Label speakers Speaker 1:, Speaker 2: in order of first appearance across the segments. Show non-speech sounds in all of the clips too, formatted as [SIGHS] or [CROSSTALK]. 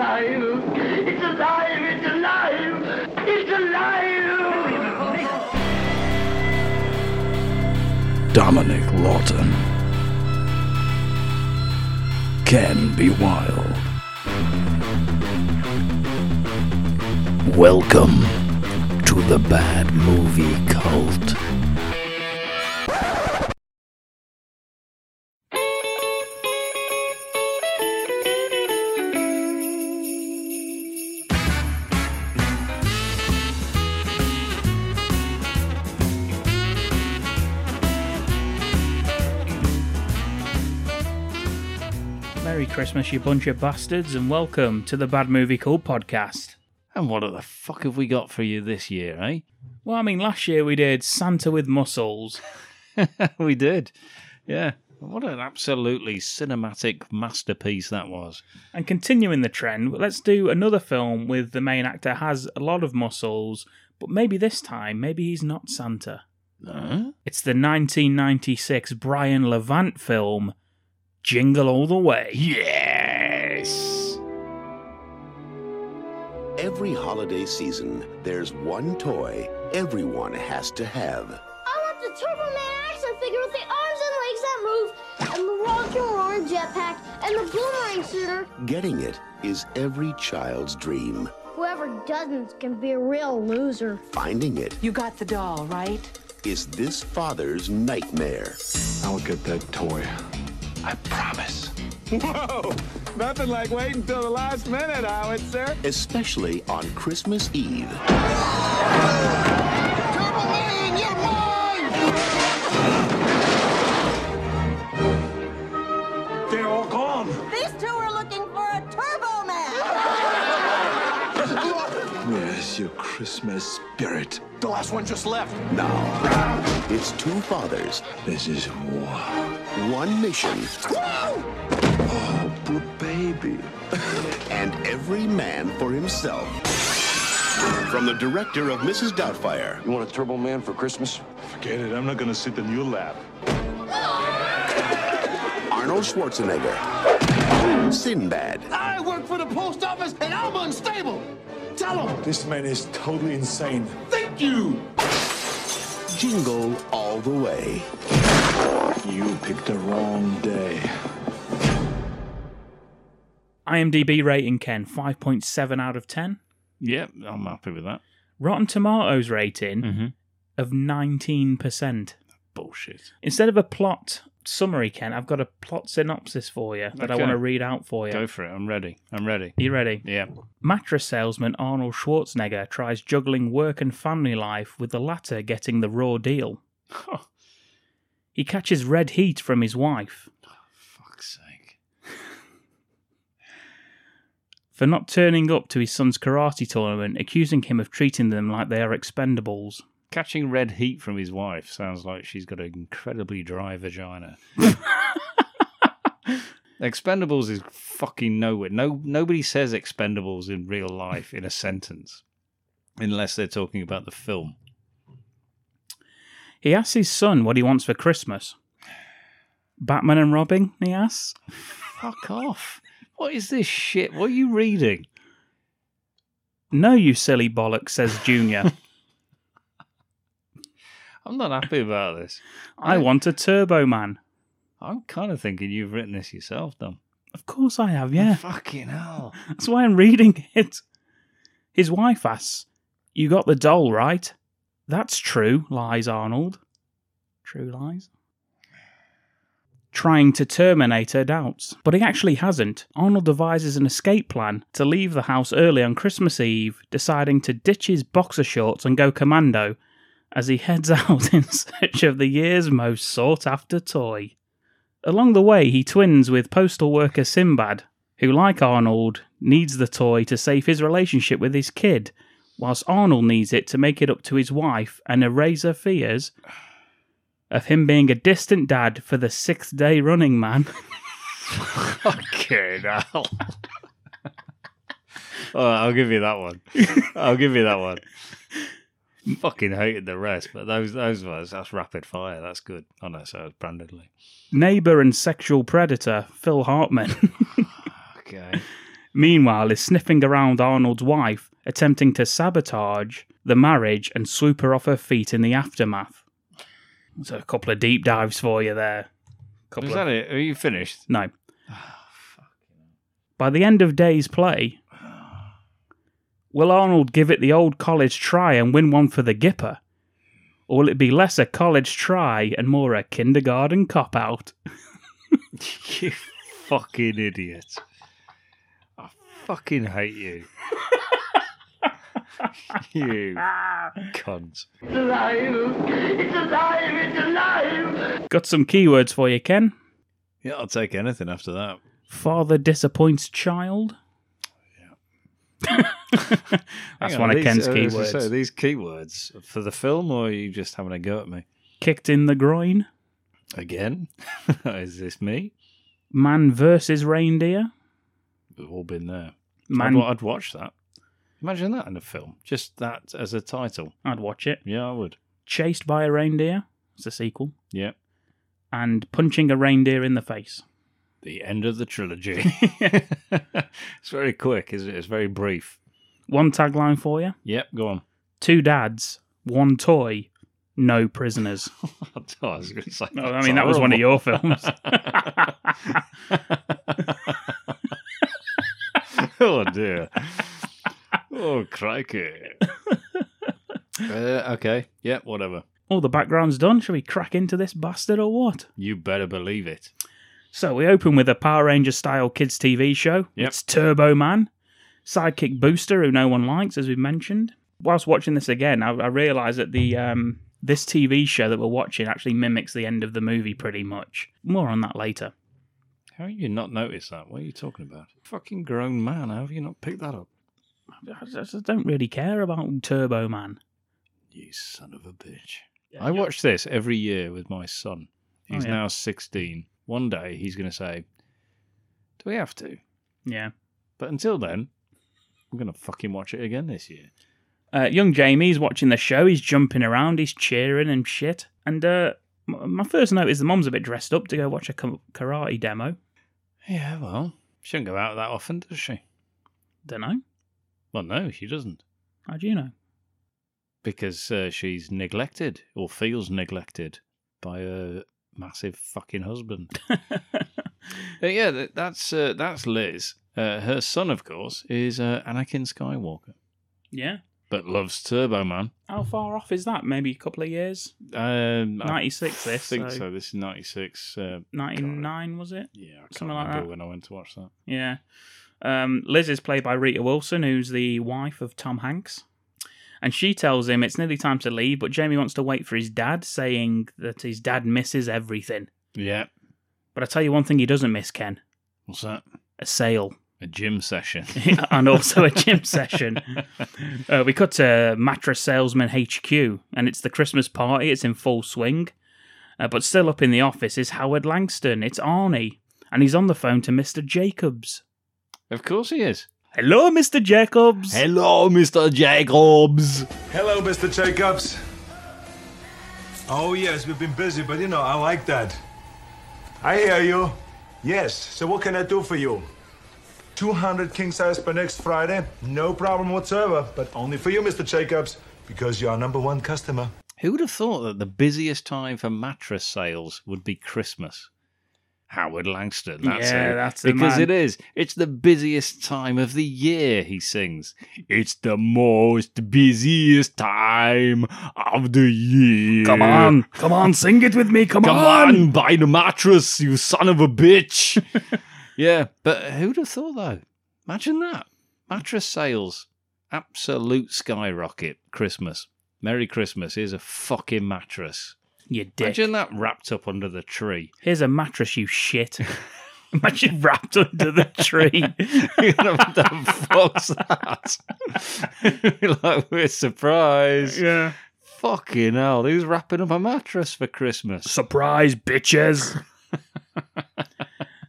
Speaker 1: alive! It's alive! It's alive! It's alive!
Speaker 2: Dominic Lawton. Can be wild. Welcome to the Bad Movie Cult.
Speaker 3: Merry Christmas, you bunch of bastards, and welcome to the Bad Movie Cult podcast.
Speaker 4: And what the fuck have we got for you this year, eh?
Speaker 3: Well, I mean, last year we did Santa with Muscles.
Speaker 4: [LAUGHS] we did. Yeah. What an absolutely cinematic masterpiece that was.
Speaker 3: And continuing the trend, let's do another film with the main actor has a lot of muscles, but maybe this time, maybe he's not Santa.
Speaker 4: Huh?
Speaker 3: It's the 1996 Brian Levant film, Jingle All the Way.
Speaker 4: Yes.
Speaker 5: Every holiday season, there's one toy everyone has to have.
Speaker 6: I want the Turbo Man action figure with the arms and legs that move, and the Rocky Horror jetpack, and the boomerang shooter.
Speaker 5: Getting it is every child's dream.
Speaker 6: Whoever doesn't can be a real loser.
Speaker 5: Finding it
Speaker 7: You got the doll, right?
Speaker 5: is this father's nightmare.
Speaker 8: I'll get that toy. I promise.
Speaker 9: Whoa! Nothing like waiting until the last minute, Howard, sir.
Speaker 5: Especially on Christmas Eve,
Speaker 9: They're all gone.
Speaker 7: These two are looking for a Turbo Man!
Speaker 8: Where's your Christmas spirit?
Speaker 9: The last one just left.
Speaker 5: it's two fathers,
Speaker 8: This is war.
Speaker 5: one mission,
Speaker 8: Oh, poor baby.
Speaker 5: [LAUGHS] and every man for himself. From the director of Mrs. Doubtfire,
Speaker 8: You want a Turbo Man for Christmas? Forget it. I'm not gonna sit in your lap.
Speaker 5: Arnold Schwarzenegger, Sinbad,
Speaker 9: I work for the post office and I'm unstable. Tell them.
Speaker 8: This man is totally insane.
Speaker 9: Thank you.
Speaker 5: Jingle All the Way.
Speaker 8: You picked the wrong day.
Speaker 3: IMDb rating, Ken, 5.7 out of 10.
Speaker 4: Yep, I'm happy with that.
Speaker 3: Rotten Tomatoes rating
Speaker 4: Mhm.
Speaker 3: of 19%.
Speaker 4: Bullshit.
Speaker 3: Instead of a plot summary, Ken, I've got a plot synopsis for you that I
Speaker 4: Okay.
Speaker 3: want to read out for you.
Speaker 4: Go for it. I'm ready. I'm ready.
Speaker 3: Are you ready?
Speaker 4: Yeah.
Speaker 3: Mattress salesman Arnold Schwarzenegger tries juggling work and family life, with the latter getting the raw deal.
Speaker 4: Oh,
Speaker 3: He catches red heat from his wife.
Speaker 4: Oh, fuck's sake.
Speaker 3: For not turning up to his son's karate tournament, accusing him of treating them like they are expendables.
Speaker 4: Catching red heat from his wife sounds like she's got an incredibly dry vagina. [LAUGHS] Expendables is fucking nowhere. No, nobody says Expendables in real life in a sentence, unless they're talking about the film.
Speaker 3: He asks his son what he wants for Christmas. Batman and Robin, he asks.
Speaker 4: Fuck off! What is this shit? What are you reading?
Speaker 3: No, you silly bollocks, says
Speaker 4: [LAUGHS]
Speaker 3: Junior.
Speaker 4: I'm not happy about this.
Speaker 3: I want a Turbo Man.
Speaker 4: I'm kind of thinking you've written this yourself, Dom.
Speaker 3: Of course I have, yeah.
Speaker 4: Fucking hell!
Speaker 3: That's why I'm reading [LAUGHS] it. His wife asks, You got the doll, right? That's true, lies Arnold. True lies. Trying to terminate her doubts, but he actually hasn't. Arnold devises an escape plan to leave the house early on Christmas Eve, deciding to ditch his boxer shorts and go commando as he [LAUGHS] heads out in search of the year's most sought after toy. Along the way, he twins with postal worker Sinbad, who, like Arnold, needs the toy to save his relationship with his kid, whilst Arnold needs it to make it up to his wife and erase her fears of him being a distant dad for the sixth day running man. [LAUGHS]
Speaker 4: Fucking hell! All right, I'll give you that one. I'll give you that one. Fucking hated the rest, but those those ones that's rapid fire. That's good. Oh no, so it's Brandon Lee.
Speaker 3: Neighbour and sexual predator Phil Hartman.
Speaker 4: Okay.
Speaker 3: [LAUGHS] meanwhile, is sniffing around Arnold's wife, attempting to sabotage the marriage and swoop her off her feet in the aftermath. So, a couple of deep dives for you there. Couple
Speaker 4: Is
Speaker 3: of-
Speaker 4: that it? Are
Speaker 3: [LAUGHS]
Speaker 4: you finished?
Speaker 3: no.
Speaker 4: Ah,
Speaker 3: By the end of day's play, will Arnold give it the old college try and win one for the Gipper? Or will it be less a college try and more a kindergarten cop out?
Speaker 4: You fucking idiot. I fucking
Speaker 3: [LAUGHS]
Speaker 4: hate you. you cunt.
Speaker 1: It's alive! It's alive! It's alive!
Speaker 3: Got some keywords for you, Ken.
Speaker 4: Yeah, I'll take anything after that.
Speaker 3: Father disappoints child. [LAUGHS] That's
Speaker 4: Hang
Speaker 3: one of
Speaker 4: these-
Speaker 3: Ken's
Speaker 4: uh, as I Say,
Speaker 3: keywords.
Speaker 4: these keywords for the film, or are you just having a go at me?
Speaker 3: Kicked in the groin.
Speaker 4: Again? [LAUGHS] Is this me?
Speaker 3: Man versus reindeer.
Speaker 4: We've all been there. I'd,
Speaker 3: Man,
Speaker 4: wa- I'd watch that. Imagine that in a film. Just that as a title.
Speaker 3: I'd watch it.
Speaker 4: Yeah, I would.
Speaker 3: Chased by a reindeer. It's a sequel.
Speaker 4: Yeah.
Speaker 3: And punching a reindeer in the face.
Speaker 4: The end of
Speaker 3: [LAUGHS]
Speaker 4: the trilogy. [LAUGHS] it's very quick, isn't it? It's very brief.
Speaker 3: One tagline for you
Speaker 4: Yep, go on. [LAUGHS]
Speaker 3: two dads, one toy, no prisoners.
Speaker 4: [LAUGHS] I was going to say.
Speaker 3: No, I
Speaker 4: that's
Speaker 3: mean, that was one of
Speaker 4: horrible.
Speaker 3: your films.
Speaker 4: [LAUGHS] oh
Speaker 3: [LAUGHS]
Speaker 4: dear. oh crikey. uh, okay. Yeah. Whatever.
Speaker 3: All the background's done. Shall we crack into this bastard or what?
Speaker 4: You better believe it.
Speaker 3: So we open with a Power Ranger style kids TV show.
Speaker 4: Yep.
Speaker 3: It's Turbo Man, sidekick Booster, who no one likes, as we've mentioned. Whilst watching this again, I, I realised that the um, this TV show that we're watching actually mimics the end of the movie pretty much. More on that later.
Speaker 4: How have you not noticed that? What are you talking about? Fucking grown man. How have you not picked that up?
Speaker 3: I just I don't really care about Turbo Man.
Speaker 4: You son of a bitch. I watch this every year with my son.
Speaker 3: Oh,
Speaker 4: He's
Speaker 3: yeah.
Speaker 4: now 16. One day he's going to say, Do we have to?
Speaker 3: Yeah.
Speaker 4: But until then, I'm going to fucking watch it again this year.
Speaker 3: Uh, young Jamie's watching the show. He's jumping around. He's cheering and shit. And uh, m- my first note is the mom's a bit dressed up to go watch a ka- karate demo.
Speaker 4: Yeah, well, she doesn't go out that often, does she?
Speaker 3: Don't know.
Speaker 4: Well, no, she doesn't.
Speaker 3: How do you know?
Speaker 4: Because uh, she's neglected or feels neglected by her massive
Speaker 3: [LAUGHS]
Speaker 4: fucking husband. But yeah, th- that's uh, that's Liz. Uh, her son, of course, is uh, Anakin Skywalker,
Speaker 3: yeah.
Speaker 4: but loves Turbo Man.
Speaker 3: How far off is that? Maybe a couple of years.
Speaker 4: Um,
Speaker 3: 96
Speaker 4: I
Speaker 3: this,
Speaker 4: think
Speaker 3: so-
Speaker 4: so. This is 96. Uh,
Speaker 3: Ninety nine was it?
Speaker 4: yeah, I can't
Speaker 3: Something like
Speaker 4: remember
Speaker 3: that.
Speaker 4: when I went to watch that.
Speaker 3: Yeah. Um, Liz is played by Rita Wilson, who's the wife of Tom Hanks. And she tells him it's nearly time to leave, but Jamie wants to wait for his dad, saying that his dad misses everything.
Speaker 4: Yeah.
Speaker 3: But I tell you one thing he doesn't miss, Ken
Speaker 4: What's that?
Speaker 3: a sale.
Speaker 4: A
Speaker 3: [LAUGHS]
Speaker 4: gym session.
Speaker 3: and also a gym session. Uh, we cut to Mattress Salesman HQ, and it's the Christmas party. It's in full swing. Uh, but still up in the office is Howard Langston. It's Arnie, and he's on the phone to Mr. Jacobs.
Speaker 4: of course he is.
Speaker 3: Hello, Mr. Jacobs.
Speaker 4: Hello, Mr. Jacobs.
Speaker 8: Hello, Mr. Jacobs. Oh, yes, we've been busy, but you know, I like that. I hear you. Yes, so what can I do for you? 200 king size by next Friday? No problem whatsoever, but only for you, Mr. Jacobs, because you're our number one customer.
Speaker 4: Who would have thought that the busiest time for mattress sales would be Christmas? Howard Langston, that's
Speaker 3: Yeah,
Speaker 4: it.
Speaker 3: that's the
Speaker 4: because
Speaker 3: man.
Speaker 4: it is. It's the busiest time of the year, he sings. It's the most busiest time of the year.
Speaker 3: Come on, come on, sing it with me. Come,
Speaker 4: Come
Speaker 3: on.
Speaker 4: on, buy the mattress, you son of a bitch. [LAUGHS] yeah, but who'd have thought though? Imagine that. Mattress sales. Absolute skyrocket. Christmas. Merry Christmas. Here's a fucking mattress.
Speaker 3: You dick.
Speaker 4: Imagine that wrapped up under the tree.
Speaker 3: Here's a mattress, you shit. [LAUGHS] Imagine wrapped under the tree.
Speaker 4: [LAUGHS]
Speaker 3: [LAUGHS]
Speaker 4: what the fuck's that? [LAUGHS] like, we're surprised.
Speaker 3: yeah.
Speaker 4: Fucking hell, who's wrapping up a mattress for Christmas?
Speaker 3: Surprise, bitches.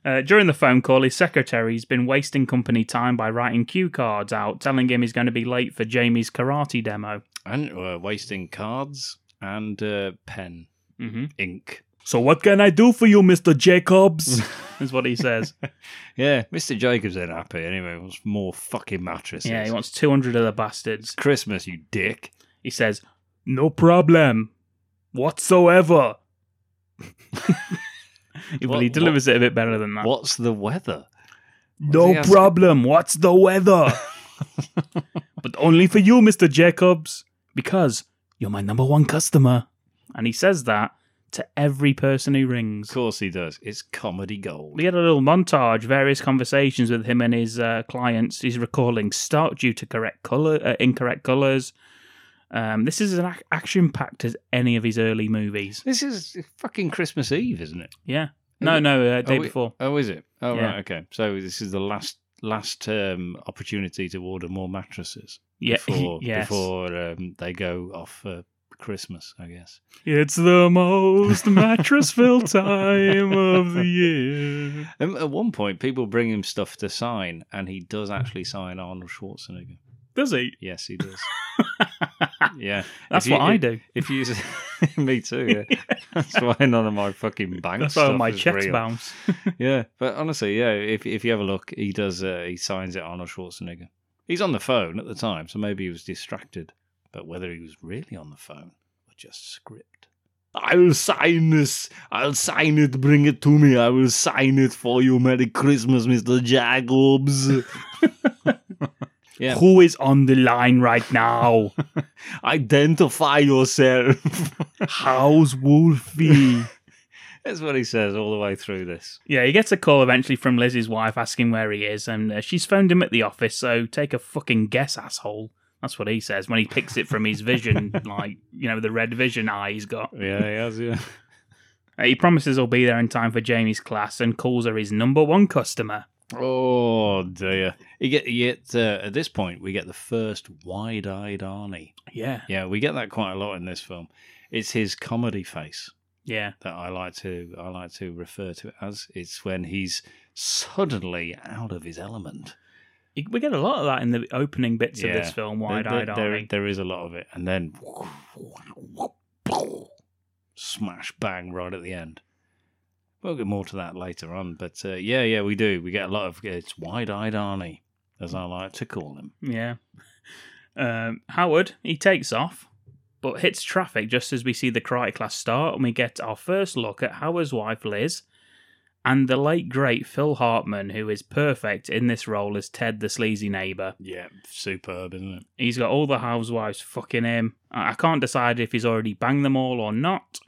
Speaker 3: Uh, during the phone call, his secretary's been wasting company time by writing cue cards out, telling him he's going to be late for Jamie's karate demo.
Speaker 4: And we're wasting cards and uh, pen,
Speaker 3: Mm-hmm.
Speaker 4: ink,
Speaker 3: So what can I do for you, Mr. Jacobs? is what he says.
Speaker 4: Yeah, Mr. Jacobs ain't happy anyway. He wants more fucking mattresses.
Speaker 3: yeah, he wants 200 of the bastards.
Speaker 4: Christmas, you dick.
Speaker 3: He says, No problem. Whatsoever. He- but he
Speaker 4: What-
Speaker 3: delivers it a bit better than that.
Speaker 4: What's the weather?
Speaker 3: No
Speaker 4: he ask-
Speaker 3: problem. What's the
Speaker 4: [LAUGHS]
Speaker 3: weather? but only for you, Mr. Jacobs, because you're my number one customer. And he says that to every person who rings.
Speaker 4: Of course he does. It's comedy gold.
Speaker 3: We had a little montage, various conversations with him and his uh, clients. He's recalling start due to correct color, uh, incorrect colors. Um, this is as ac- action-packed as any of his early movies.
Speaker 4: This is fucking Christmas Eve, isn't it?
Speaker 3: Yeah. No, no, uh, day
Speaker 4: Oh, we-
Speaker 3: before.
Speaker 4: Oh, is it? Oh,
Speaker 3: Yeah.
Speaker 4: right. Okay. So this is the last last um, opportunity to order more mattresses
Speaker 3: Yeah, [LAUGHS]
Speaker 4: before
Speaker 3: yes.
Speaker 4: before um, they go off for Christmas, I guess.
Speaker 3: It's the most mattress-filled time of the year.
Speaker 4: Um, at one point, people bring him stuff to sign, and he does actually sign Arnold Schwarzenegger.
Speaker 3: Does he?
Speaker 4: Yes,
Speaker 3: [LAUGHS]
Speaker 4: he does. yeah,
Speaker 3: That's
Speaker 4: If you-
Speaker 3: what I
Speaker 4: if-
Speaker 3: do.
Speaker 4: If you, [LAUGHS]
Speaker 3: [LAUGHS]
Speaker 4: me too. Yeah. That's why none of my fucking bank
Speaker 3: That's
Speaker 4: stuff
Speaker 3: how my
Speaker 4: is
Speaker 3: checks
Speaker 4: real.
Speaker 3: bounce.
Speaker 4: Yeah, but honestly, yeah. If if you have a look, he does. Uh, he signs it Arnold Schwarzenegger. He's on the phone at the time, so maybe he was distracted. But whether he was really on the phone or just script, I'll sign this. I'll sign it. Bring it to me. I will sign it for you. Merry Christmas, Mister Jacobs. [LAUGHS] Yeah.
Speaker 3: Who is on the line right now?
Speaker 4: Identify yourself. [LAUGHS]
Speaker 3: How's Wolfie?
Speaker 4: That's what he says all the way through this.
Speaker 3: [LAUGHS] Yeah, he gets a call eventually from Liz's wife asking where he is, and uh, she's phoned him at the office, so take a fucking guess, asshole. That's what he says when he picks it from his [LAUGHS] vision, like, you know, the red vision eye he's got.
Speaker 4: Yeah, he has. Yeah.
Speaker 3: Uh, he promises he'll be there in time for Jamie's class and calls her his number one customer.
Speaker 4: Oh dear! You get, you get uh, at this point we get the first wide-eyed Arnie.
Speaker 3: Yeah.
Speaker 4: Yeah, we get that quite a lot in this film. It's his comedy face
Speaker 3: Yeah.
Speaker 4: that I like to I like to refer to it as. It's when he's suddenly out of his element.
Speaker 3: He- We get a lot of that in the opening bits of
Speaker 4: Yeah.
Speaker 3: this film,
Speaker 4: There-
Speaker 3: Wide Eyed
Speaker 4: there- there-
Speaker 3: Arnie.
Speaker 4: there is a lot of it, and then smash bang right at the end. We'll get more to that later on, but uh, yeah, yeah, we do. We get a lot of it's wide-eyed Arnie, as I like to call him.
Speaker 3: Yeah. Um, Howard, he takes off, but hits traffic just as we see the karate class start, and we get our first look at Howard's wife, Liz, and the late great Phil Hartman, who is perfect in this role as Ted the sleazy neighbour.
Speaker 4: Yeah, superb, isn't it?
Speaker 3: He's got all the housewives fucking him. I I can't decide if he's already banged them all or not.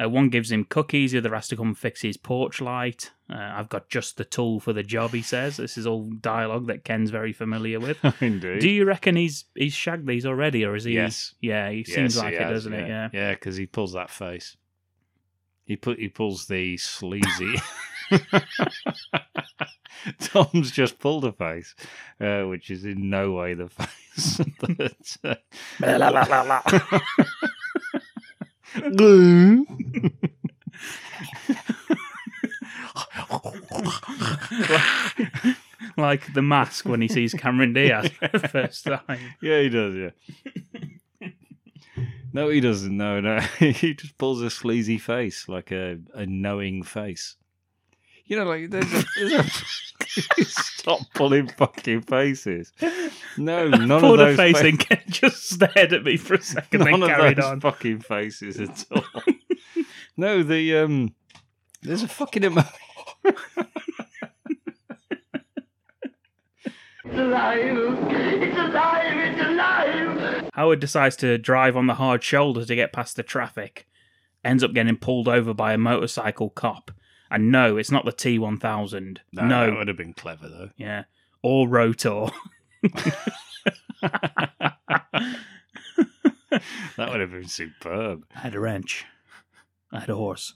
Speaker 3: Uh, one gives him cookies, the other has to come fix his porch light. Uh, I've got just the tool for the job, he says. This is all dialogue that Ken's very familiar
Speaker 4: [LAUGHS]
Speaker 3: with.
Speaker 4: [LAUGHS] Indeed.
Speaker 3: Do you reckon he's he's shagged these already, or is he?
Speaker 4: Yes.
Speaker 3: Yeah, he
Speaker 4: Yes,
Speaker 3: seems
Speaker 4: he
Speaker 3: like it,
Speaker 4: has,
Speaker 3: doesn't it? Yeah.
Speaker 4: Yeah, because he pulls that face. He put he pulls the sleazy. [LAUGHS] Tom's just pulled a face, uh, which is in no way the [LAUGHS] face that. uh, uh,
Speaker 3: like the mask when he
Speaker 4: [LAUGHS]
Speaker 3: sees Cameron Diaz for the first time.
Speaker 4: Yeah, he does. Yeah.
Speaker 3: [LAUGHS]
Speaker 4: no, he doesn't. No, no. [LAUGHS] he just pulls a sleazy face, like a, a knowing face. You know, like there's a, there's a [LAUGHS] stop pulling fucking faces.
Speaker 3: [LAUGHS]
Speaker 4: No, none of
Speaker 3: Pulled a
Speaker 4: those
Speaker 3: face
Speaker 4: fa- [LAUGHS]
Speaker 3: and [LAUGHS] Ken just stared at me for a second,
Speaker 4: none
Speaker 3: then
Speaker 4: of
Speaker 3: carried
Speaker 4: those
Speaker 3: on.
Speaker 4: fucking faces
Speaker 3: [LAUGHS]
Speaker 4: at all. no, the um, there's a fucking emo-
Speaker 1: It's alive. It's alive. It's alive.
Speaker 3: Howard decides to drive on the hard shoulder to get past the traffic. Ends up getting pulled over by a motorcycle cop. And no, it's not the T1000. No.
Speaker 4: that would have been clever though.
Speaker 3: Yeah. Or Rotor.
Speaker 4: That would have been superb.
Speaker 3: [LAUGHS] I had a wrench. I had a horse.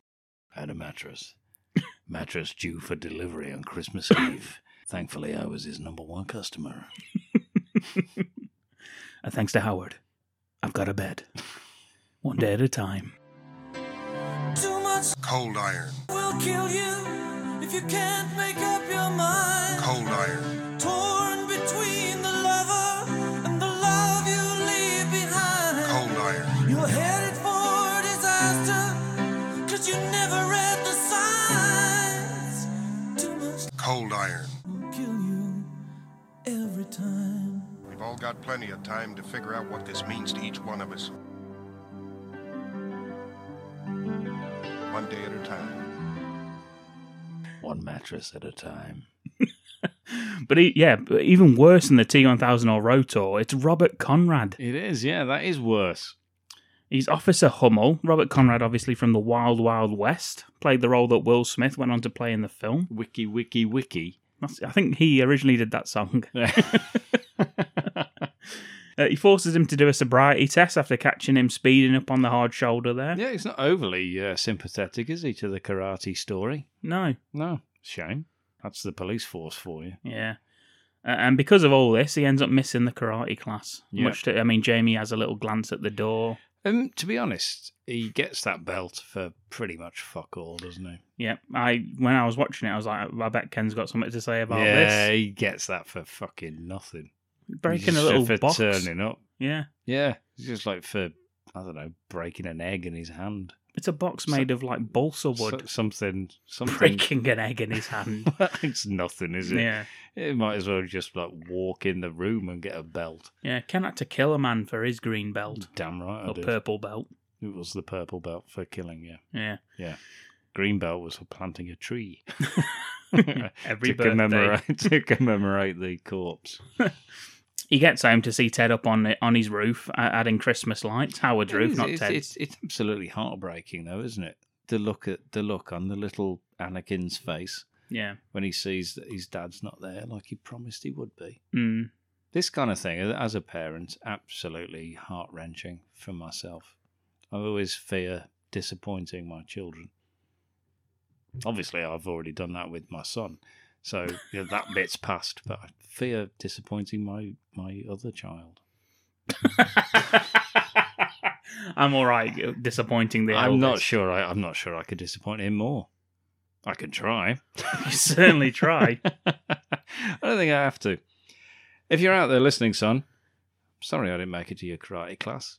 Speaker 4: and a mattress. [LAUGHS] mattress due for delivery on Christmas [LAUGHS] Eve. Thankfully, I was his number one customer.
Speaker 3: And thanks to Howard, I've got a bed. One day at a time.
Speaker 10: Too much
Speaker 5: Cold iron.
Speaker 10: will kill you if you can't make up your mind.
Speaker 5: Cold iron.
Speaker 10: Torn between the lover and the love you leave behind.
Speaker 5: iron.
Speaker 10: You're headed for disaster, cause you never. time.
Speaker 11: We've all got plenty of time to figure out what this means to each one of us. One day at a time.
Speaker 4: One mattress at a time.
Speaker 3: But he, yeah, but even worse than the T1000 or Rotor, it's Robert Conrad.
Speaker 4: It is, yeah, that is worse.
Speaker 3: He's Officer Hummel. Robert Conrad, obviously from the Wild Wild West, played the role that Will Smith went on to play in the film.
Speaker 4: Wiki, wiki, [LAUGHS] wiki.
Speaker 3: That's, I think he originally did that song. Uh, he forces him to do a sobriety test after catching him speeding up on the hard shoulder there.
Speaker 4: Yeah, he's not overly uh, sympathetic, is he, to the karate story?
Speaker 3: No.
Speaker 4: No. Shame. That's the police force for you.
Speaker 3: Yeah. Uh, and because of all this, he ends up missing the karate class.
Speaker 4: Yeah.
Speaker 3: Much to, I mean, Jamie has a little glance at the door.
Speaker 4: Um, to be honest, he gets that belt for pretty much fuck all, doesn't he?
Speaker 3: Yeah, I when I was watching it, I was like, I bet Ken's got something to say about
Speaker 4: yeah,
Speaker 3: this.
Speaker 4: he gets that for fucking nothing.
Speaker 3: Breaking a
Speaker 4: Just
Speaker 3: little
Speaker 4: for
Speaker 3: box.
Speaker 4: turning up.
Speaker 3: Yeah,
Speaker 4: Yeah, it's just like for I don't know, breaking an egg in his hand.
Speaker 3: it's a box made of like balsa wood.
Speaker 4: So- something, something. [LAUGHS]
Speaker 3: breaking an egg in his hand.
Speaker 4: it's nothing, [LAUGHS] is it?
Speaker 3: yeah,
Speaker 4: It might as well just like walk in the room and get a belt.
Speaker 3: yeah. Ken had to kill a man for his green belt
Speaker 4: Damn right, I
Speaker 3: or
Speaker 4: did.
Speaker 3: purple belt.
Speaker 4: It was the purple belt for killing you.
Speaker 3: Yeah,
Speaker 4: Yeah. Green belt was for planting a tree.
Speaker 3: [LAUGHS]
Speaker 4: [LAUGHS]
Speaker 3: Every
Speaker 4: to
Speaker 3: birthday.
Speaker 4: commemorate [LAUGHS] to commemorate the corpse.
Speaker 3: he gets home to see Ted up on on his roof, uh, adding Christmas lights. Howard's
Speaker 4: It
Speaker 3: roof,
Speaker 4: is-
Speaker 3: not
Speaker 4: it's,
Speaker 3: Ted's.
Speaker 4: It's, it's absolutely heartbreaking, though, isn't it? The look at the look on the little Anakin's face
Speaker 3: yeah.
Speaker 4: when he sees that his dad's not there, like he promised he would be. [LAUGHS]
Speaker 3: Mm.
Speaker 4: This kind of thing, as a parent, absolutely heart wrenching for myself. I always fear disappointing my children. Obviously, I've already done that with my son, so you know, that bit's past. But I fear disappointing my my other child.
Speaker 3: I'm all right uh, disappointing the
Speaker 4: I'm not
Speaker 3: eldest.
Speaker 4: sure. I, I'm not sure I could disappoint him more. I can try.
Speaker 3: You [LAUGHS] certainly try.
Speaker 4: [LAUGHS] I don't think I have to. If you're out there listening, son, sorry I didn't make it to your karate class.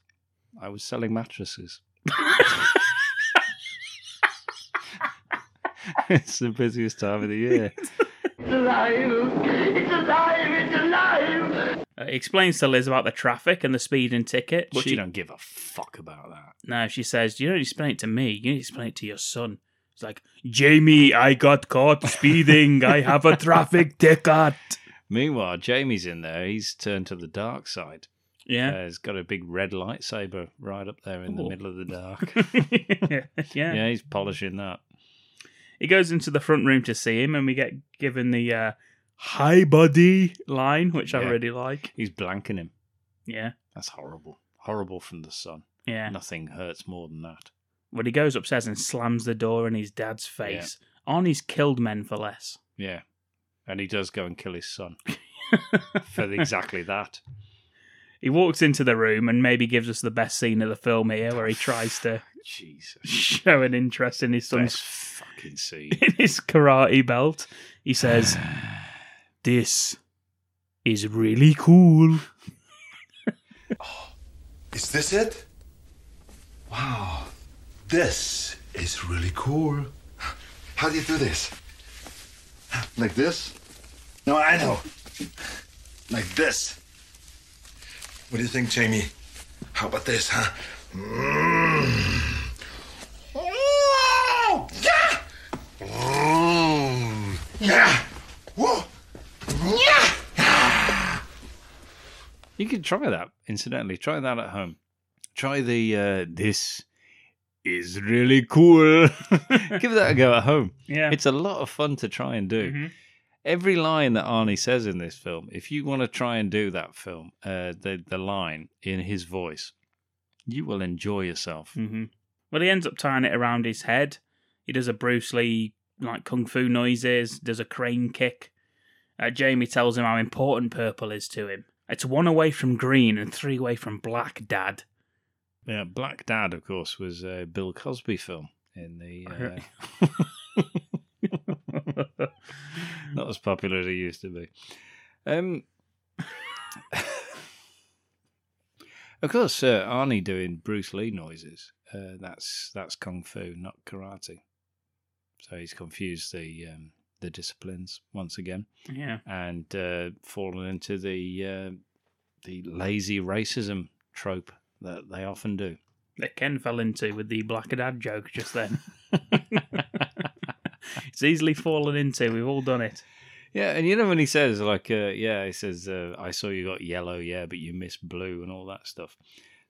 Speaker 4: I was selling mattresses. [LAUGHS] it's the busiest time of the
Speaker 3: [LAUGHS]
Speaker 4: year.
Speaker 1: It's alive. It's alive. It's alive.
Speaker 3: Uh, he explains to Liz about the traffic and the speeding ticket.
Speaker 4: But
Speaker 3: She,
Speaker 4: you don't give a fuck about that.
Speaker 3: no, she says, You don't explain it to me. You need to explain it to your son. It's like, Jamie, I got caught speeding. I have a traffic ticket.
Speaker 4: [LAUGHS] Meanwhile, Jamie's in there. He's turned to the dark side.
Speaker 3: Yeah.
Speaker 4: Uh, he's got a big red lightsaber right up there in the
Speaker 3: Ooh.
Speaker 4: middle of the dark.
Speaker 3: [LAUGHS] yeah.
Speaker 4: yeah, he's polishing that.
Speaker 3: He goes into the front room to see him, and we get given the uh, hi, buddy line, which I
Speaker 4: Yeah.
Speaker 3: really like.
Speaker 4: He's blanking him.
Speaker 3: Yeah.
Speaker 4: That's horrible. Horrible from the sun.
Speaker 3: Yeah.
Speaker 4: Nothing hurts more than that.
Speaker 3: When he goes upstairs and slams the door in his dad's face, Arnie's killed men for less.
Speaker 4: Yeah. And he does go and kill his [LAUGHS] son for exactly that.
Speaker 3: He walks into the room and maybe gives us the best scene of the film here, where he tries
Speaker 4: [SIGHS]
Speaker 3: to
Speaker 4: Jesus.
Speaker 3: show an interest in his son's
Speaker 4: Best fucking scene.
Speaker 3: [LAUGHS] in his karate belt. He
Speaker 4: [SIGHS]
Speaker 3: says, "This is really cool."
Speaker 8: Is this it? Wow. This is really cool.
Speaker 5: How do you do this? Like this? No, I know.
Speaker 8: Like this. What do you think, Jamie? How about this, huh? Mm. Oh, yeah! Mm. Yeah! Whoa! Yeah!
Speaker 4: [LAUGHS] You could try that, incidentally. Try that at home. Try the uh, this is really cool. [LAUGHS] Give that a go at home.
Speaker 3: Yeah.
Speaker 4: It's a lot of fun to try and do. Every line that Arnie says in this film, if you want to try and do that film, uh, the the line in his voice, you will enjoy yourself.
Speaker 3: hmm Well, he ends up tying it around his head. He does a Bruce Lee like kung fu noises. Does a crane kick. Uh, Jamie tells him how important purple is to him. It's one away from green and three away from black, Dad.
Speaker 4: Yeah, Black Dad, of course, was a Bill Cosby film in the uh, [LAUGHS] not as popular as it used to be. Um, [LAUGHS] of course, uh, Arnie doing Bruce Lee noises. Uh, that's that's kung fu, not karate. So he's confused the um, the disciplines once again.
Speaker 3: Yeah.
Speaker 4: And uh, fallen into the uh, the lazy racism trope that they often do.
Speaker 3: That Ken fell into with the blacker dad joke just then. [LAUGHS] it's easily fallen into. We've all done it.
Speaker 4: Yeah, and you know when he says like, uh, yeah, he says, uh, "I saw you got yellow, yeah, but you missed blue and all that stuff."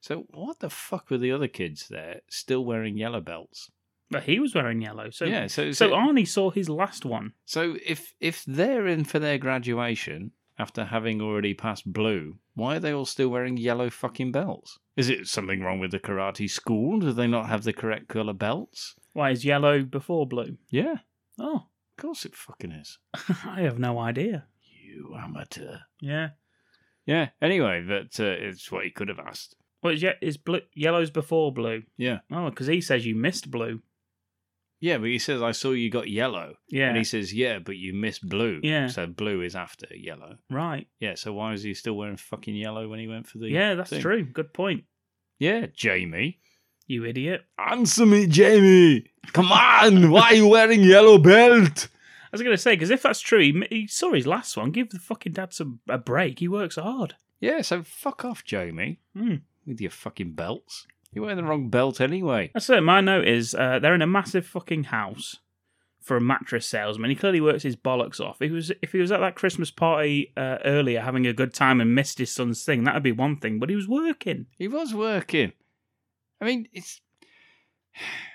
Speaker 4: So what the fuck were the other kids there still wearing yellow belts?
Speaker 3: But he was wearing yellow, so
Speaker 4: Yeah, so-
Speaker 3: so
Speaker 4: so-
Speaker 3: Arnie saw his last one.
Speaker 4: So if if they're in for their graduation after having already passed blue, why are they all still wearing yellow fucking belts? Is it something wrong with the karate school? Do they not have the correct color belts?
Speaker 3: Why is yellow before blue? [LAUGHS]
Speaker 4: Yeah,
Speaker 3: Oh,
Speaker 4: of course it fucking is.
Speaker 3: I have no idea.
Speaker 4: You amateur.
Speaker 3: Yeah.
Speaker 4: Yeah. Anyway, but uh, it's what he could have asked.
Speaker 3: Well, is, ye- is blue, yellow's before blue?
Speaker 4: Yeah.
Speaker 3: Oh, because he says you missed blue.
Speaker 4: Yeah, but he says, I saw you got yellow.
Speaker 3: Yeah.
Speaker 4: And he says, Yeah, but you missed blue.
Speaker 3: Yeah.
Speaker 4: So blue is after yellow.
Speaker 3: Right.
Speaker 4: Yeah, so why was he still wearing fucking yellow when he went for the.
Speaker 3: Yeah, that's
Speaker 4: thing?
Speaker 3: true. Good point.
Speaker 4: Yeah, Jamie.
Speaker 3: You idiot.
Speaker 4: Answer me, Jamie. Come on. why are you wearing yellow belt?
Speaker 3: I was going to say, because if that's true, he, m- he saw his last one. Give the fucking dad some a break. He works hard.
Speaker 4: Yeah, so fuck off, Jamie,
Speaker 3: Hmm.
Speaker 4: with your fucking belts. You're wearing the wrong belt anyway.
Speaker 3: That's it. My note is uh, they're in a massive fucking house for a mattress salesman. He clearly works his bollocks off. If he was if he was at that Christmas party uh, earlier having a good time and missed his son's thing, that would be one thing. But he was working. [LAUGHS]
Speaker 4: He was working. I mean, it's. [SIGHS]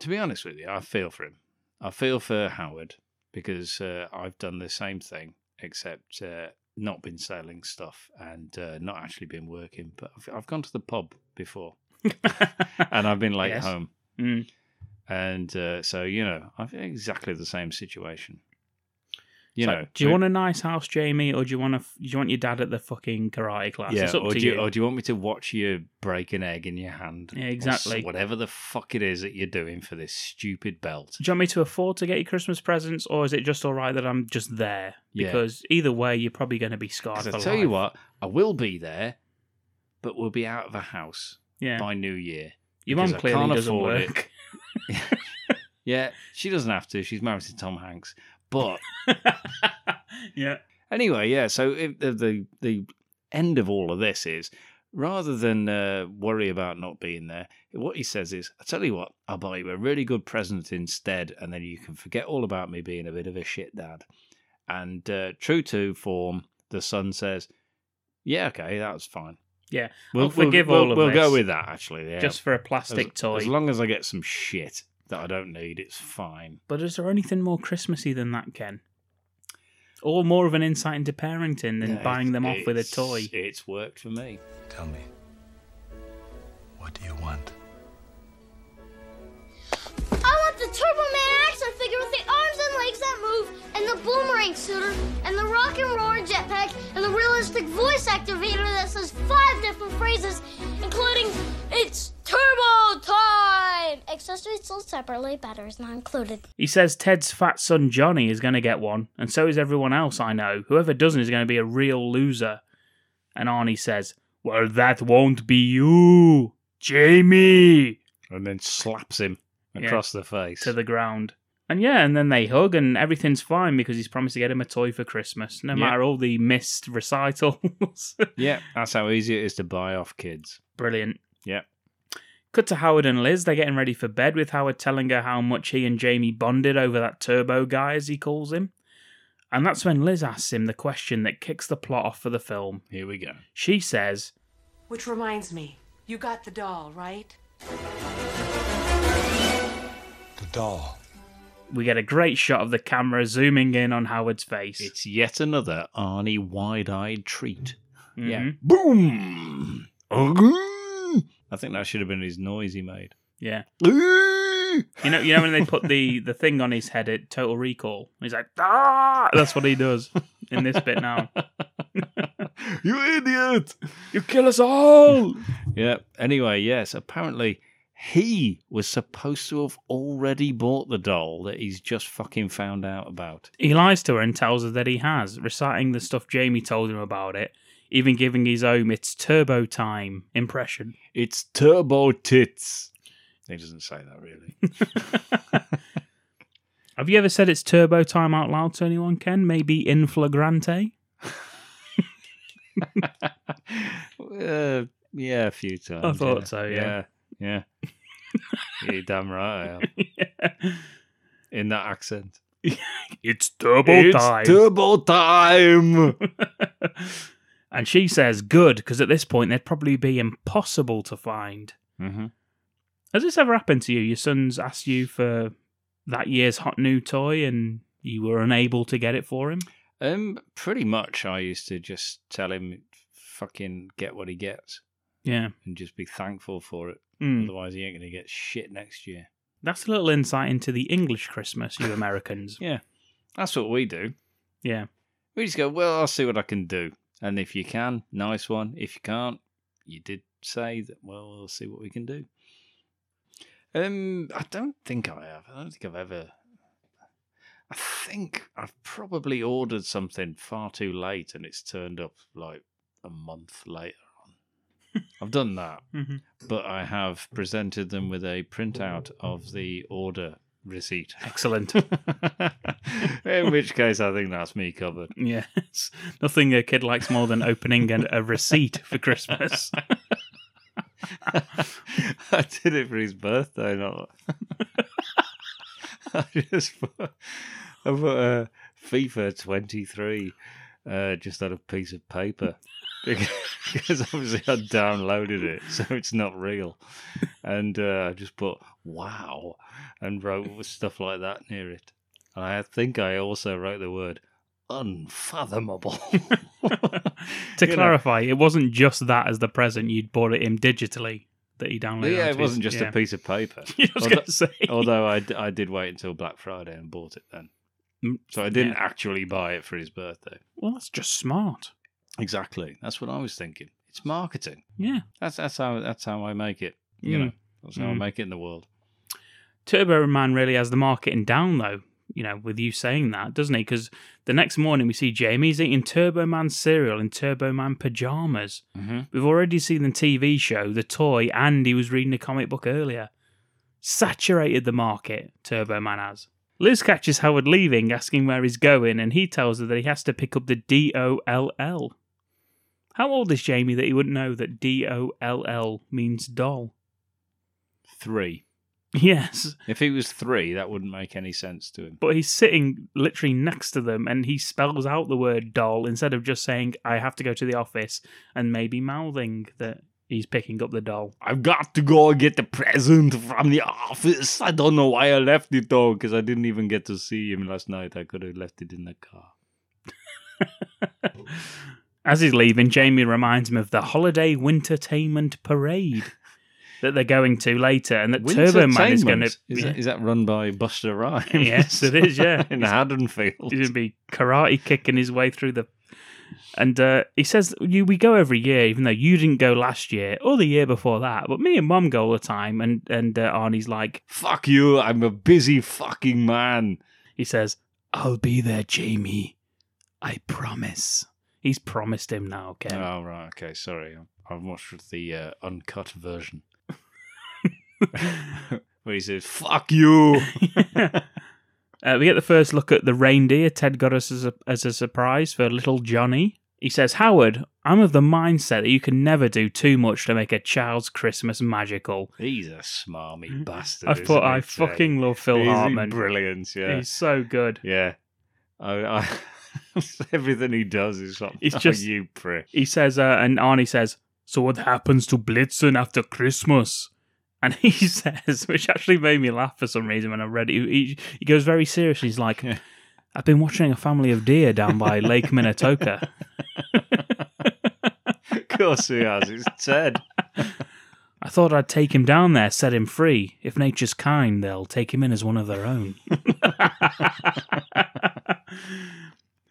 Speaker 4: to be honest with you, I feel for him. I feel for Howard because uh, I've done the same thing, except uh, not been selling stuff and uh, not actually been working. But I've, I've gone to the pub before and I've been late
Speaker 3: Yes.
Speaker 4: home.
Speaker 3: Mm.
Speaker 4: And uh, so, you know, I've exactly the same situation. You
Speaker 3: It's
Speaker 4: know,
Speaker 3: like, do you want a nice house, Jamie, or do you want to? Do you want your dad at the fucking karate class?
Speaker 4: Yeah,
Speaker 3: it's up
Speaker 4: or
Speaker 3: to
Speaker 4: do you,
Speaker 3: you.
Speaker 4: or do you want me to watch you break an egg in your hand?
Speaker 3: Yeah,
Speaker 4: Or s-
Speaker 3: exactly.
Speaker 4: whatever the fuck it is that you're doing for this stupid belt.
Speaker 3: Do you want me to afford to get you Christmas presents, or is it just all right that I'm just there?
Speaker 4: Yeah.
Speaker 3: Because either way, you're probably going to be scarred
Speaker 4: 'Cause
Speaker 3: for
Speaker 4: I
Speaker 3: life.
Speaker 4: tell you what, I will be there, but we'll be out of a house
Speaker 3: yeah,
Speaker 4: by New Year.
Speaker 3: your mum
Speaker 4: because I
Speaker 3: clearly
Speaker 4: can't
Speaker 3: doesn't
Speaker 4: afford it.
Speaker 3: work. [LAUGHS]
Speaker 4: [LAUGHS] Yeah, she doesn't have to. She's married to Tom Hanks. But
Speaker 3: yeah,
Speaker 4: anyway, yeah. So if the, the the end of all of this is rather than uh, worry about not being there, what he says is, "I tell you what, I'll buy you a really good present instead, and then you can forget all about me being a bit of a shit dad." And uh, true to form, the son says, "Yeah, okay, that was fine.
Speaker 3: yeah. I'll forgive
Speaker 4: we'll,
Speaker 3: all of
Speaker 4: we'll
Speaker 3: this.
Speaker 4: go with that actually. Yeah.
Speaker 3: just for a plastic
Speaker 4: as,
Speaker 3: toy.
Speaker 4: as long as I get some shit that I don't need, it's fine."
Speaker 3: But is there anything more Christmassy than that, Ken? Or more of an insight into parenting than
Speaker 4: Yeah,
Speaker 3: buying them off with a
Speaker 4: it's-
Speaker 3: toy?
Speaker 4: It's worked for me.
Speaker 8: Tell me, what do you want?
Speaker 6: I want the Turbo Man action figure with the arms and legs that move, and the boomerang suitor, and the rock and roller jetpack, and the realistic voice activator that says five different phrases, including "It's Turbo Time." Accessories sold separately. Batteries not included.
Speaker 3: He says Ted's fat son Johnny is going to get one, and so is everyone else I know. Whoever doesn't is going to be a real loser. And Arnie says, Well, that won't be you, Jamie,
Speaker 4: and then slaps him
Speaker 3: Yeah.
Speaker 4: across the face.
Speaker 3: to the ground. And yeah, and then they hug, and everything's fine because he's promised to get him a toy for Christmas, no
Speaker 4: Yeah.
Speaker 3: matter all the missed recitals. [LAUGHS]
Speaker 4: yeah, that's how easy it is to buy off kids.
Speaker 3: Brilliant.
Speaker 4: Yeah.
Speaker 3: Cut to Howard and Liz. They're getting ready for bed with Howard telling her how much he and Jamie bonded over that turbo guy, as he calls him. And that's when Liz asks him the question that kicks the plot off for the film.
Speaker 4: Here we go.
Speaker 3: She says,
Speaker 7: Which reminds me, you got the doll, right?
Speaker 8: The doll.
Speaker 3: We get a great shot of the camera zooming in on Howard's face.
Speaker 4: It's yet another Arnie wide-eyed treat.
Speaker 3: Mhm.
Speaker 4: Yeah. Boom. I think that should have been his noise he made.
Speaker 3: Yeah. You know, you know when they put the, the thing on his head at Total Recall? He's like, ah! That's what he does in this bit now.
Speaker 4: you idiot!
Speaker 3: You kill us all!
Speaker 4: [LAUGHS] Yeah. Anyway, yes. Apparently, he was supposed to have already bought the doll that he's just fucking found out about.
Speaker 3: He lies to her and tells her that he has, reciting the stuff Jamie told him about it, even giving his own it's turbo time [LAUGHS] impression.
Speaker 4: It's turbo tits. He doesn't say that really.
Speaker 3: Have you ever said it's turbo time out loud to anyone, Ken? Maybe in flagrante?
Speaker 4: [LAUGHS] Uh, yeah, a few times.
Speaker 3: I thought so, yeah.
Speaker 4: yeah,
Speaker 3: [LAUGHS]
Speaker 4: yeah. You're damn right. I am. In that accent.
Speaker 3: it's turbo time. [LAUGHS]
Speaker 4: turbo time.
Speaker 3: and she says, good, because at this point they'd probably be impossible to find.
Speaker 4: hmm
Speaker 3: Has this ever happened to you? Your son's asked you for that year's hot new toy and you were unable to get it for him?
Speaker 4: Um, pretty much. I used to just tell him, "Fucking get what he gets,"
Speaker 3: Yeah.
Speaker 4: and just be thankful for it.
Speaker 3: Mm.
Speaker 4: Otherwise, he ain't gonna get shit next year.
Speaker 3: That's a little insight into the English Christmas, you Americans.
Speaker 4: [LAUGHS] Yeah, that's what we do.
Speaker 3: yeah.
Speaker 4: We just go, "Well, I'll see what I can do," and if you can, nice one. If you can't, you did say that. Well, we'll see what we can do. Um, I don't think I have. I don't think I've ever. I think I've probably ordered something far too late, and it's turned up like a month later on. I've done that.
Speaker 3: Mhm.
Speaker 4: but I have presented them with a printout of the order receipt. [LAUGHS]
Speaker 3: Excellent.
Speaker 4: In which case, I think that's me covered.
Speaker 3: Yes. Nothing a kid likes more than opening an, a receipt for
Speaker 4: [LAUGHS]
Speaker 3: Christmas.
Speaker 4: I did it for his birthday. Not. [LAUGHS] I just put, I put uh, FIFA 23 uh, just on a piece of paper [LAUGHS] because obviously I downloaded it, so it's not real. And uh, I just put wow and wrote stuff like that near it. And I think I also wrote the word unfathomable. [LAUGHS]
Speaker 3: to
Speaker 4: You know.
Speaker 3: clarify, it wasn't just that as the present you'd bought it in digitally that he downloaded. onto
Speaker 4: yeah, it
Speaker 3: his-
Speaker 4: wasn't just
Speaker 3: yeah.
Speaker 4: a piece of paper.
Speaker 3: [LAUGHS] I was
Speaker 4: Although-
Speaker 3: going to say.
Speaker 4: Although I, d- I did wait until Black Friday and bought it then.
Speaker 3: Mm,
Speaker 4: So I didn't
Speaker 3: yeah.
Speaker 4: actually buy it for his birthday.
Speaker 3: Well, that's just smart.
Speaker 4: Exactly. That's what I was thinking. It's marketing.
Speaker 3: Yeah.
Speaker 4: That's that's how that's how I make it. You
Speaker 3: Mm.
Speaker 4: know, that's how I
Speaker 3: Mm.
Speaker 4: make it in the world.
Speaker 3: Turbo Man really has the marketing down, though, you know, with you saying that, doesn't he? Because the next morning we see Jamie's eating Turbo Man cereal in Turbo Man pajamas.
Speaker 4: Mm-hmm.
Speaker 3: We've already seen the TV show, the toy, and he was reading a comic book earlier. Saturated the market, Turbo Man has. Liz catches Howard leaving, asking where he's going, and he tells her that he has to pick up the D O L L. How old is Jamie that he wouldn't know that D O L L means doll? [LAUGHS]
Speaker 4: Three.
Speaker 3: Yes,
Speaker 4: If he was three, that wouldn't make any sense to him.
Speaker 3: but he's sitting literally next to them and he spells out the word doll instead of just saying, I have to go to the office and maybe mouthing that he's picking up the doll.
Speaker 4: I've got to go get the present from the office. I don't know why I left it though, because I didn't even get to see him last night. I could have left it in the car.
Speaker 3: As he's leaving, Jamie reminds him of the holiday wintertainment parade
Speaker 4: [LAUGHS]
Speaker 3: that they're going to later, and that Turbo Man is going to.
Speaker 4: Wintertainment? Is, that, is that run by Buster Rhymes?
Speaker 3: Yes, it is, yeah.
Speaker 4: [LAUGHS] in Haddonfield.
Speaker 3: He's going to be karate kicking his way through the. And uh, he says, "You we go every year, even though you didn't go last year or the year before that. But me and Mum go all the time." And and uh, Arnie's like,
Speaker 4: Fuck you! I'm a busy fucking man.
Speaker 3: he says, "I'll be there, Jamie. I promise." He's promised him now, Ken.
Speaker 4: Oh right, okay, sorry. I've watched the uh,
Speaker 3: [LAUGHS]
Speaker 4: uncut version where he says "fuck
Speaker 3: [LAUGHS]
Speaker 4: you."
Speaker 3: Uh, we get the first look at the reindeer Ted got us as a, as a surprise for little Johnny. He says, Howard, I'm of the mindset that you can never do too much to make a child's Christmas magical.
Speaker 4: He's a smarmy bastard.
Speaker 3: I thought
Speaker 4: isn't
Speaker 3: I
Speaker 4: he, Ted?
Speaker 3: fucking love Phil
Speaker 4: He's
Speaker 3: Hartman.
Speaker 4: Brilliant, yeah,
Speaker 3: He's so good.
Speaker 4: yeah. I, [LAUGHS] I, everything he does is like,
Speaker 3: It's
Speaker 4: "Oh,
Speaker 3: just-
Speaker 4: you prick.
Speaker 3: He says, uh, and Arnie says, So what happens to Blitzen after Christmas? And he [LAUGHS] says, which actually made me laugh for some reason when I read it. He, he, he goes very serious. He's like,
Speaker 4: Yeah.
Speaker 3: I've been watching a family of deer down by Lake Minnetonka.
Speaker 4: of course he has. It's Ted.
Speaker 3: I thought I'd take him down there, set him free. If nature's kind, they'll take him in as one of their [LAUGHS] own.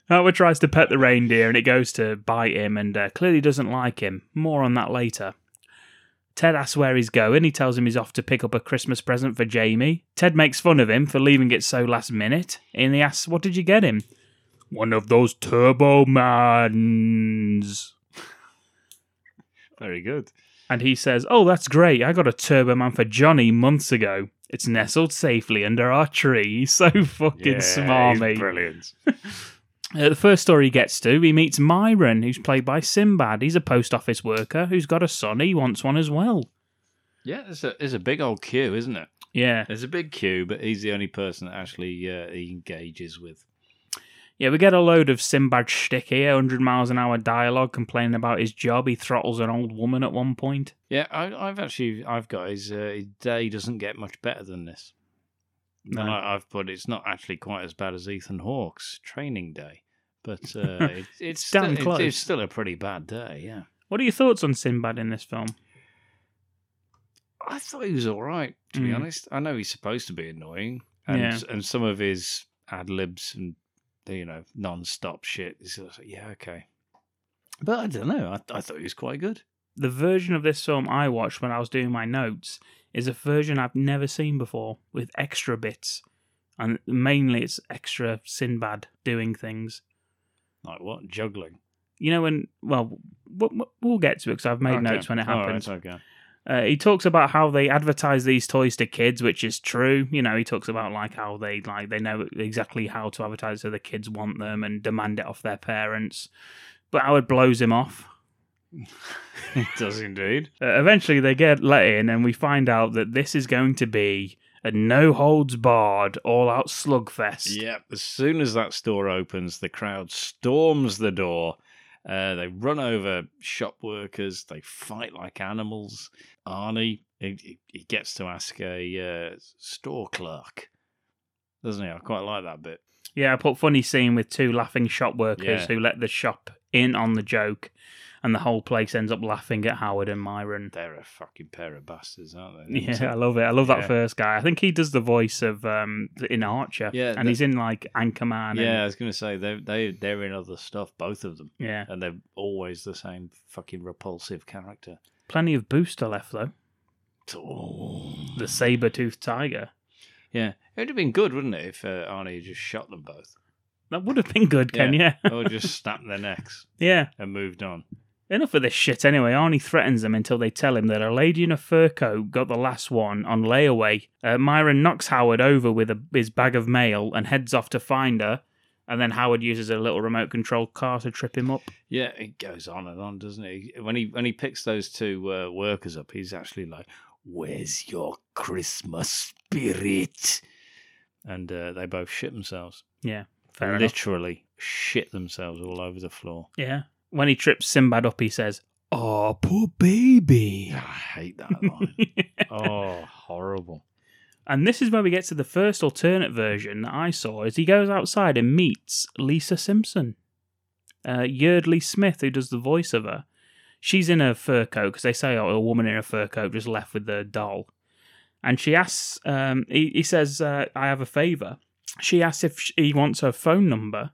Speaker 3: Howard tries to pet the reindeer and it goes to bite him and uh, clearly doesn't like him. More on that later. Ted asks where he's going. He tells him he's off to pick up a Christmas present for Jamie. Ted makes fun of him for leaving it so last minute and he asks, What did you get him? One of those Turbo Mans.
Speaker 4: Very good.
Speaker 3: And he says, Oh, that's great. I got a Turbo Man for Johnny months ago. It's nestled safely under our tree. [LAUGHS] He's so fucking
Speaker 4: Yeah, he's
Speaker 3: smarmy. [LAUGHS]
Speaker 4: brilliant.
Speaker 3: Uh, the first story he gets to, he meets Myron, who's played by Sinbad. He's a post office worker who's got a son. He wants one as well.
Speaker 4: Yeah, there's a, there's a big old queue, isn't it?
Speaker 3: Yeah.
Speaker 4: There's a big queue, but he's the only person that actually uh, he engages with.
Speaker 3: Yeah, we get a load of Sinbad shtick here, 100 miles an hour dialogue complaining about his job. He throttles an old woman at one point.
Speaker 4: Yeah, I, I've actually I've got his, uh, his day doesn't get much better than this.
Speaker 3: No.
Speaker 4: And I, I've put it's not actually quite as bad as Ethan Hawke's training day, but uh, it, it's,
Speaker 3: [LAUGHS] It's
Speaker 4: still,
Speaker 3: damn
Speaker 4: it's-
Speaker 3: close.
Speaker 4: it's still a pretty bad day. Yeah,
Speaker 3: What are your thoughts on Sinbad in this film?
Speaker 4: I thought he was all right to be
Speaker 3: Mm.
Speaker 4: honest. I know he's supposed to be annoying, and
Speaker 3: Yeah.
Speaker 4: and some of his ad libs and you know non-stop shit. It's just like, yeah, okay, but I don't know. I, I thought he was quite good.
Speaker 3: The version of this film I watched when I was doing my notes is a version I've never seen before with extra bits. And mainly it's extra Sinbad doing things.
Speaker 4: Like what juggling?
Speaker 3: You know, when, well, w- w- we'll get to it because I've made
Speaker 4: Okay.
Speaker 3: notes when it
Speaker 4: All right,
Speaker 3: happens.
Speaker 4: [LAUGHS] okay.
Speaker 3: Uh, he talks about how they advertise these toys to kids, which is true. You know, he talks about like how they like they know exactly how to advertise so the kids want them and demand it off their parents. But Howard blows him off.
Speaker 4: It does indeed.
Speaker 3: Uh, eventually, they get let in, and we find out that this is going to be a no holds barred, all out slugfest.
Speaker 4: Yep. As soon as that store opens, the crowd storms the door. Uh, they run over shop workers. They fight like animals. Arnie, he- he, he gets to ask a uh, store clerk, doesn't he? I quite like that bit.
Speaker 3: Yeah, I put funny scene with two laughing shop workers
Speaker 4: Yeah.
Speaker 3: who let the shop in on the joke, and the whole place ends up laughing at Howard and Myron.
Speaker 4: They're a fucking pair of bastards, aren't they?
Speaker 3: Yeah, I love it. I love
Speaker 4: Yeah.
Speaker 3: that first guy. I think he does the voice of um in Archer.
Speaker 4: Yeah,
Speaker 3: and
Speaker 4: that-
Speaker 3: he's in like Anchorman. and-
Speaker 4: Yeah, I was going to say they they they're in other stuff, both of them.
Speaker 3: Yeah.
Speaker 4: and they're always the same fucking repulsive character.
Speaker 3: plenty of Booster left though.
Speaker 4: Oh.
Speaker 3: The saber toothed tiger.
Speaker 4: Yeah, it would have been good, wouldn't it, if uh, Arnie had just shot them both?
Speaker 3: That would have been good, Ken. Yeah.
Speaker 4: [LAUGHS] or just snapped their necks
Speaker 3: [LAUGHS] yeah.
Speaker 4: and moved on.
Speaker 3: Enough of this shit anyway. Arnie threatens them until they tell him that a lady in a fur coat got the last one on layaway. Uh, Myron knocks Howard over with a, his bag of mail and heads off to find her. And then Howard uses a little remote control car to trip him up.
Speaker 4: Yeah, it goes on and on, doesn't it? When he when he picks those two uh, workers up, he's actually like, "Where's your Christmas spirit?" And uh, they both shit themselves.
Speaker 3: Yeah, fair enough.
Speaker 4: Literally shit themselves all over the floor.
Speaker 3: Yeah. When he trips Sinbad up, he says, Oh, poor baby.
Speaker 4: I
Speaker 3: [LAUGHS]
Speaker 4: hate that line. oh, horrible.
Speaker 3: And this is where we get to the first alternate version that I saw is he goes outside and meets Lisa Simpson. Uh, Yardley Smith, who does the voice of her. She's in a fur coat because they say oh, a woman in a fur coat just left with the doll. And she asks, um, he, he says, uh, I have a favour. She asks if sh he wants her phone number.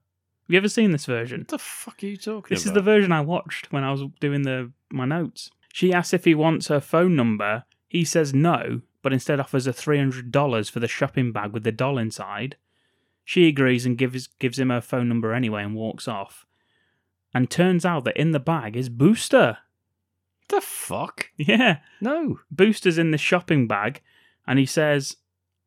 Speaker 3: Have you ever seen this version?
Speaker 4: What the fuck are you talking
Speaker 3: This is
Speaker 4: about?
Speaker 3: the version I watched when I was doing the my notes. She asks if he wants her phone number. He says no, but instead offers her three hundred dollars for the shopping bag with the doll inside. She agrees and gives gives him her phone number anyway and walks off. And turns out that in the bag is Booster.
Speaker 4: the fuck.
Speaker 3: Yeah,
Speaker 4: No.
Speaker 3: Booster's in the shopping bag, and he says,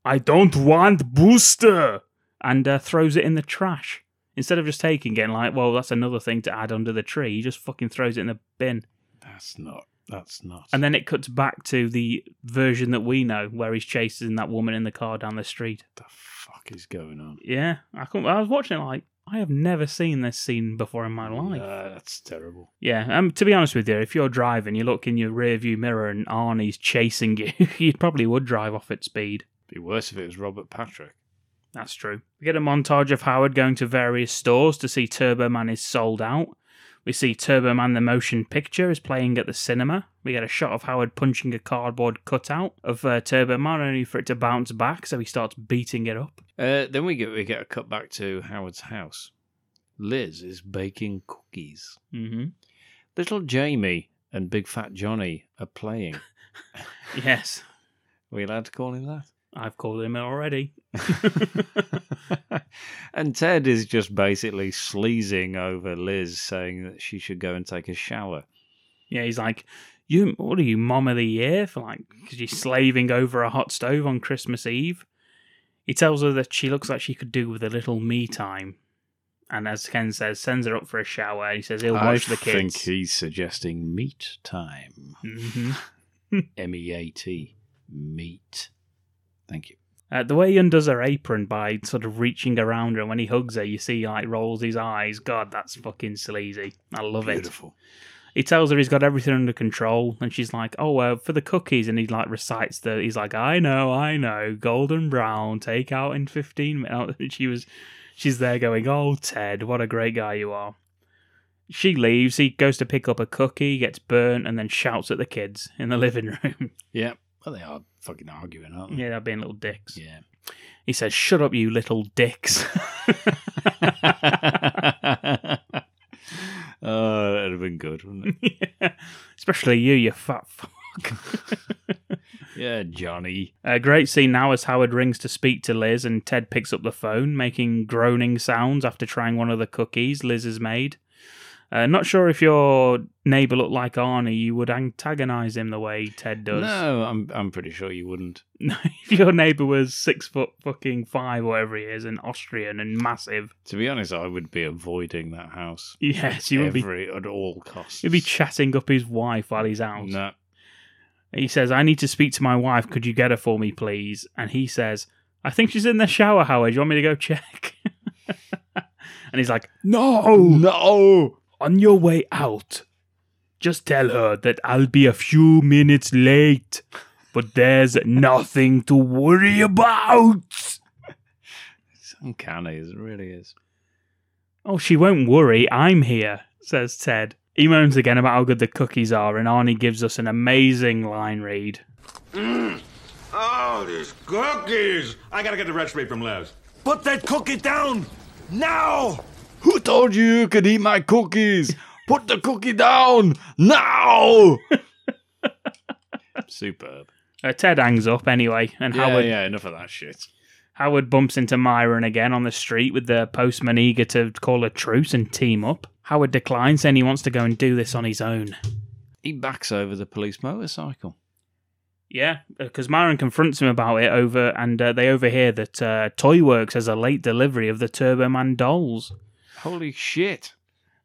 Speaker 3: "I don't want Booster," and uh, throws it in the trash. Instead of just taking it and like, well, that's another thing to add under the tree, he just fucking throws it in the bin.
Speaker 4: That's not. That's not.
Speaker 3: And then it cuts back to the version that we know, where he's chasing that woman in the car down the street.
Speaker 4: the fuck is going on?
Speaker 3: Yeah, I couldn't, I was watching it like I have never seen this scene before in my life.
Speaker 4: Nah, that's terrible.
Speaker 3: Yeah, um, to be honest with you, if you're driving, you look in your rearview mirror and Arnie's chasing [LAUGHS] you, you probably would drive off at speed.
Speaker 4: Be worse if it was Robert Patrick.
Speaker 3: That's true. We get a montage of Howard going to various stores to see Turbo Man is sold out. We see Turbo Man the motion picture is playing at the cinema. We get a shot of Howard punching a cardboard cutout of uh, Turbo Man, only for it to bounce back, so he starts beating it up.
Speaker 4: Uh, then we get we get a cut back to Howard's house. Liz is baking cookies.
Speaker 3: Mm-hmm. [LAUGHS]
Speaker 4: Little Jamie and Big Fat Johnny
Speaker 3: [LAUGHS]
Speaker 4: are playing. Are
Speaker 3: Yes,
Speaker 4: we allowed to call him
Speaker 3: I've called him already. [LAUGHS]
Speaker 4: that? and Ted is just basically sleazing over Liz, saying that she should go and take a shower.
Speaker 3: Yeah, he's like, you. What are you, mom of the year for like? Because you're slaving over a hot stove on Christmas Eve. He tells her that she looks like she could do with a little me time, and as Ken says, sends her up for a shower. He says he'll watch
Speaker 4: I
Speaker 3: the
Speaker 4: think
Speaker 3: kids.
Speaker 4: he's suggesting meat time.
Speaker 3: Mm-hmm.
Speaker 4: M E A T. Meat. Thank you.
Speaker 3: Uh, the way he undoes her apron by sort of reaching around her, and when he hugs her, you see he like rolls his eyes. God, that's fucking sleazy. I love it.
Speaker 4: Beautiful.
Speaker 3: He tells her he's got everything under control, and she's like, "Oh, uh, for the cookies," and he like recites the. He's like, "I know, I know, golden brown, take out in fifteen minutes." [LAUGHS] She was, she's there going, "Oh, Ted, what a great guy you are." She leaves. He goes to pick up a cookie, gets burnt, and then shouts at the kids in the [LAUGHS] living room.
Speaker 4: Yeah. Well, they are fucking arguing, aren't they?
Speaker 3: Yeah, they're being little dicks.
Speaker 4: Yeah.
Speaker 3: He says, Shut up, you little dicks.
Speaker 4: [LAUGHS]
Speaker 3: [LAUGHS]
Speaker 4: Oh, that'd have been good, wouldn't it?
Speaker 3: Especially you, you fat fuck.
Speaker 4: yeah, Johnny.
Speaker 3: A great scene now as Howard rings to speak to Liz and Ted picks up the phone, making groaning sounds after trying one of the cookies Liz has made. Uh, not sure if your neighbour looked like Arnie, you would antagonise him the way Ted does.
Speaker 4: No, I'm I'm pretty sure you wouldn't.
Speaker 3: [LAUGHS] if your neighbour was six foot fucking five, or whatever he is, and Austrian and massive, [LAUGHS]
Speaker 4: To be honest, I would be avoiding that house.
Speaker 3: Yes, you would be-
Speaker 4: Every, at all costs.
Speaker 3: he'd be chatting up his wife while he's out.
Speaker 4: No.
Speaker 3: He says, I need to speak to my wife. Could you get her for me, please? And he says, I think she's in the shower, Howard. You want me to go check? [LAUGHS] and he's like, No,
Speaker 4: no.
Speaker 3: On your way out, just tell her that I'll be a few minutes late, but there's nothing to worry about.
Speaker 4: It's uncanny, it really is.
Speaker 3: Oh, she won't worry. I'm here, says Ted. He moans again about how good the cookies are, and Arnie gives us an amazing line read.
Speaker 12: Mm. Oh, these cookies! I gotta get the recipe from Les. Put that cookie down now.
Speaker 4: Who told you you could eat my cookies? Put the cookie down now. Superb.
Speaker 3: Uh, Ted hangs up anyway, and
Speaker 4: yeah,
Speaker 3: Howard
Speaker 4: yeah, enough of that shit.
Speaker 3: Howard bumps into Myron again on the street with the postman eager to call a truce and team up. Howard declines, saying he wants to go and do this on his own.
Speaker 4: He backs over the police motorcycle.
Speaker 3: Yeah, because Myron confronts him about it over, and uh, they overhear that uh, Toyworks has a late delivery of the Turbo Man dolls.
Speaker 4: Holy shit!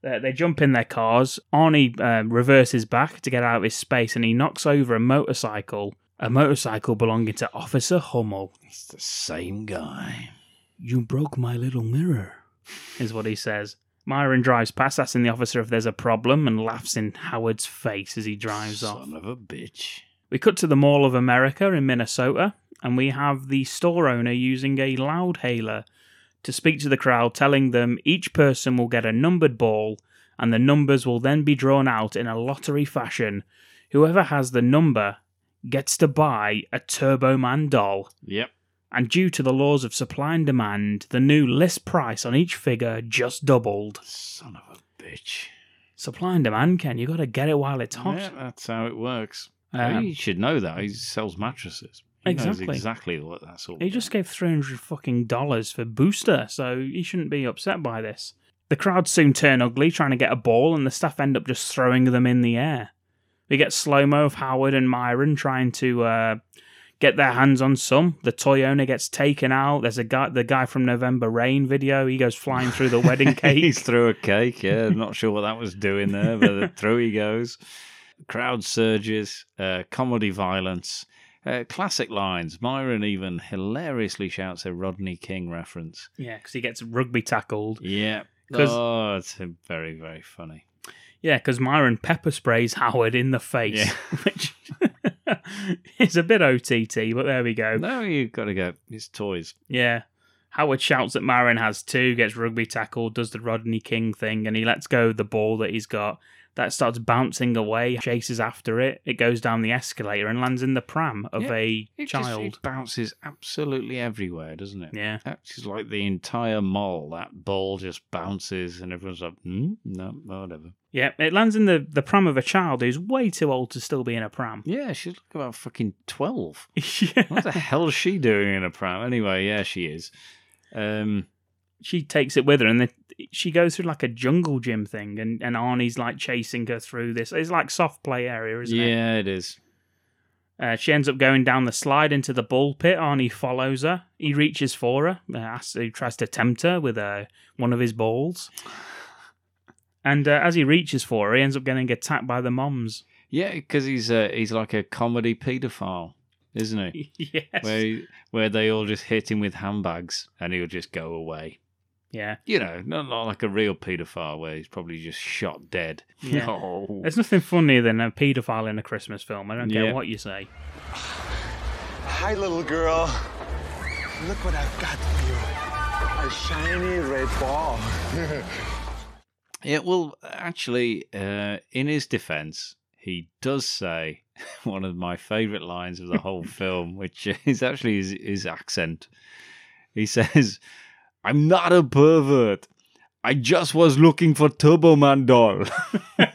Speaker 3: Uh, they jump in their cars. Arnie uh, reverses back to get out of his space, and he knocks over a motorcycle, a motorcycle belonging to Officer Hummel.
Speaker 4: It's the same guy.
Speaker 3: You broke my little mirror, is what he says. Myron drives past, asking the officer if there's a problem, and laughs in Howard's face as he drives off.
Speaker 4: Son of a bitch.
Speaker 3: We cut to the Mall of America in Minnesota, and we have the store owner using a loud hailer to speak to the crowd, telling them each person will get a numbered ball, and the numbers will then be drawn out in a lottery fashion. Whoever has the number gets to buy a Turbo Man doll.
Speaker 4: Yep.
Speaker 3: And due to the laws of supply and demand, the new list price on each figure just doubled.
Speaker 4: Son of a bitch.
Speaker 3: Supply and demand, Ken, you gotta get it while it's hot.
Speaker 4: Yeah, that's how it works.
Speaker 3: Um,
Speaker 4: he should know that. He sells mattresses. He
Speaker 3: Exactly.
Speaker 4: Knows exactly what that's all.
Speaker 3: He just gave three hundred fucking dollars for Booster, so he shouldn't be upset by this. The crowd soon turn ugly, trying to get a ball, and the staff end up just throwing them in the air. We get slow mo of Howard and Myron trying to uh, get their hands on some. The toy owner gets taken out. There's a guy, the guy from November Rain video. He goes flying through the
Speaker 4: [LAUGHS]
Speaker 3: wedding cake.
Speaker 4: He's through a cake. Yeah, not sure what that was doing
Speaker 3: [LAUGHS]
Speaker 4: there, but through he goes. Crowd surges, uh, comedy violence, uh, classic lines. Myron even hilariously shouts a Rodney King reference.
Speaker 3: Yeah, because he gets rugby tackled.
Speaker 4: Yeah.
Speaker 3: 'Cause-
Speaker 4: Oh, it's very, very funny.
Speaker 3: Yeah, because Myron pepper sprays Howard in the face,
Speaker 4: Yeah.
Speaker 3: [LAUGHS] which is a bit OTT, but there we go.
Speaker 4: No, you've got to go. It's toys.
Speaker 3: Yeah. Howard shouts that Myron has two, gets rugby tackled, does the Rodney King thing, and he lets go the ball that he's got. That starts bouncing away, chases after it. It goes down the escalator and lands in the pram of
Speaker 4: Yeah,
Speaker 3: a
Speaker 4: It just-
Speaker 3: child.
Speaker 4: it bounces absolutely everywhere, doesn't it?
Speaker 3: Yeah.
Speaker 4: That's just like the entire mall. That ball just bounces, and everyone's like, hmm? no, whatever.
Speaker 3: Yeah, it lands in the, the pram of a child who's way too old to still be in a pram. [LAUGHS]
Speaker 4: Yeah, she's like about fucking 12. What the hell is she doing in a pram? Anyway, yeah, she is. Um,
Speaker 3: She takes it with her, and the, she goes through like a jungle gym thing, and, and Arnie's like chasing her through this. It's like soft play area, isn't it?
Speaker 4: yeah, it is.
Speaker 3: Uh, she ends up going down the slide into the bull pit. Arnie follows her. He reaches for her. Uh, asks- he tries to tempt her with uh, one of his balls. And uh, as he reaches for her, he ends up getting attacked by the moms. [LAUGHS]
Speaker 4: Yeah, because he's uh, he's like a comedy paedophile, isn't he?
Speaker 3: yes.
Speaker 4: Where he- where they all just hit him with handbags and he'll just go away.
Speaker 3: yeah.
Speaker 4: You know, not, not like a real paedophile where he's probably just shot dead.
Speaker 3: Yeah.
Speaker 4: [LAUGHS] No.
Speaker 3: There's nothing funnier than a paedophile in a Christmas film. I don't care
Speaker 4: Yeah.
Speaker 3: what you say.
Speaker 13: Hi, little girl. Look what I've got for you. A shiny red ball.
Speaker 4: Yeah, well, actually, uh, in his defense, he does say [LAUGHS] one of my favorite lines of the whole film, which is actually his, his accent. He says, I'm not a pervert. I just was looking for Turbo Man doll,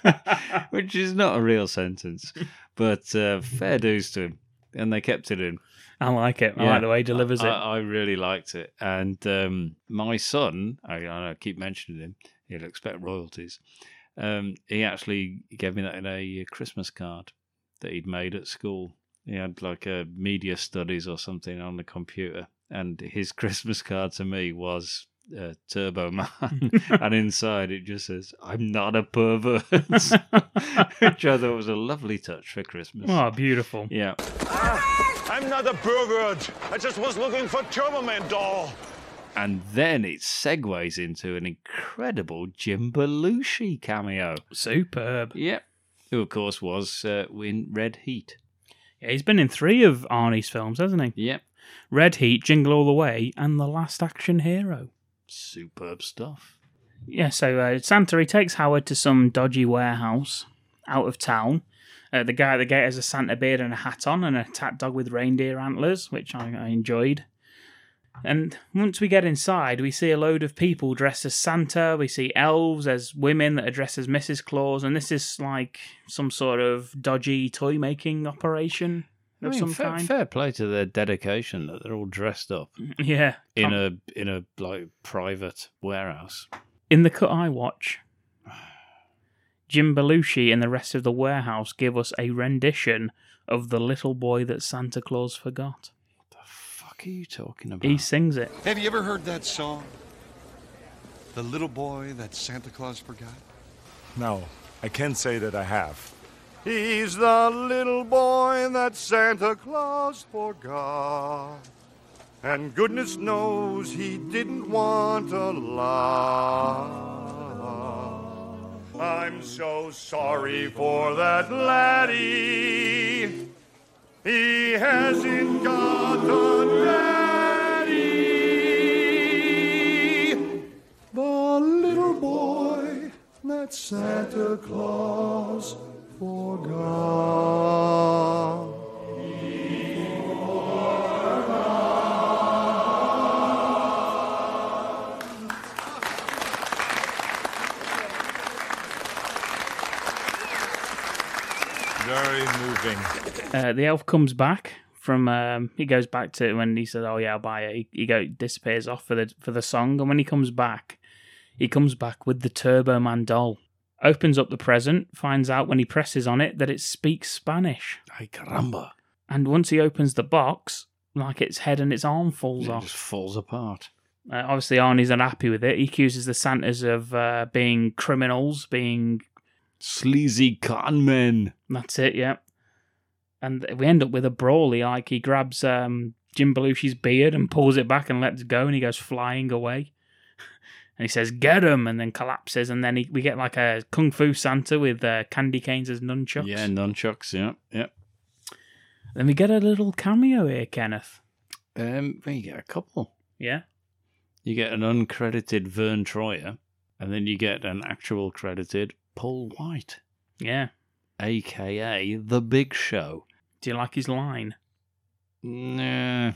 Speaker 4: [LAUGHS] which is not a real sentence, but uh, fair dues to him. And they kept it in.
Speaker 3: I like it. I like the way he delivers
Speaker 4: I,
Speaker 3: it.
Speaker 4: I really liked it. And um, my son, I, I know, keep mentioning him, he'll expect royalties. Um, he actually gave me that in a uh, Christmas card that he'd made at school. He had like a media studies or something on the computer. And his [LAUGHS] Christmas card to me was uh, Turbo Man. and inside it just says, I'm not a pervert, [LAUGHS] which I thought was a lovely touch for Christmas.
Speaker 3: Oh, beautiful.
Speaker 4: Yeah.
Speaker 9: I'm not a pervert. I just was looking for Turbo Man doll.
Speaker 4: And then it segues into an incredible Jim Belushi cameo.
Speaker 3: Superb.
Speaker 4: Yep. Who, of course, was uh, in Red Heat.
Speaker 3: Yeah, he's been in three of Arnie's films, hasn't he?
Speaker 4: Yep.
Speaker 3: Red Heat, Jingle All the Way, and The Last Action Hero.
Speaker 4: Superb stuff.
Speaker 3: Yeah, so uh, Santa he takes Howard to some dodgy warehouse out of town. Uh, the guy at the gate has a Santa beard and a hat on, and a tat dog with reindeer antlers, which I, I enjoyed. And once we get inside, we see a load of people dressed as Santa. We see elves, there's women that are dressed as Mrs. Claus, and this is like some sort of dodgy toy making operation
Speaker 4: I
Speaker 3: of
Speaker 4: mean,
Speaker 3: some
Speaker 4: fair,
Speaker 3: kind.
Speaker 4: fair play to their dedication that they're all dressed up.
Speaker 3: [LAUGHS] Yeah.
Speaker 4: In a in a like private warehouse.
Speaker 3: In the cut I watch, Jim Belushi and the rest of the warehouse give us a rendition of The Little Boy That Santa Claus Forgot.
Speaker 4: Fuck are you talking about?
Speaker 3: He sings it.
Speaker 11: Have you ever heard that song? The little boy that Santa Claus forgot?
Speaker 8: No, I can't say that I have.
Speaker 14: He's the little boy that Santa Claus forgot. And goodness knows he didn't want a lot. I'm so sorry for that laddie. He hasn't got a daddy. The little boy that Santa Claus forgot.
Speaker 8: Very moving.
Speaker 3: Uh, the elf comes back from. Um, he goes back to when he says, "Oh yeah, I'll buy it." He, he go disappears off for the for the song, and when he comes back, he comes back with the Turbo Man doll. Opens up the present, finds out when he presses on it that it speaks Spanish.
Speaker 4: Ay caramba!
Speaker 3: And once he opens the box, like its head and its arm falls
Speaker 4: It
Speaker 3: off.
Speaker 4: just falls apart.
Speaker 3: Uh, obviously, Arnie's unhappy with it. He accuses the Santas of uh, being criminals, being
Speaker 4: sleazy con men.
Speaker 3: That's it, yeah. And we end up with a brawl. He like he grabs um, Jim Belushi's beard and pulls it back and lets go, and he goes flying away. [LAUGHS] And he says, "Get him!" and then collapses. And then he, we get like a kung fu Santa with uh, candy canes as nunchucks.
Speaker 4: Yeah, nunchucks. Yeah, yeah.
Speaker 3: Then we get a little cameo here, Kenneth.
Speaker 4: Um, well, you get a couple.
Speaker 3: Yeah.
Speaker 4: You get an uncredited Vern Troyer, and then you get an actual credited Paul White,
Speaker 3: Yeah.
Speaker 4: aka The Big Show.
Speaker 3: Do you like his line?
Speaker 4: Nah.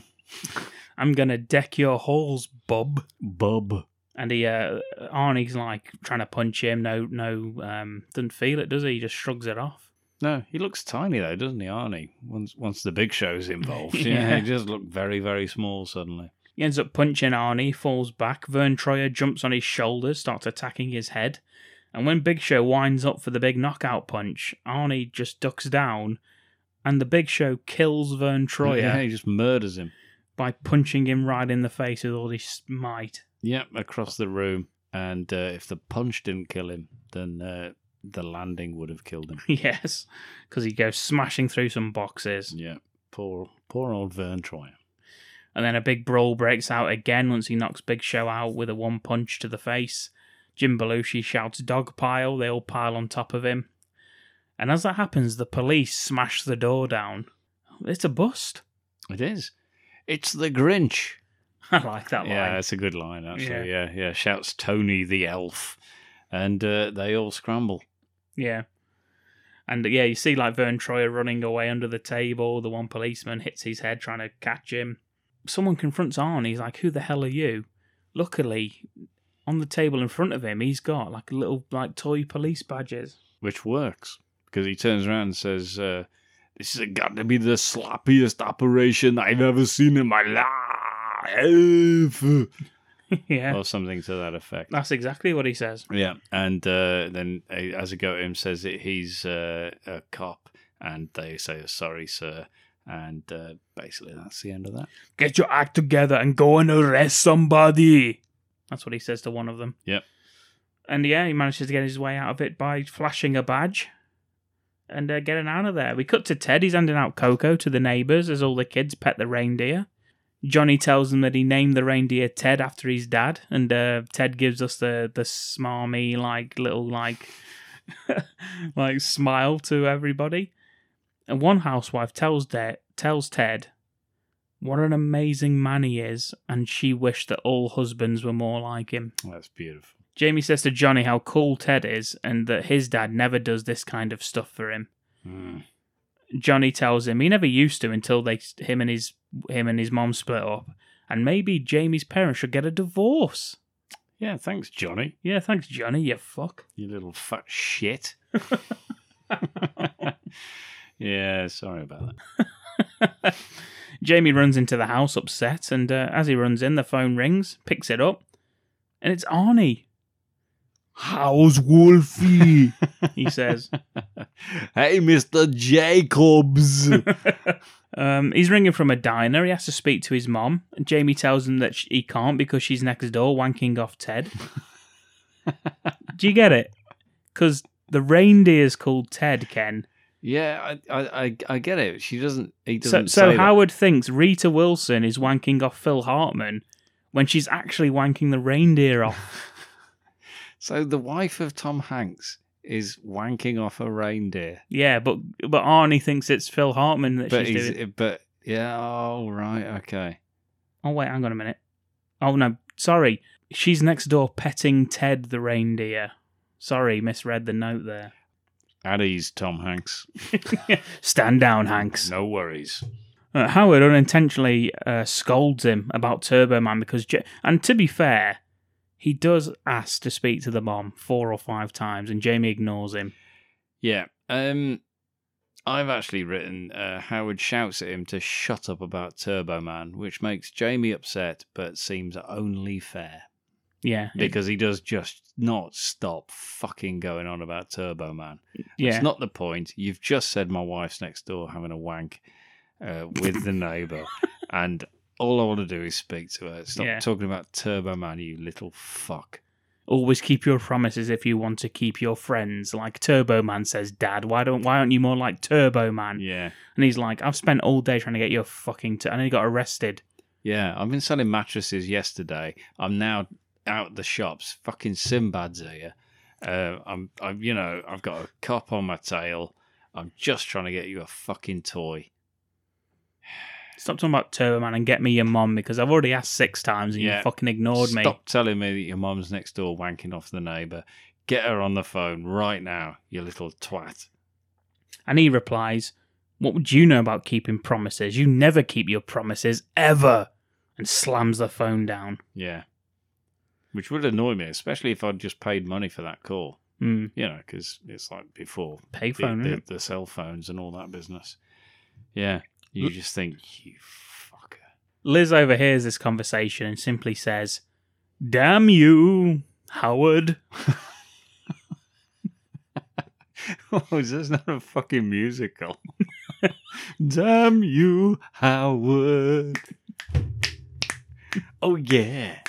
Speaker 3: I'm gonna deck your halls, bub.
Speaker 4: Bub.
Speaker 3: And he, uh, Arnie's like trying to punch him. No, no, um, doesn't feel it, does he? He just shrugs it off.
Speaker 4: No, he looks tiny
Speaker 3: [LAUGHS]
Speaker 4: though, doesn't he, Arnie? Once once the Big Show's involved,
Speaker 3: Yeah.
Speaker 4: yeah, he does look very very small suddenly.
Speaker 3: He ends up punching Arnie, falls back. Vern Troyer jumps on his shoulders, starts attacking his head. And when Big Show winds up for the big knockout punch, Arnie just ducks down, and the Big Show kills Vern Troyer.
Speaker 4: Yeah, he just murders him.
Speaker 3: by punching him right in the face with all his might. [LAUGHS]
Speaker 4: Yep, across the room. And uh, if the punch didn't kill him, then uh, the landing would have killed him.
Speaker 3: yes, because he goes smashing through some boxes.
Speaker 4: Yeah, poor, poor old Vern Troyer.
Speaker 3: And then a big brawl breaks out again once he knocks Big Show out with a one punch to the face. Jim Belushi shouts dog pile, they all pile on top of him. And as that happens, the police smash the door down. It's a bust. [LAUGHS]
Speaker 4: It is. It's the Grinch.
Speaker 3: I like that line.
Speaker 4: Yeah, that's a good line, actually. Yeah, yeah. Shouts Tony the elf. And uh, they all scramble.
Speaker 3: Yeah. And yeah, you see like Vern Troyer running away under the table. The one policeman hits his head trying to catch him. Someone confronts Arnie. He's like, "Who the hell are you?" Luckily, on the table in front of him, he's got like little like toy police badges.
Speaker 4: which works because he turns around and says, uh, "This has got to be the sloppiest operation I've ever seen in my life,"
Speaker 3: yeah, Uh.
Speaker 4: or something to that effect.
Speaker 3: that's exactly what he says.
Speaker 4: Yeah, and uh, then uh, as I go to him, says that he's uh, a cop, and they say, "Sorry, sir." And uh, basically, that's the end of that.
Speaker 3: Get your act together and go and arrest somebody. That's what he says to one of them.
Speaker 4: Yep.
Speaker 3: And yeah, he manages to get his way out of it by flashing a badge and uh, getting out of there. We cut to Ted. He's handing out cocoa to the neighbours as all the kids pet the reindeer. Johnny tells them that he named the reindeer Ted after his dad, and uh, Ted gives us the the smarmy like little like [LAUGHS] like smile to everybody. And one housewife tells De- tells Ted what an amazing man he is, and she wished that all husbands were more like him.
Speaker 4: That's beautiful.
Speaker 3: Jamie says to Johnny how cool Ted is and that his dad never does this kind of stuff for him.
Speaker 4: Mm.
Speaker 3: Johnny tells him he never used to until they him and his him and his mom split up, and maybe Jamie's parents should get a divorce.
Speaker 4: Yeah, thanks, Johnny.
Speaker 3: Yeah, thanks, Johnny. You fuck.
Speaker 4: You little fat
Speaker 3: [LAUGHS]
Speaker 4: shit. [LAUGHS] yeah, sorry about that.
Speaker 3: Jamie runs into the house upset, and uh, as he runs in, the phone rings, picks it up, and it's Arnie. How's Wolfie? he says.
Speaker 4: [LAUGHS] Hey, Mister Jacobs. [LAUGHS]
Speaker 3: Um, he's ringing from a diner. He has to speak to his mom. Jamie tells him that sh he can't because she's next door wanking off
Speaker 4: [LAUGHS]
Speaker 3: Ted. Do you get it? Because the reindeer's called Ted, Ken.
Speaker 4: Yeah, I, I, I- I get it. She doesn't. He
Speaker 3: So,
Speaker 4: doesn't.
Speaker 3: so
Speaker 4: say [LAUGHS] that.
Speaker 3: Howard thinks Rita Wilson is wanking off Phil Hartman when she's actually wanking the reindeer
Speaker 4: [LAUGHS]
Speaker 3: off.
Speaker 4: So the wife of Tom Hanks is wanking off a reindeer,
Speaker 3: yeah, but but Arnie thinks it's Phil Hartman that
Speaker 4: but
Speaker 3: she's
Speaker 4: he's,
Speaker 3: doing.
Speaker 4: but yeah. Oh right, okay.
Speaker 3: Oh wait, hang on a minute. Oh no, sorry. She's next door petting Ted the reindeer. Sorry, misread the note there.
Speaker 4: At ease, Tom Hanks.
Speaker 3: [LAUGHS] Stand down, Hanks.
Speaker 4: No worries.
Speaker 3: Uh, Howard unintentionally uh, scolds him about Turbo Man because, Ja- and to be fair, he does ask to speak to the mom four or five times, and Jamie ignores him.
Speaker 4: Yeah. Um, I've actually written uh, Howard shouts at him to shut up about Turbo Man, which makes Jamie upset, but seems only fair
Speaker 3: Yeah, it-
Speaker 4: because he does just not stop fucking going on about Turbo Man.
Speaker 3: yeah,
Speaker 4: It's not the point. You've just said my wife's next door having a wank uh, with the
Speaker 3: [LAUGHS]
Speaker 4: neighbour, and all I want to do is speak to her. Stop
Speaker 3: Yeah.
Speaker 4: talking about Turbo Man, you little fuck.
Speaker 3: always keep your promises if you want to keep your friends. Like Turbo Man says, Dad, why don't why aren't you more like Turbo Man?
Speaker 4: Yeah,
Speaker 3: And he's like, I've spent all day trying to get your fucking. T-. And then he got arrested.
Speaker 4: yeah. I've been selling mattresses yesterday. I'm now out the shops. Fucking Sinbad's here. Uh, I'm, I'm, you know, I've got a cop on my tail. I'm just trying to get you a fucking toy.
Speaker 3: Stop talking about Turbo Man and get me your mom because I've already asked six times and
Speaker 4: Yeah.
Speaker 3: you fucking ignored me.
Speaker 4: Stop telling me that your mum's next door wanking off the neighbour. Get her on the phone right now, you little twat.
Speaker 3: And he replies, What would you know about keeping promises? You never keep your promises, ever! And slams the phone down.
Speaker 4: Yeah. Which would annoy me, especially if I'd just paid money for that call.
Speaker 3: Hmm.
Speaker 4: You know, because it's like before
Speaker 3: Payphone,
Speaker 4: the,
Speaker 3: isn't
Speaker 4: the, the cell phones and all that business. Yeah. You
Speaker 3: L-
Speaker 4: just think, you fucker.
Speaker 3: Liz overhears this conversation and simply says, Damn you, Howard.
Speaker 4: [LAUGHS] oh, is this not a fucking musical? [LAUGHS] Damn you, Howard. Oh, yeah.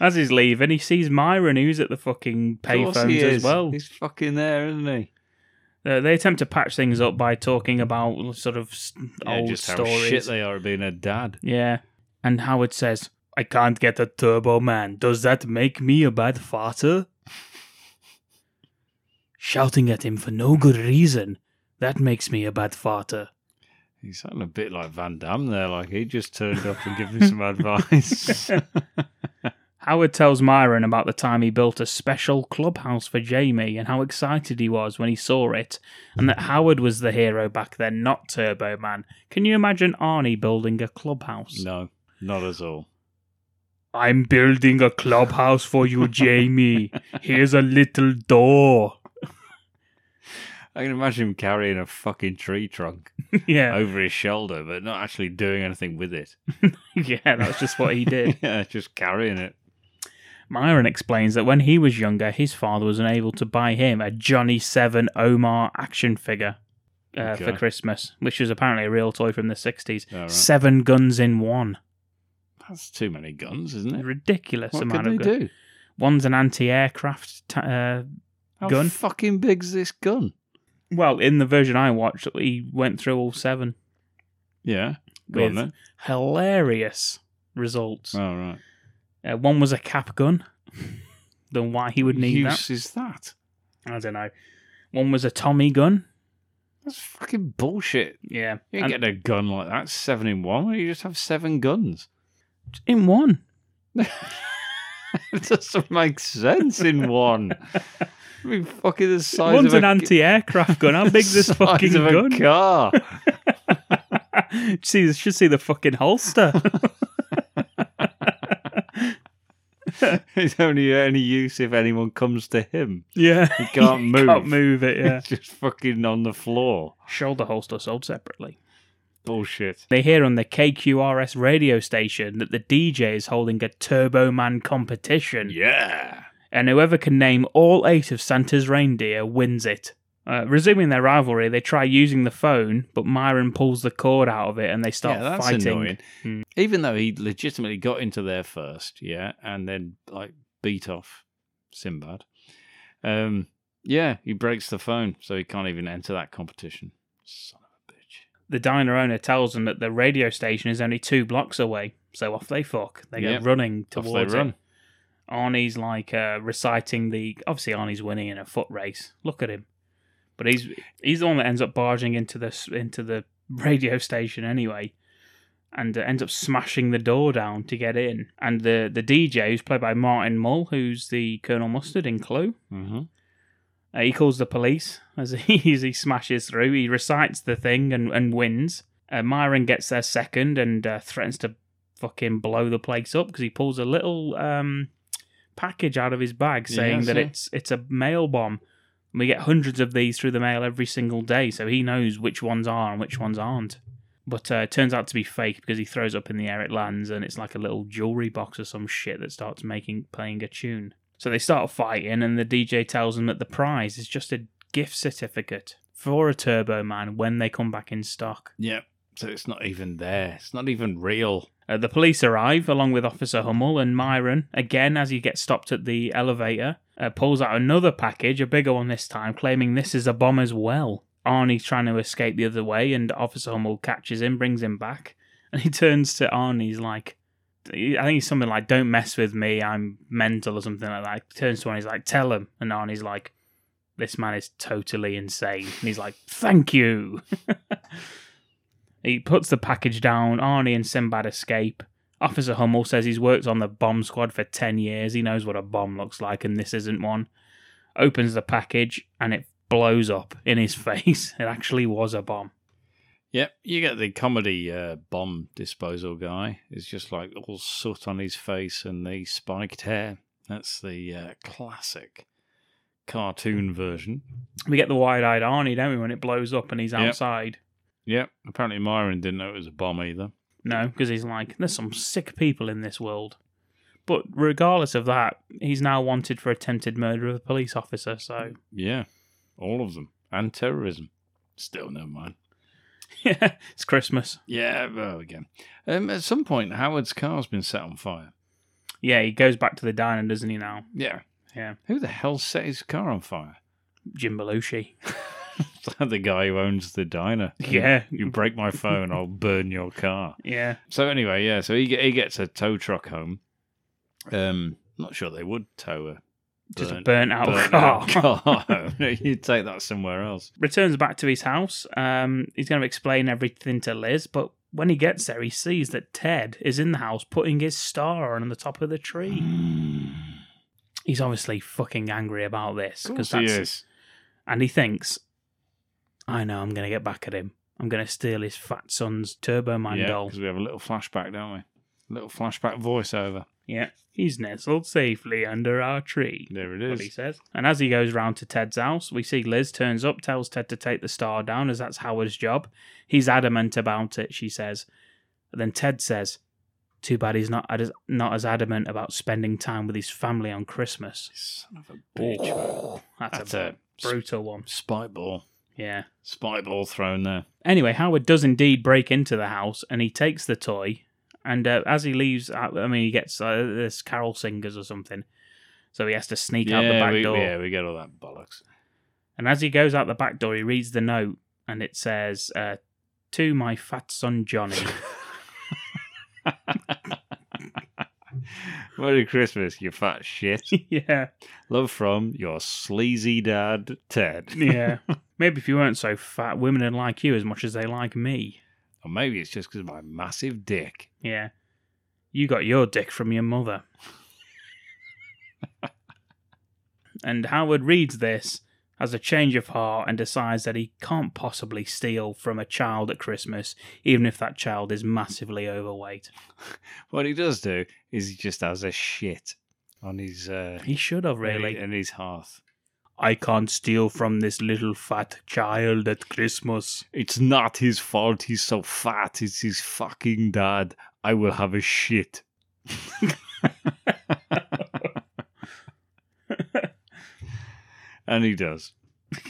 Speaker 3: As he's leaving, he sees Myron, who's at the fucking
Speaker 4: course he
Speaker 3: payphones as
Speaker 4: is.
Speaker 3: well.
Speaker 4: He's fucking there, isn't he?
Speaker 3: Uh, they attempt to patch things up by talking about sort of s-
Speaker 4: Yeah,
Speaker 3: old
Speaker 4: just
Speaker 3: stories.
Speaker 4: how shit they are at being a dad.
Speaker 3: Yeah. And Howard says, I can't get a Turbo Man. Does that make me a bad father? Shouting at him for no good reason. That makes me a bad father.
Speaker 4: He sounded a bit like Van Damme there, like he just turned up and gave me [LAUGHS] some [LAUGHS] advice.
Speaker 3: Howard tells Myron about the time he built a special clubhouse for Jamie and how excited he was when he saw it, and that Howard was the hero back then, not Turbo Man. Can you imagine Arnie building a clubhouse?
Speaker 4: No, not at all.
Speaker 3: I'm building a clubhouse for
Speaker 4: [LAUGHS]
Speaker 3: you, Jamie. Here's a little door. [LAUGHS]
Speaker 4: I can imagine him carrying a fucking tree trunk
Speaker 3: Yeah.
Speaker 4: over his shoulder, but not actually doing anything with it. Oh,
Speaker 3: yeah, that's just what he did.
Speaker 4: [LAUGHS] yeah, just carrying it.
Speaker 3: [LAUGHS] Myron explains that when he was younger, his father was unable to buy him a Johnny 7 Omar action figure uh,
Speaker 4: Okay.
Speaker 3: for Christmas, which was apparently a real toy from the 60s.
Speaker 4: All right.
Speaker 3: Seven guns in one.
Speaker 4: That's too many guns, isn't it?
Speaker 3: Ridiculous
Speaker 4: What
Speaker 3: amount
Speaker 4: could
Speaker 3: of
Speaker 4: they
Speaker 3: gun-
Speaker 4: do?
Speaker 3: One's an anti aircraft ta uh,
Speaker 4: How
Speaker 3: gun.
Speaker 4: fucking big's this gun?
Speaker 3: Well, in the version I watched, he went through all seven
Speaker 4: Yeah. Go on
Speaker 3: with
Speaker 4: then.
Speaker 3: hilarious results.
Speaker 4: All right.
Speaker 3: Uh, one was a cap gun. [LAUGHS] Then why he would need that?
Speaker 4: Use is that?
Speaker 3: I don't know. One was a Tommy gun.
Speaker 4: That's fucking bullshit.
Speaker 3: Yeah.
Speaker 4: You ain't
Speaker 3: and-
Speaker 4: getting a gun like that. Seven in one. Why don't you just have seven guns? [LAUGHS]
Speaker 3: in one.
Speaker 4: it doesn't make sense
Speaker 3: [LAUGHS]
Speaker 4: in one. I mean, fucking the size
Speaker 3: One's
Speaker 4: of
Speaker 3: an
Speaker 4: a
Speaker 3: anti-aircraft gun. How big is this
Speaker 4: [LAUGHS] Size
Speaker 3: fucking
Speaker 4: of a
Speaker 3: gun?
Speaker 4: car.
Speaker 3: [LAUGHS] see, should see the fucking
Speaker 4: [LAUGHS]
Speaker 3: holster.
Speaker 4: [LAUGHS] it's only any use if anyone comes to him.
Speaker 3: yeah,
Speaker 4: [LAUGHS] He can't
Speaker 3: You
Speaker 4: move.
Speaker 3: Can't move it.
Speaker 4: [LAUGHS]
Speaker 3: Yeah,
Speaker 4: He's just fucking on the floor.
Speaker 3: shoulder holster sold separately.
Speaker 4: Bullshit.
Speaker 3: They hear on the KQRS radio station that the DJ is holding a Turbo Man competition.
Speaker 4: Yeah.
Speaker 3: and whoever can name all eight of Santa's reindeer wins it. Uh, resuming their rivalry, they try using the phone, but Myron pulls the cord out of it and they start
Speaker 4: yeah, that's
Speaker 3: fighting.
Speaker 4: annoying.
Speaker 3: Hmm.
Speaker 4: Even though he legitimately got into there first, yeah, and then like beat off Sinbad. Um, yeah, he breaks the phone, so he can't even enter that competition. Son of a bitch.
Speaker 3: The diner owner tells them that the radio station is only two blocks away, so off they fuck. They go
Speaker 4: Yep.
Speaker 3: running
Speaker 4: Off they
Speaker 3: towards
Speaker 4: run.
Speaker 3: it. Arnie's like uh, reciting the. Obviously, Arnie's winning in a foot race. Look at him, but he's he's the one that ends up barging into the s- into the radio [LAUGHS] station anyway, and uh, ends up smashing the door down to get in. And the the DJ, who's played by Martin Mull, who's the Colonel Mustard in Clue,
Speaker 4: Mm-hmm.
Speaker 3: uh, he calls the police as he, [LAUGHS] as he smashes through. He recites the thing and, and wins. Uh, Myron gets there second and uh, threatens to fucking blow the place up because he pulls a little um, package out of his bag
Speaker 4: Yeah,
Speaker 3: saying that
Speaker 4: see?
Speaker 3: it's it's a mail bomb. And we get hundreds of these through the mail every single day, so he knows which ones are and which ones aren't. But uh, it turns out to be fake because he throws up in the air, it lands, and it's like a little jewelry box or some shit that starts making playing a tune. So they start fighting, and the DJ tells them that the prize is just a gift certificate for a Turbo Man when they come back in stock.
Speaker 4: Yeah, so it's not even there. It's not even real.
Speaker 3: Uh, the police arrive along with Officer Hummel and Myron. Again, as he gets stopped at the elevator, uh, pulls out another package, a bigger one this time, claiming this is a bomb as well. Arnie's trying to escape the other way, and Officer Hummel catches him, brings him back, [LAUGHS] and he turns to Arnie's like, I think he's something like, "Don't mess with me, I'm mental" or something like that. He turns to Arnie, he's like, "Tell him," and Arnie's like, "This man is totally insane," and he's like, "Thank you." He puts the package down. Arnie and Sinbad escape. Officer Hummel says he's worked on the bomb squad for 10 years. He knows what a bomb looks like, and this isn't one. Opens the package, and it blows up in his [LAUGHS] face. It actually was a bomb.
Speaker 4: Yep, you get the comedy uh, bomb disposal guy. It's just like all soot on his face and the spiked hair. That's the uh, classic cartoon version.
Speaker 3: We get the wide eyed Arnie, don't we, when it blows up and he's
Speaker 4: Yep.
Speaker 3: outside?
Speaker 4: Yep, apparently Myron didn't know it was a bomb either.
Speaker 3: No, because he's like, there's some sick people in this world. But regardless of that, he's now wanted for attempted murder of a police officer. So [LAUGHS]
Speaker 4: Yeah, all of them. And terrorism. Still, never mind.
Speaker 3: yeah, it's Christmas.
Speaker 4: Yeah, well, again. Um, at some point, Howard's car's been set on fire.
Speaker 3: Yeah, he goes back to the diner, doesn't he? Now,
Speaker 4: Yeah.
Speaker 3: yeah,
Speaker 4: Who the hell set his car on fire? [LAUGHS]
Speaker 3: Jim Belushi. [LAUGHS]
Speaker 4: the guy who owns the diner.
Speaker 3: Yeah.
Speaker 4: You break my phone, I'll burn your car.
Speaker 3: Yeah,
Speaker 4: So anyway, yeah. So he ge- he gets a tow truck home. Um, not sure they would tow a
Speaker 3: Just a
Speaker 4: burnt-
Speaker 3: burnt-out [LAUGHS]
Speaker 4: burnt-out
Speaker 3: car.
Speaker 4: car [LAUGHS] home. You'd take that somewhere else.
Speaker 3: returns back to his house. Um, he's going to explain everything to Liz, but when he gets there, he sees that Ted is in the house putting his star on the top of the tree.
Speaker 4: Mm.
Speaker 3: He's obviously fucking angry about this
Speaker 4: Of course he is.
Speaker 3: and he thinks, "I know, I'm going to get back at him. I'm going to steal his fat son's Turbo Man
Speaker 4: yeah,
Speaker 3: doll."
Speaker 4: because we have a little flashback, don't we? A little flashback voiceover.
Speaker 3: Yeah, he's nestled safely under our tree.
Speaker 4: There it
Speaker 3: What
Speaker 4: is.
Speaker 3: he says. And as he goes round to Ted's house, we see Liz turns up, tells Ted to take the star down, as that's Howard's job. He's adamant about it, she says. And then Ted says, "Too bad he's not ad- not as adamant about spending time with his family on Christmas."
Speaker 4: Son of a bitch.
Speaker 3: That's,
Speaker 4: That's
Speaker 3: a,
Speaker 4: a
Speaker 3: brutal one.
Speaker 4: Spike ball.
Speaker 3: Yeah.
Speaker 4: Spike ball thrown there.
Speaker 3: Anyway, Howard does indeed break into the house and he takes the toy. And uh, as he leaves, I I mean, he gets uh, this carol singers or something. So he has to sneak out the
Speaker 4: Yeah,
Speaker 3: back
Speaker 4: we,
Speaker 3: door.
Speaker 4: yeah, we get all that bollocks. [LAUGHS]
Speaker 3: And as he goes out the back door, he reads the note and it says, uh, To my fat son Johnny.
Speaker 4: Merry Christmas, you fat shit.
Speaker 3: [LAUGHS] yeah.
Speaker 4: Love from your sleazy dad, Ted.
Speaker 3: yeah. Maybe if you weren't so fat, women would like you as much as they like me.
Speaker 4: or maybe it's just because of my massive dick.
Speaker 3: Yeah. You got your dick from your mother. and Howard reads this as a change of heart and decides that he can't possibly steal from a child at Christmas, even if that child is massively overweight.
Speaker 4: What he does do is he just has a shit on his. Uh,
Speaker 3: He should have, really.
Speaker 4: And his hearth.
Speaker 3: I can't steal from this little fat child at Christmas. [LAUGHS]
Speaker 4: It's not his fault he's so fat. It's his fucking dad. I will have a shit. and he does.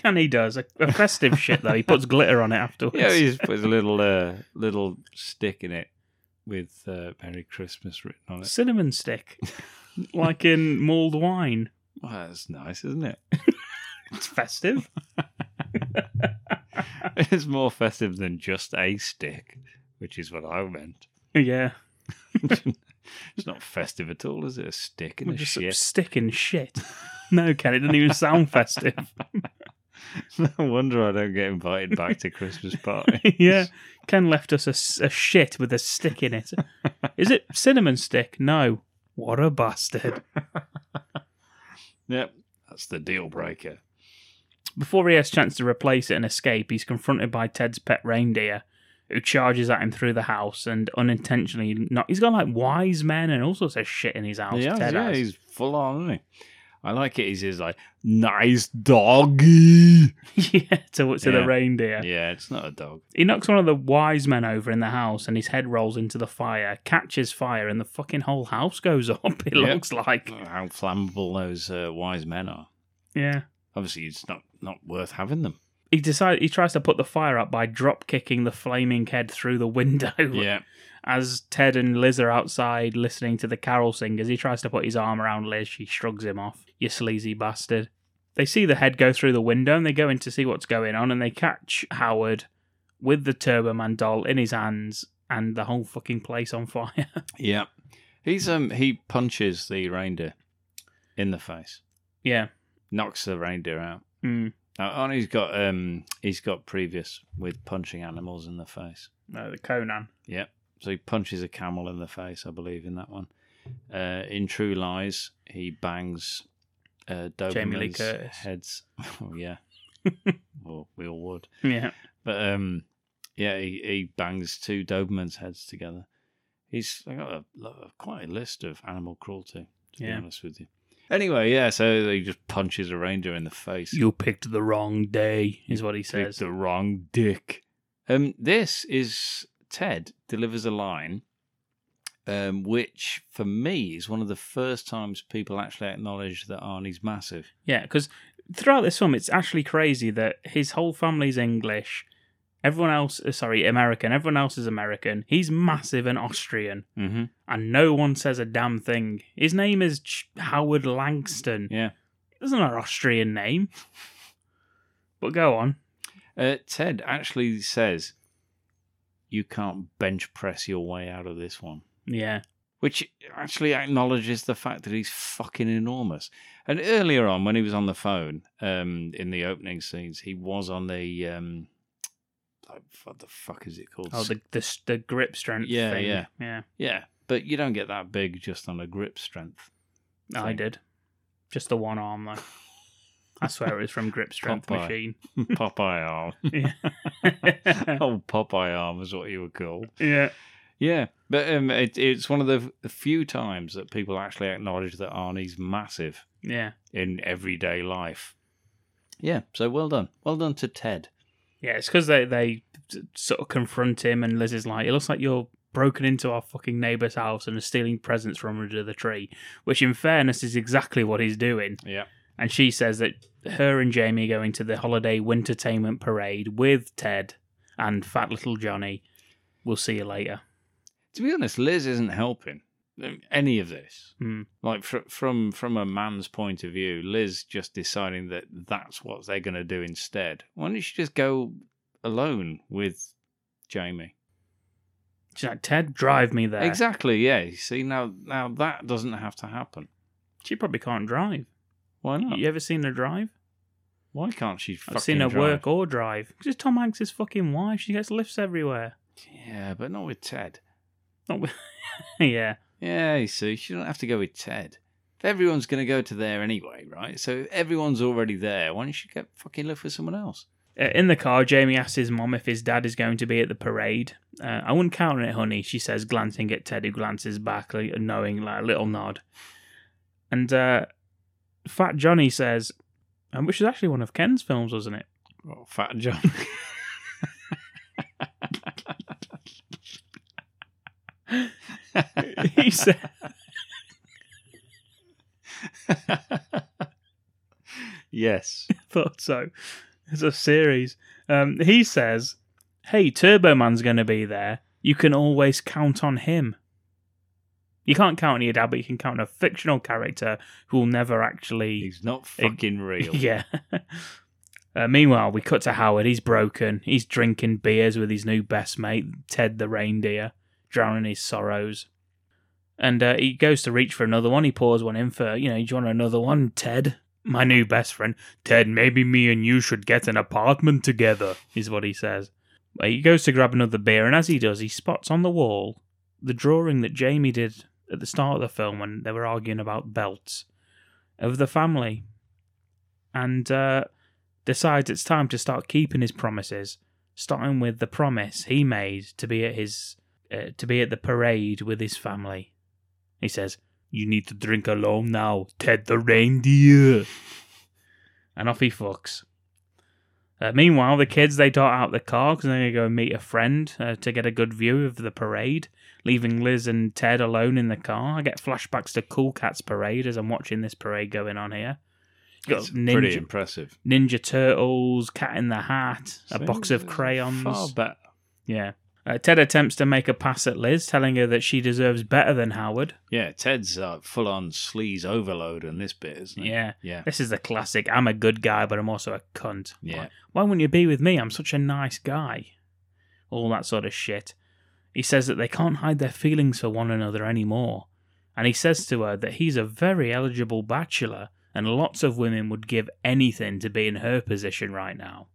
Speaker 3: And he does. A, a festive shit, though. He puts glitter on it afterwards.
Speaker 4: [LAUGHS] Yeah, he just puts a little uh, little stick in it with uh, "Merry Christmas" written on it.
Speaker 3: Cinnamon stick. like in mulled wine.
Speaker 4: Well, that's nice, isn't it?
Speaker 3: It's festive. [LAUGHS]
Speaker 4: [LAUGHS] it's more festive than just a stick, which is what I meant. [LAUGHS]
Speaker 3: Yeah.
Speaker 4: It's not festive at all, is it? A stick and
Speaker 3: We're
Speaker 4: a
Speaker 3: just
Speaker 4: shit.
Speaker 3: sticking shit. No, Ken, it doesn't even sound festive.
Speaker 4: [LAUGHS]
Speaker 3: [LAUGHS]
Speaker 4: no wonder I don't get invited back to Christmas party.
Speaker 3: yeah, Ken left us a s- a, shit with a stick in it. Is it cinnamon stick? No. What a bastard.
Speaker 4: Yep, that's the deal breaker.
Speaker 3: Before he has a chance to replace it and escape, he's confronted by Ted's pet reindeer, who charges at him through the house and unintentionally not. He's got like wise men and all sorts of shit in his house.
Speaker 4: Yeah,
Speaker 3: Ted
Speaker 4: yeah,
Speaker 3: has.
Speaker 4: he's full on, isn't he? I like it. He's just like, nice doggy.
Speaker 3: [LAUGHS] yeah, to, to the
Speaker 4: Yeah.
Speaker 3: reindeer.
Speaker 4: Yeah, it's not a dog.
Speaker 3: He knocks one of the wise men over in the house and his head rolls into the fire, catches fire, and the fucking whole house goes [LAUGHS] up, it
Speaker 4: Yeah.
Speaker 3: looks like.
Speaker 4: How flammable those uh, wise men are.
Speaker 3: Yeah.
Speaker 4: Obviously, it's not, not worth having them.
Speaker 3: He decides he tries to put the fire out by drop kicking the flaming head through the window.
Speaker 4: Yeah.
Speaker 3: As Ted and Liz are outside listening to the carol singers, he tries to put his arm around Liz. She shrugs him off. You sleazy bastard. They see the head go through the window and they go in to see what's going on and they catch Howard with the Turbo Man doll in his hands and the whole fucking place on fire. [LAUGHS]
Speaker 4: Yeah. He's um he punches the reindeer in the face.
Speaker 3: yeah.
Speaker 4: Knocks the reindeer out.
Speaker 3: Mm.
Speaker 4: Now, Arnie's got um he's got previous with punching animals in the face.
Speaker 3: No, Uh, the Conan.
Speaker 4: Yep. So he punches a camel in the face, I believe, in that one. Uh, in True Lies, he bangs uh, Doberman's
Speaker 3: Jamie Lee Curtis.
Speaker 4: heads. [LAUGHS]
Speaker 3: [LAUGHS]
Speaker 4: Oh yeah. well, we all would.
Speaker 3: Yeah.
Speaker 4: But um, yeah, he, he bangs two Doberman's heads together. He's I got a, lo- a- quite a list of animal cruelty. To
Speaker 3: Yeah.
Speaker 4: be honest with you. Anyway, yeah, so he just punches a reindeer in the face.
Speaker 3: You picked the wrong day, is what he
Speaker 4: Picked
Speaker 3: says.
Speaker 4: the wrong dick. Um, this is Ted delivers a line, um, which for me is one of the first times people actually acknowledge that Arnie's massive.
Speaker 3: Yeah, because throughout this film, it's actually crazy that his whole family's English. Everyone else, uh, sorry, American. Everyone else is American. He's massive and Austrian,
Speaker 4: Mhm.
Speaker 3: and no one says a damn thing. His name is Ch- Howard Langston.
Speaker 4: Yeah,
Speaker 3: it's not an Austrian name. But go on.
Speaker 4: Uh, Ted actually says, "You can't bench press your way out of this one."
Speaker 3: Yeah.
Speaker 4: which actually acknowledges the fact that he's fucking enormous. And earlier on, when he was on the phone um, in the opening scenes, he was on the um, like, what the fuck is it called?
Speaker 3: Oh, the the, the grip strength.
Speaker 4: yeah,
Speaker 3: thing.
Speaker 4: yeah,
Speaker 3: yeah,
Speaker 4: yeah. But you don't get that big just on a
Speaker 3: [LAUGHS]
Speaker 4: grip strength.
Speaker 3: I
Speaker 4: thing.
Speaker 3: did. Just the one arm though. I swear it was from
Speaker 4: [LAUGHS]
Speaker 3: grip strength
Speaker 4: Popeye.
Speaker 3: machine. [LAUGHS]
Speaker 4: Popeye arm. [LAUGHS] oh, Popeye arm is what you were called.
Speaker 3: Yeah.
Speaker 4: Yeah, but um, it, it's one of the f- few times that people actually acknowledge that Arnie's massive.
Speaker 3: Yeah.
Speaker 4: In everyday life. Yeah. So well done, well done to Ted.
Speaker 3: Yeah, it's because they they sort of confront him, and Liz is like, "It looks like you're broken into our fucking neighbor's house and are stealing presents from under the tree," which, in fairness, is exactly what he's doing.
Speaker 4: Yeah.
Speaker 3: And she says that her and Jamie are going to the holiday wintertainment parade with Ted and fat little Johnny. We'll see you later.
Speaker 4: To be honest, Liz isn't helping um, any of this.
Speaker 3: Mm.
Speaker 4: Like fr- from from a man's point of view, Liz just deciding that that's what they're going to do instead. Why don't you just go alone with Jamie?
Speaker 3: She's like, "Ted, drive me there."
Speaker 4: Exactly. Yeah. You see now now that doesn't have to happen.
Speaker 3: She probably can't drive.
Speaker 4: Why not?
Speaker 3: You ever seen her drive?
Speaker 4: Why can't she?
Speaker 3: I've seen her
Speaker 4: Oh. fucking drive?
Speaker 3: work or drive. Just Tom Hanks' fucking wife. She gets lifts everywhere.
Speaker 4: Yeah, but not with Ted.
Speaker 3: Not with... [LAUGHS] yeah.
Speaker 4: Yeah, you see, she don't have to go with Ted. Everyone's going to go to there anyway, right? So if everyone's already there. Why don't you get fucking left with someone else?
Speaker 3: Uh, In the car, Jamie asks his mom if his dad is going to be at the parade. Uh, I wouldn't count on it, honey, she says, glancing at Ted, who glances back, like, knowing, like a little nod. And uh, Fat Johnny says, um, which is actually one of Ken's films, wasn't it? [LAUGHS]
Speaker 4: Oh, Fat John. [LAUGHS]
Speaker 3: he said.
Speaker 4: yes.
Speaker 3: Thought so. It's a series. Um, he says, Hey, Turbo Man's going to be there. You can always count on him. You can't count on your dad, but you can count on a fictional character who will never actually. [LAUGHS]
Speaker 4: He's not fucking real.
Speaker 3: Yeah. Uh, meanwhile, we cut to Howard. He's broken. He's drinking beers with his new best mate, Ted the reindeer, drowning his sorrows. And uh, he goes to reach for another one. He pours one in for, you know, do you want another one, Ted? My new best friend. Ted, maybe me and you should get an apartment together, is what he says. Uh, He goes to grab another beer, and as he does, he spots on the wall the drawing that Jamie did at the start of the film when they were arguing about belts of the family and uh, decides it's time to start keeping his promises, starting with the promise he made to be at his uh, to be at the parade with his family. He says, "You need to drink alone now, Ted the reindeer," and off he fucks. Uh, meanwhile, the kids they dart out the car because they're going to go and meet a friend uh, to get a good view of the parade, leaving Liz and Ted alone in the car. I get flashbacks to Cool Cats parade as I'm watching this parade going on here. Got
Speaker 4: It's
Speaker 3: ninja,
Speaker 4: pretty impressive.
Speaker 3: Ninja Turtles, Cat in the Hat, a
Speaker 4: See,
Speaker 3: box of
Speaker 4: it's
Speaker 3: crayons.
Speaker 4: uh, far better.
Speaker 3: Yeah. Uh, Ted attempts to make a pass at Liz, telling her that she deserves better than Howard.
Speaker 4: Yeah, Ted's uh, full on sleaze overload in this bit, isn't it?
Speaker 3: Yeah.
Speaker 4: Yeah.
Speaker 3: This is the classic I'm a good guy, but I'm also a cunt.
Speaker 4: Yeah.
Speaker 3: Why wouldn't you be with me? I'm such a nice guy. All that sort of shit. He says that they can't hide their feelings for one another anymore. And he says to her that he's a very eligible bachelor, and lots of women would give anything to be in her position right now.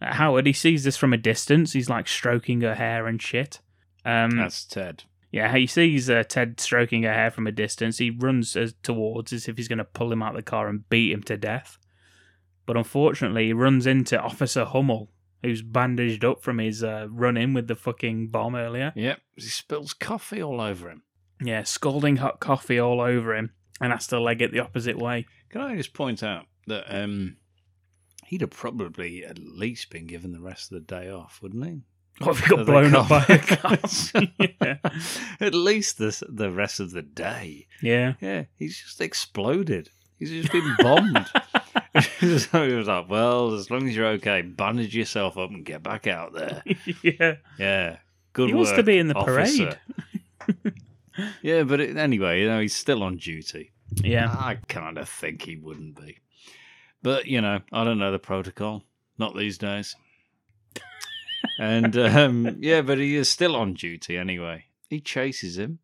Speaker 3: Uh, Howard, he sees this from a distance. He's like stroking her hair and shit. Um,
Speaker 4: That's Ted.
Speaker 3: yeah, he sees uh, Ted stroking her hair from a distance. He runs as, towards as if he's going to pull him out of the car and beat him to death. But unfortunately, he runs into Officer Hummel, who's bandaged up from his uh, run in with the fucking bomb earlier.
Speaker 4: Yep. He spills coffee all over him.
Speaker 3: Yeah, scalding hot coffee all over him and has to leg it the opposite way. [LAUGHS]
Speaker 4: Can I just point out that um, he'd have probably at least been given the rest of the day off, wouldn't he?
Speaker 3: Or if you got
Speaker 4: So they
Speaker 3: blown up by
Speaker 4: can't-
Speaker 3: a
Speaker 4: [LAUGHS]
Speaker 3: car. yeah.
Speaker 4: At least this, the rest of the day.
Speaker 3: [LAUGHS] Yeah. [LAUGHS]
Speaker 4: Yeah. He's just exploded. He's just been bombed. [LAUGHS] so he was like, well, as long as you're okay, bandage yourself up and get back out there.
Speaker 3: yeah.
Speaker 4: Yeah. Good
Speaker 3: He wants to
Speaker 4: work,
Speaker 3: be in the
Speaker 4: officer. [LAUGHS] yeah, but it, anyway, you know, he's still on duty.
Speaker 3: Yeah.
Speaker 4: I kind of think he wouldn't be. But, you know, I don't know the protocol. Not these days. and, um, yeah, but he is still on duty anyway. He chases him,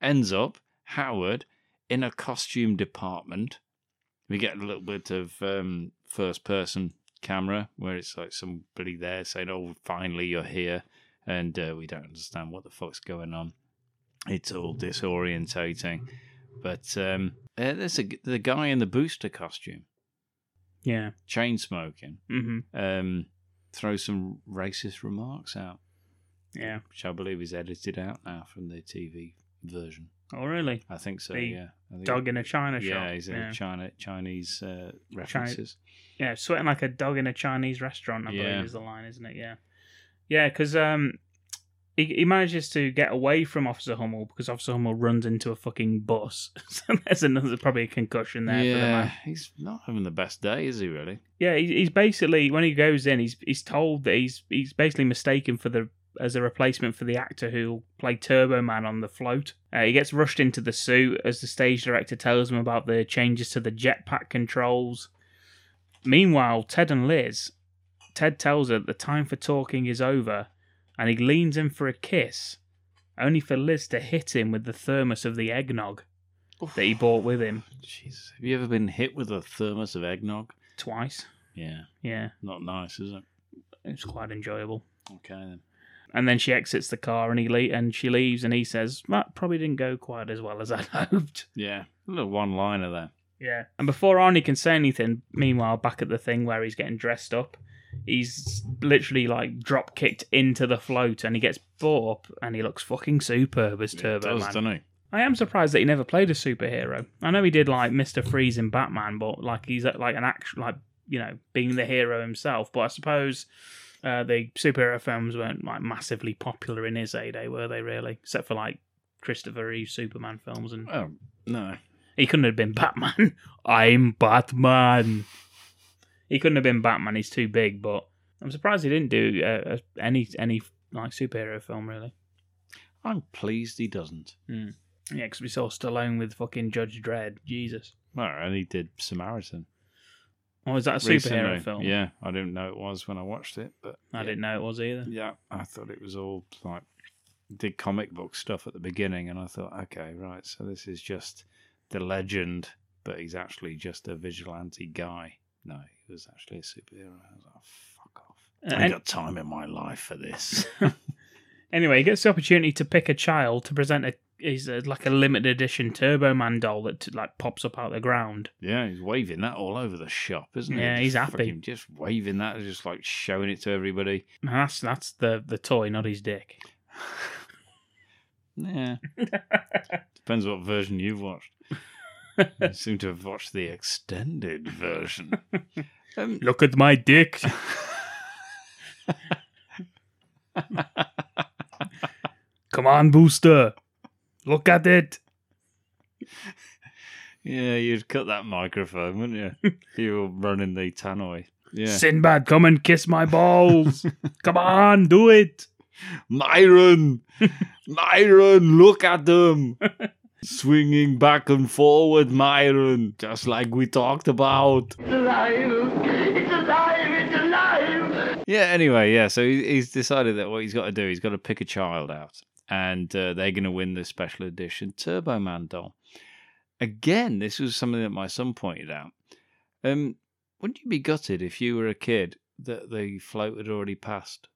Speaker 4: ends up, Howard, in a costume department. We get a little bit of um, first person camera where it's like somebody there saying, Oh, finally you're here. And uh, we don't understand what the fuck's going on. It's all disorientating. But um, uh, there's a, the guy in the booster costume,
Speaker 3: Yeah.
Speaker 4: chain smoking,
Speaker 3: Mhm.
Speaker 4: um, throws some racist remarks out,
Speaker 3: Yeah.
Speaker 4: which I believe is edited out now from the TV version.
Speaker 3: Oh, really?
Speaker 4: I think so,
Speaker 3: The
Speaker 4: yeah. I think-
Speaker 3: dog in a China shop.
Speaker 4: Yeah, he's a
Speaker 3: yeah.
Speaker 4: China, Chinese uh,
Speaker 3: Chi-
Speaker 4: references.
Speaker 3: yeah, sweating like a dog in a Chinese restaurant. I
Speaker 4: Yeah.
Speaker 3: believe is the line, isn't it? Yeah, yeah, because um, he, he manages to get away from Officer Hummel because Officer Hummel runs into a fucking bus. [LAUGHS] so there's another probably a concussion there for the man.
Speaker 4: yeah, he's not having the best day, is he really?
Speaker 3: Yeah, he- he's basically when he goes in, he's he's told that he's he's basically mistaken for the as a replacement for the actor who played Turbo Man on the float. Uh, he gets rushed into the suit as the stage director tells him about the changes to the jetpack controls. Meanwhile, Ted and Liz, Ted tells her the time for talking is over, and he leans in for a kiss, only for Liz to hit him with the thermos of the eggnog that he brought with him
Speaker 4: Jesus. Have you ever been hit with a thermos of eggnog?
Speaker 3: twice.
Speaker 4: Yeah.
Speaker 3: Yeah,
Speaker 4: Not nice, is it?
Speaker 3: it's quite enjoyable.
Speaker 4: Okay, then.
Speaker 3: and then she exits the car and he le- and she leaves and he says that probably didn't go quite as well as I'd [LAUGHS] hoped.
Speaker 4: Yeah. A little one liner there.
Speaker 3: Yeah. And before Arnie can say anything, meanwhile back at the thing where he's getting dressed up, he's literally like drop kicked into the float and he gets brought up and he looks fucking superb as Turbo
Speaker 4: does,
Speaker 3: Man.
Speaker 4: doesn't he?
Speaker 3: I am surprised that he never played a superhero. I know he did like Mister Freeze in Batman, but like he's uh, like an action, like you know, being the hero himself. But I suppose uh, the superhero films weren't like massively popular in his heyday, were they? Really, except for like Christopher Reeve Superman films, and
Speaker 4: Oh, no.
Speaker 3: he couldn't have been Batman. [LAUGHS] I'm Batman. He couldn't have been Batman. He's too big. But I'm surprised he didn't do uh, any any like superhero film really.
Speaker 4: I'm pleased he doesn't.
Speaker 3: Mm. Yeah, because we saw Stallone with fucking Judge Dredd. Jesus.
Speaker 4: Well, and he did Samaritan.
Speaker 3: Oh, is that a superhero
Speaker 4: Recently.
Speaker 3: film?
Speaker 4: Yeah, I didn't know it was when I watched it, but
Speaker 3: I didn't know it was either.
Speaker 4: yeah, I thought it was all like did comic book stuff at the beginning, and I thought, okay, right, so this is just the legend, but he's actually just a vigilante guy. No, he was actually a superhero. I was like, fuck off.
Speaker 3: Uh,
Speaker 4: I
Speaker 3: and-
Speaker 4: ain't got time in my life for this. [LAUGHS]
Speaker 3: Anyway, he gets the opportunity to pick a child to present a he's a, like a limited edition Turbo Man doll that like pops up out of the ground.
Speaker 4: yeah, he's waving that all over the shop, isn't he?
Speaker 3: Yeah, he's
Speaker 4: Just
Speaker 3: happy.
Speaker 4: fucking Just waving that, just like showing it to everybody.
Speaker 3: And that's that's the the toy, not his dick.
Speaker 4: Yeah. Depends what version you've watched. you seem to have watched the extended version. Um,
Speaker 3: Look at my [LAUGHS] dick. Come on, Booster. Look at it.
Speaker 4: Yeah, you'd cut that microphone, wouldn't you? If you were running the tannoy. Yeah.
Speaker 3: Sinbad, come and kiss my [LAUGHS] balls. come on, do it.
Speaker 4: Myron! Myron, look at them! Swinging back and forward, Myron, just like we talked about.
Speaker 1: It's alive! It's alive! It's alive!
Speaker 4: Yeah, anyway, yeah, so he- he's decided that what he's got to do, he's got to pick a child out, and uh, they're going to win the special edition Turbo Man doll. Again, this was something that my son pointed out. Um, wouldn't you be gutted if you were a kid that the float had already passed?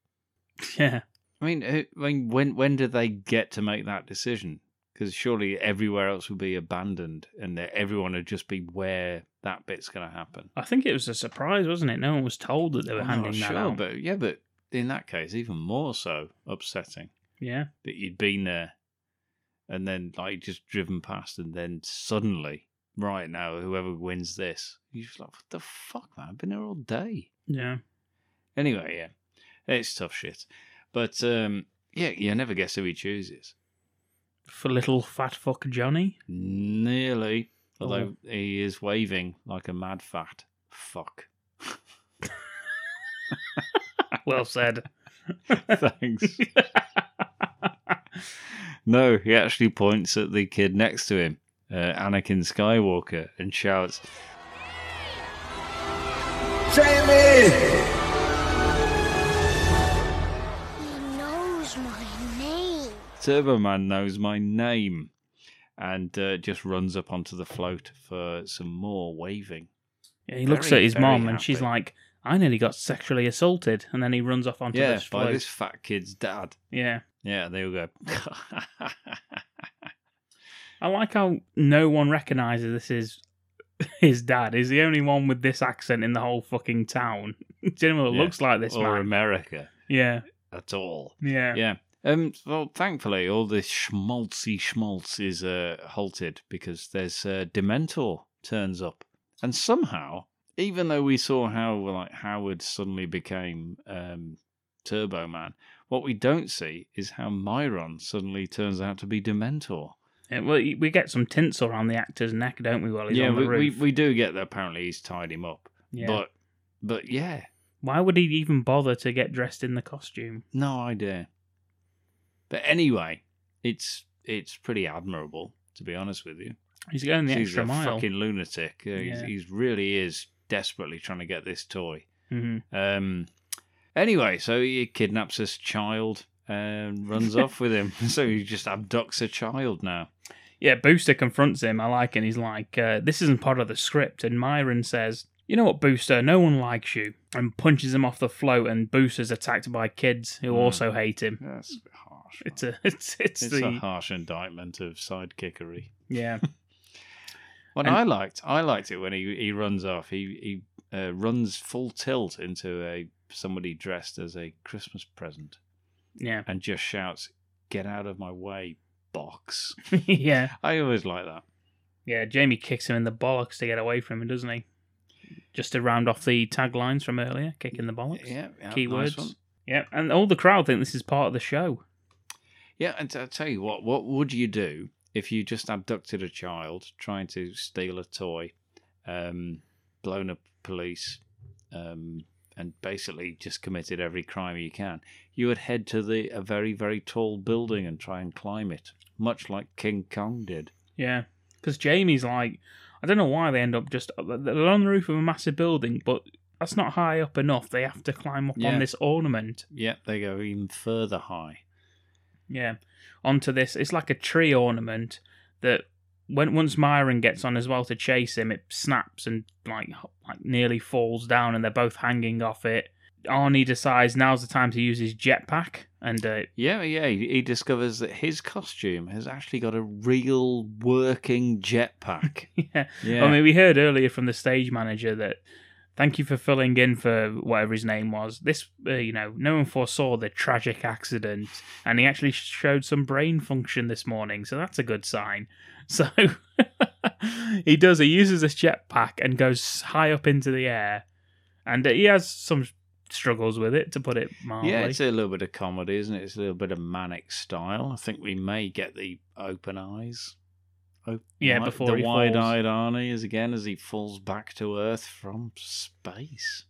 Speaker 3: Yeah.
Speaker 4: I mean, who- I mean, when when do they get to make that decision? Because surely everywhere else would be abandoned, and that everyone would just be where that bit's going to happen.
Speaker 3: I think it was a surprise, wasn't it? No one was told that they were
Speaker 4: I'm
Speaker 3: handing
Speaker 4: not
Speaker 3: that
Speaker 4: sure,
Speaker 3: out.
Speaker 4: but yeah, but in that case, even more so upsetting
Speaker 3: Yeah.
Speaker 4: that you'd been there, and then like just driven past, and then suddenly, right now, whoever wins this, you're just like, what the fuck, man? I've been here all day.
Speaker 3: Yeah.
Speaker 4: Anyway, yeah, it's tough shit. But um, yeah, you never guess who he chooses.
Speaker 3: For little fat fuck Johnny?
Speaker 4: Nearly. Although he is waving like a mad fat fuck.
Speaker 3: well said.
Speaker 4: Thanks. no, he actually points at the kid next to him, uh, Anakin Skywalker, and shouts,
Speaker 13: Jamie!
Speaker 6: He knows my name.
Speaker 4: Turbo Man knows my name, and uh, just runs up onto the float for some more waving.
Speaker 3: Yeah, he looks
Speaker 4: Very,
Speaker 3: at his
Speaker 4: very
Speaker 3: mom and she's
Speaker 4: happy.
Speaker 3: like, I nearly got sexually assaulted. And then he runs off onto
Speaker 4: Yeah,
Speaker 3: this
Speaker 4: by
Speaker 3: float.
Speaker 4: this fat kid's dad.
Speaker 3: Yeah.
Speaker 4: Yeah, they all go, [LAUGHS]
Speaker 3: I like how no one recognizes this is [LAUGHS] his dad. He's the only one with this accent in the whole fucking town. [LAUGHS] Do you know what it
Speaker 4: Yeah,
Speaker 3: looks like this
Speaker 4: or
Speaker 3: man?
Speaker 4: America
Speaker 3: Yeah.
Speaker 4: at all.
Speaker 3: Yeah.
Speaker 4: Yeah. Um, well, thankfully, all this schmaltzy schmaltz is uh, halted because there's uh, Dementor turns up, and somehow, even though we saw how like Howard suddenly became um, Turbo Man, what we don't see is how Myron suddenly turns out to be Dementor.
Speaker 3: Yeah, well, we get some tinsel around the actor's neck, don't we? While he's
Speaker 4: yeah,
Speaker 3: on the
Speaker 4: we, we
Speaker 3: roof.
Speaker 4: we do get that apparently he's tied him up,
Speaker 3: Yeah.
Speaker 4: but but yeah,
Speaker 3: Why would he even bother to get dressed in the costume?
Speaker 4: No idea. But anyway, it's it's pretty admirable to be honest with you.
Speaker 3: He's going the
Speaker 4: He's
Speaker 3: extra
Speaker 4: a
Speaker 3: mile.
Speaker 4: Fucking lunatic. Yeah, He's,
Speaker 3: Yeah.
Speaker 4: he's really is desperately trying to get this toy.
Speaker 3: Mhm.
Speaker 4: Um. Anyway, so he kidnaps this child and runs off with him. [LAUGHS] So he just abducts a child now.
Speaker 3: Yeah, Booster confronts him. I like, and he's like, uh, "This isn't part of the script." And Myron says, "You know what, Booster? No one likes you," and punches him off the float. And Booster's attacked by kids who
Speaker 4: Hmm.
Speaker 3: also hate him.
Speaker 4: That's harsh.
Speaker 3: It's a, [LAUGHS] it's, it's,
Speaker 4: It's,
Speaker 3: the
Speaker 4: a harsh indictment of sidekickery.
Speaker 3: yeah.
Speaker 4: What
Speaker 3: And-
Speaker 4: I liked, I liked it when he, he runs off. He he uh, runs full tilt into a somebody dressed as a Christmas present.
Speaker 3: Yeah. [LAUGHS]
Speaker 4: and just shouts, "Get out of my way, box!"
Speaker 3: yeah,
Speaker 4: I always like that.
Speaker 3: yeah. Jamie kicks him in the bollocks to get away from him, doesn't he? Just to round off the taglines from earlier, kicking the bollocks.
Speaker 4: Yeah, yeah, nice
Speaker 3: keywords.
Speaker 4: one.
Speaker 3: yeah, and all the crowd think this is part of the show.
Speaker 4: Yeah, and I tell you what, what would you do if you just abducted a child trying to steal a toy, um, blown up police, um, and basically just committed every crime you can? You would head to the a very very tall building and try and climb it, much like King Kong did.
Speaker 3: Yeah, because Jamie's like, I don't know why they end up just uh, they're on the roof of a massive building, but that's not high up enough. They have to climb up
Speaker 4: Yeah.
Speaker 3: on this ornament.
Speaker 4: Yeah, they go even further high.
Speaker 3: Yeah, onto this. It's like a tree ornament that when once Myron gets on as well to chase him, it snaps and like h- like nearly falls down, and they're both hanging off it. Arnie decides now's the time to use his jetpack, and uh, [LAUGHS]
Speaker 4: Yeah, yeah. He, he discovers that his costume has actually got a real
Speaker 3: [LAUGHS]
Speaker 4: working jetpack.
Speaker 3: yeah.
Speaker 4: Yeah.
Speaker 3: I mean, we heard earlier from the stage manager that thank you for filling in for whatever his name was. This, uh, you know, no one foresaw the tragic accident, and he actually showed some brain function this morning, so that's a good sign. [LAUGHS] So he does. He uses this jetpack and goes high up into the air, and uh, he has some struggles with it, to put it mildly.
Speaker 4: yeah, it's a little bit of comedy, isn't it? It's a little bit of manic style. I think we may get the open eyes. Oh,
Speaker 3: Yeah,
Speaker 4: wi-
Speaker 3: before
Speaker 4: the
Speaker 3: he falls.
Speaker 4: wide-eyed Arnie is again as he falls back to Earth from space,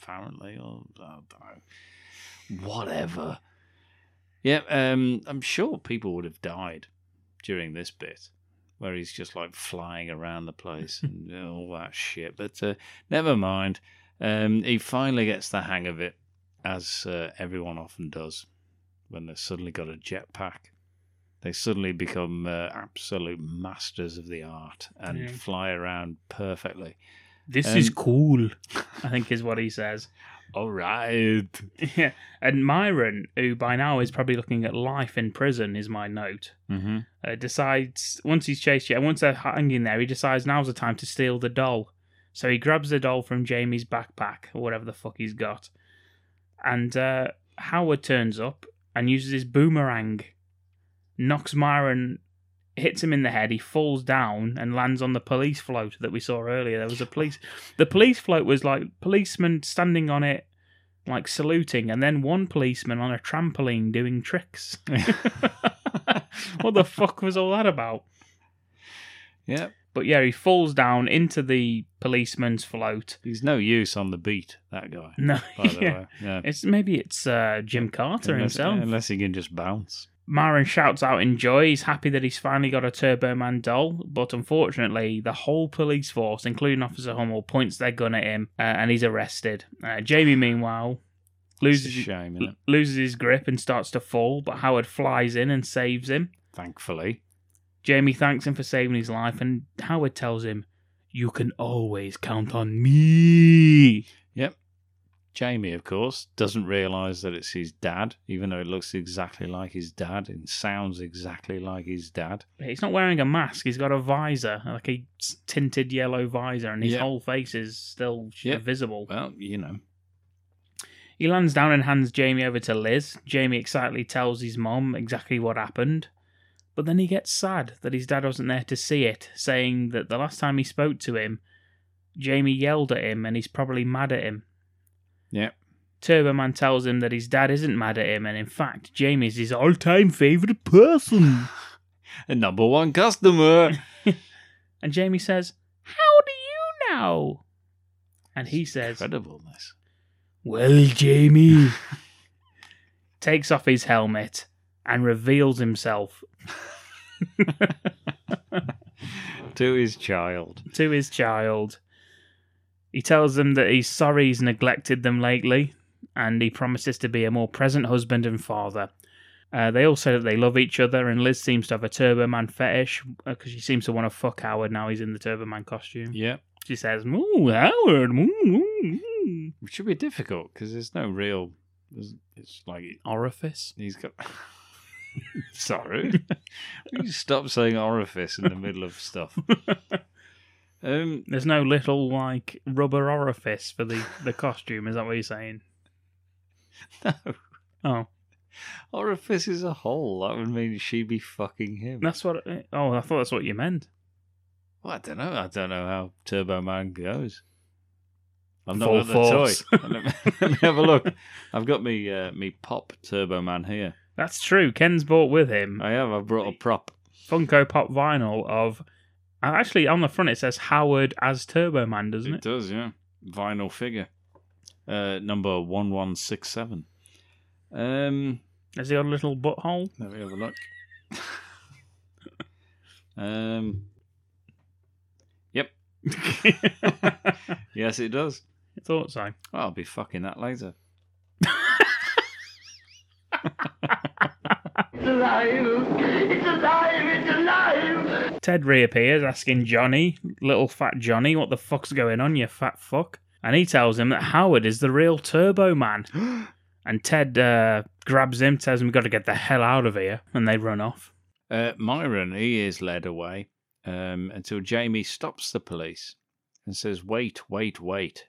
Speaker 4: apparently, or I don't know, whatever. Yeah, um, I'm sure people would have died during this bit where he's just like flying around
Speaker 3: [LAUGHS]
Speaker 4: the place and all that shit. But uh, never mind. Um, he finally gets the hang of it, as uh, everyone often does when they've suddenly got a jetpack. They suddenly become uh, absolute masters of the art and
Speaker 3: Yeah.
Speaker 4: fly around perfectly. [LAUGHS]
Speaker 3: This
Speaker 4: Um,
Speaker 3: is cool, I think is what he says. [LAUGHS]
Speaker 4: All right.
Speaker 3: Yeah. And Myron, who by now is probably looking at life in prison, is my note,
Speaker 4: Mm-hmm.
Speaker 3: uh, decides once he's chased you, once they're hanging there, he decides now's the time to steal the doll. So he grabs the doll from Jamie's backpack or whatever the fuck he's got. And uh, Howard turns up and uses his boomerang, knocks Myron, hits him in the head. He falls down and lands on the police float that we saw earlier. There was a police. The police float was like policemen standing on it like saluting, and then one policeman on a trampoline doing tricks. [LAUGHS] what the fuck was all that about?
Speaker 4: Yeah.
Speaker 3: But yeah, he falls down into the policeman's float.
Speaker 4: He's no use on the beat, that guy.
Speaker 3: [LAUGHS] No,
Speaker 4: by the
Speaker 3: yeah.
Speaker 4: way. Yeah.
Speaker 3: It's maybe it's uh, Jim Carter
Speaker 4: unless,
Speaker 3: himself.
Speaker 4: Unless he can just bounce.
Speaker 3: Marin shouts out in joy. He's happy that he's finally got a Turbo Man doll, but unfortunately, the whole police force, including Officer Hummel, points their gun at him uh, and he's arrested. Uh, Jamie, meanwhile, loses,
Speaker 4: shame, innit?
Speaker 3: l- loses his grip and starts to fall, but Howard flies in and saves him.
Speaker 4: Thankfully.
Speaker 3: Jamie thanks him for saving his life, and Howard tells him, You can always count on me.
Speaker 4: Yep. Jamie, of course, doesn't realise that it's his dad, even though it looks exactly like his dad and sounds exactly like his dad.
Speaker 3: He's not wearing a mask. He's got a visor, like a s- tinted yellow visor, and his
Speaker 4: Yeah.
Speaker 3: whole face is still sh-
Speaker 4: Yeah.
Speaker 3: visible.
Speaker 4: Well, you know.
Speaker 3: He lands down and hands Jamie over to Liz. Jamie excitedly tells his mom exactly what happened. But then he gets sad that his dad wasn't there to see it, saying that the last time he spoke to him, Jamie yelled at him and he's probably mad at him.
Speaker 4: Yeah.
Speaker 3: Turbo Man tells him that his dad isn't mad at him, and in fact, Jamie's his all time favourite person.
Speaker 4: And number one customer.
Speaker 3: and Jamie says, How do you know? And [LAUGHS] he says,
Speaker 4: Incredibleness. [LAUGHS]
Speaker 3: Well, Jamie. takes off his helmet and reveals himself
Speaker 4: To his child.
Speaker 3: to his child. He tells them that he's sorry he's neglected them lately, and he promises to be a more present husband and father. Uh, they all say that they love each other, and Liz seems to have a Turbo Man fetish because she seems to want to fuck Howard now he's in the Turbo Man costume.
Speaker 4: Yep.
Speaker 3: She says, Ooh, Howard. Ooh, ooh, ooh."
Speaker 4: Which would be difficult because there's no real. there's- It's like
Speaker 3: Orifice.
Speaker 4: he's got. [LAUGHS] Sorry, [LAUGHS] you stop saying orifice in the middle of stuff. Um,
Speaker 3: [LAUGHS]
Speaker 4: [LAUGHS]
Speaker 3: There's no little, like, rubber orifice for the, the costume. Is that what you're saying?
Speaker 4: no,
Speaker 3: Oh,
Speaker 4: orifice is a hole. That would mean she'd be fucking him.
Speaker 3: that's what. Oh, I thought that's what you meant.
Speaker 4: Well, I don't know. I don't know how Turbo Man goes. I've not
Speaker 3: Full
Speaker 4: got the
Speaker 3: force.
Speaker 4: toy. [LAUGHS] Let me- Let me have a look. I've got me uh, me pop Turbo Man here.
Speaker 3: That's true. Ken's bought with him
Speaker 4: I have. I brought a prop.
Speaker 3: Funko Pop vinyl of. Actually, on the front it says Howard as Turbo Man, doesn't
Speaker 4: It
Speaker 3: it?
Speaker 4: does, yeah. Vinyl figure. Uh, number 1167. Um,
Speaker 3: Has he got a little butthole?
Speaker 4: let me have a look. [LAUGHS] um, [LAUGHS] yep. yes, it does.
Speaker 3: I thought so.
Speaker 4: Well, I'll be fucking that later.
Speaker 1: It's alive! It's alive! It's alive!
Speaker 3: Ted reappears asking Johnny, little fat Johnny, what the fuck's going on, you fat fuck? And he tells him that Howard is the real Turbo Man. and Ted uh, grabs him, tells him, we've got to get the hell out of here. And they run off.
Speaker 4: Uh, Myron, he is led away um, until Jamie stops the police and says, wait, wait, wait.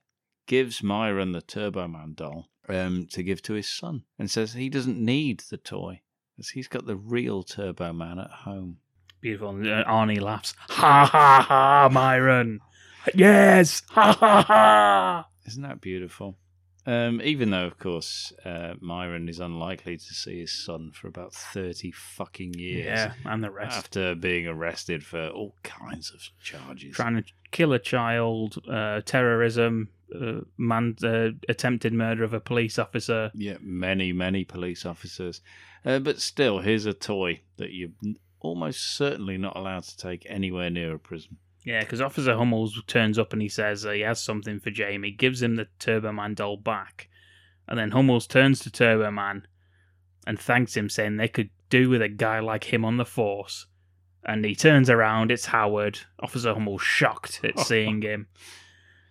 Speaker 4: Gives Myron the Turbo Man doll um, to give to his son and says he doesn't need the toy because he's got the real Turbo Man at home.
Speaker 3: Beautiful. And uh, Arnie laughs. Ha ha ha, Myron. Yes. [LAUGHS] Ha ha ha.
Speaker 4: Isn't that beautiful? Um, even though, of course, uh, Myron is unlikely to see his son for about 30 fucking years
Speaker 3: Yeah, and the rest.
Speaker 4: after being arrested for all kinds of charges.
Speaker 3: Trying to kill a child, uh, terrorism, uh, man, uh, attempted murder of a police officer.
Speaker 4: Yeah, many, many police officers. Uh, but still, here's a toy that you're n- almost certainly not allowed to take anywhere near a prison.
Speaker 3: Yeah, because Officer Hummels turns up and he says uh, he has something for Jamie, gives him the Turbo Man doll back. And then Hummels turns to Turbo Man and thanks him, saying they could do with a guy like him on the force. And he turns around, it's Howard. Officer Hummels shocked at seeing him.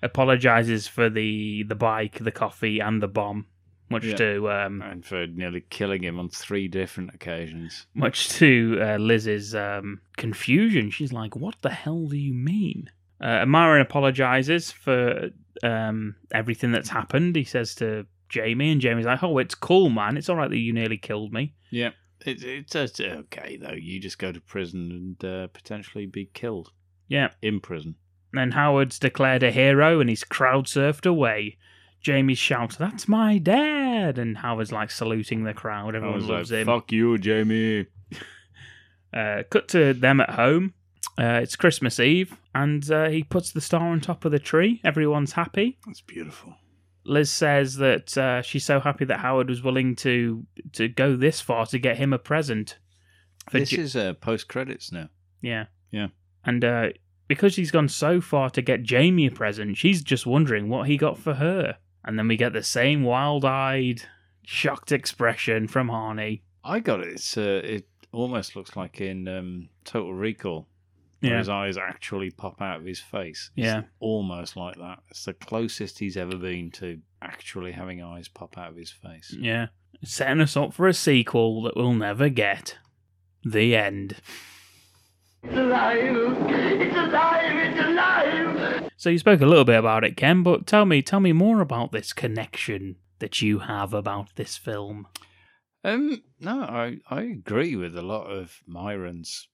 Speaker 3: Apologizes for the, the bike, the coffee, and the bomb. Much
Speaker 4: Yeah.
Speaker 3: to um,
Speaker 4: And for nearly killing him on three different occasions.
Speaker 3: much to uh, Liz's um, confusion. She's like, "What the hell do you mean?" Uh, Myron apologizes for um, everything that's happened. He says to Jamie, and Jamie's like, "Oh, it's cool, man. It's all right that you nearly killed me."
Speaker 4: Yeah. It, it's, it's okay, though. You just go to prison and uh, potentially be killed
Speaker 3: Yeah.
Speaker 4: in prison.
Speaker 3: And Howard's declared a hero, and he's crowd surfed away. Jamie shouts, "That's my dad!" and Howard's like saluting the crowd.
Speaker 4: I was
Speaker 3: Everyone
Speaker 4: like,
Speaker 3: loves him.
Speaker 4: fuck you, Jamie.
Speaker 3: Uh, cut to them at home. Uh, it's Christmas Eve, and uh, he puts the star on top of the tree. Everyone's happy.
Speaker 4: That's beautiful.
Speaker 3: Liz says that uh, she's so happy that Howard was willing to to go this far to get him a present. For
Speaker 4: this
Speaker 3: Ju-
Speaker 4: is uh, post credits now.
Speaker 3: yeah,
Speaker 4: Yeah.
Speaker 3: and uh, because she's gone so far to get Jamie a present, she's just wondering what he got for her. And then we get the same wild-eyed, shocked expression from Arnie.
Speaker 4: I got it. It's uh, it almost looks like in um, Total Recall, where
Speaker 3: Yeah.
Speaker 4: his eyes actually pop out of his face. It's
Speaker 3: Yeah.
Speaker 4: almost like that. It's the closest he's ever been to actually having eyes pop out of his face.
Speaker 3: Yeah. Setting us up for a sequel that we'll never get. The end.
Speaker 1: It's alive. It's alive. It's alive.
Speaker 3: So you spoke a little bit about it, Ken, but tell me, tell me more about this connection that you have about this film.
Speaker 4: Um, no, I, I agree with a lot of Myron's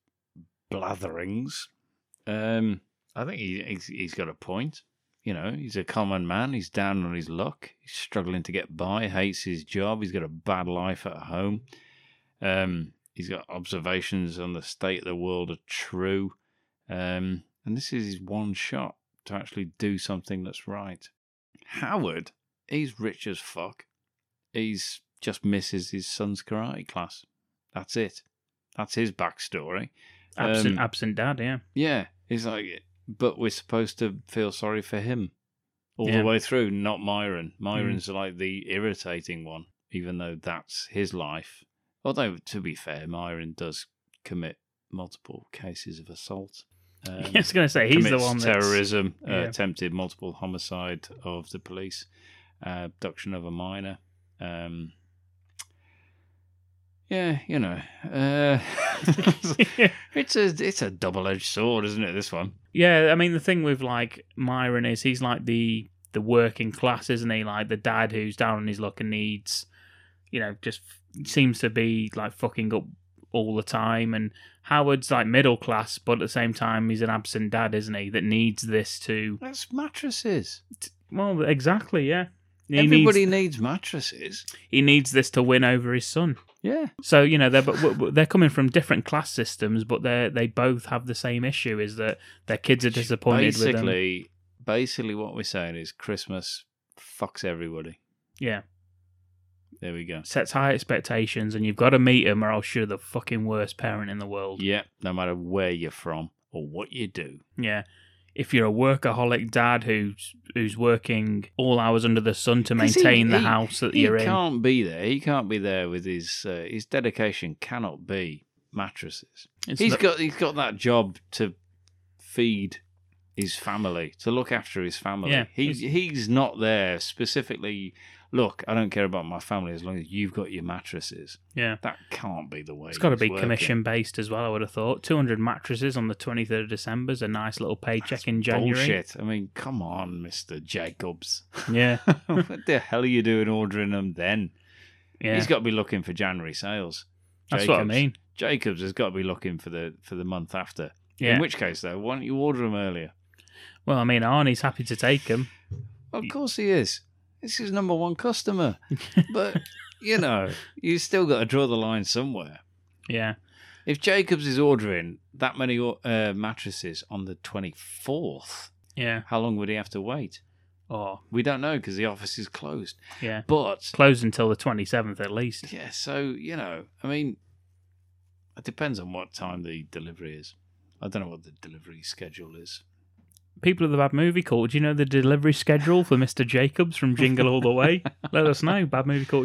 Speaker 4: blatherings. Um, I think he he's, he's got a point. You know, he's a common man. He's down on his luck. He's struggling to get by. Hates his job. He's got a bad life at home. Um, he's got observations on the state of the world are true. Um, and this is his one shot to actually do something that's right. Howard, he's rich as fuck he's just misses his son's karate class. That's it. That's his backstory.
Speaker 3: Absent,
Speaker 4: Um,
Speaker 3: absent dad, yeah. [LAUGHS]
Speaker 4: yeah, he's like, but we're supposed to feel sorry for him all
Speaker 3: Yeah. Mm.
Speaker 4: the way through, not Myron. Myron's like the irritating one, even though that's his life. Although, to be fair, Myron does commit multiple cases of assault. Um,
Speaker 3: [LAUGHS] I was gonna say, he's the
Speaker 4: commits
Speaker 3: one that's-
Speaker 4: terrorism, uh,
Speaker 3: Yeah.
Speaker 4: attempted multiple homicide of the police, uh, abduction of a minor. Um, yeah, you know, uh, [LAUGHS]
Speaker 3: [LAUGHS]
Speaker 4: it's a it's a double edged sword, isn't it? This one.
Speaker 3: Yeah, I mean the thing with like Myron is he's like the the working class, isn't he? Like the dad who's down on his luck and needs, you know, just f- seems to be like fucking up all the time. And Howard's like middle class, but at the same time he's an absent dad, isn't he? That needs this to
Speaker 4: That's mattresses.
Speaker 3: well, exactly, yeah. He
Speaker 4: Everybody
Speaker 3: needs
Speaker 4: needs mattresses.
Speaker 3: he needs this to win over his son.
Speaker 4: Yeah.
Speaker 3: So you know they're but but- but they're coming from different class systems, but they they both have the same issue: is that their kids are disappointed with them.
Speaker 4: basically, basically, what we're saying is Christmas fucks everybody.
Speaker 3: Yeah.
Speaker 4: There we go.
Speaker 3: Sets high expectations, and you've got to meet them, or else you're the fucking worst parent in the world.
Speaker 4: Yeah. No matter where you're from or what you do.
Speaker 3: Yeah. If you're a workaholic dad who's who's working all hours under the sun to
Speaker 4: 'Cause he-
Speaker 3: maintain the
Speaker 4: he-
Speaker 3: house that
Speaker 4: he
Speaker 3: you're in,
Speaker 4: can't be there. He can't be there with his uh, his dedication. Cannot be mattresses.
Speaker 3: It's
Speaker 4: he's
Speaker 3: the-
Speaker 4: got he's got that job to feed his family, to look after his family.
Speaker 3: Yeah,
Speaker 4: he
Speaker 3: he's-
Speaker 4: he's not there specifically. Look, I don't care about my family as long as you've got your mattresses.
Speaker 3: Yeah.
Speaker 4: that can't be the way.
Speaker 3: it's got to
Speaker 4: he's
Speaker 3: be
Speaker 4: working.
Speaker 3: commission based as well. I would have thought 200 mattresses on the 23rd of December is a nice little paycheck in January.
Speaker 4: Bullshit. I mean, come on, Mister Jacobs. [LAUGHS]
Speaker 3: Yeah.
Speaker 4: what the hell are you doing ordering them then?
Speaker 3: Yeah.
Speaker 4: He's got to be looking for January sales.
Speaker 3: That's what I mean.
Speaker 4: Jacobs has got to be looking for the for the month after.
Speaker 3: Yeah.
Speaker 4: In which case, though, why don't you order them earlier?
Speaker 3: Well, I mean, Arnie's happy to take them.
Speaker 4: Of course he is. This is number one customer. but you know, you still got to draw the line somewhere.
Speaker 3: Yeah.
Speaker 4: If Jacobs is ordering that many uh, mattresses on the twenty fourth,
Speaker 3: Yeah.
Speaker 4: how long would he have to wait?
Speaker 3: Oh,
Speaker 4: We don't know because the office is closed.
Speaker 3: yeah.
Speaker 4: But
Speaker 3: Closed until the 27th at least.
Speaker 4: yeah, so you know, I mean, it depends on what time the delivery is. I don't know what the delivery schedule is.
Speaker 3: people of the bad movie court, do you know the delivery schedule for Mr. Jacobs from Jingle All the
Speaker 4: [LAUGHS]
Speaker 3: Way? Let us know.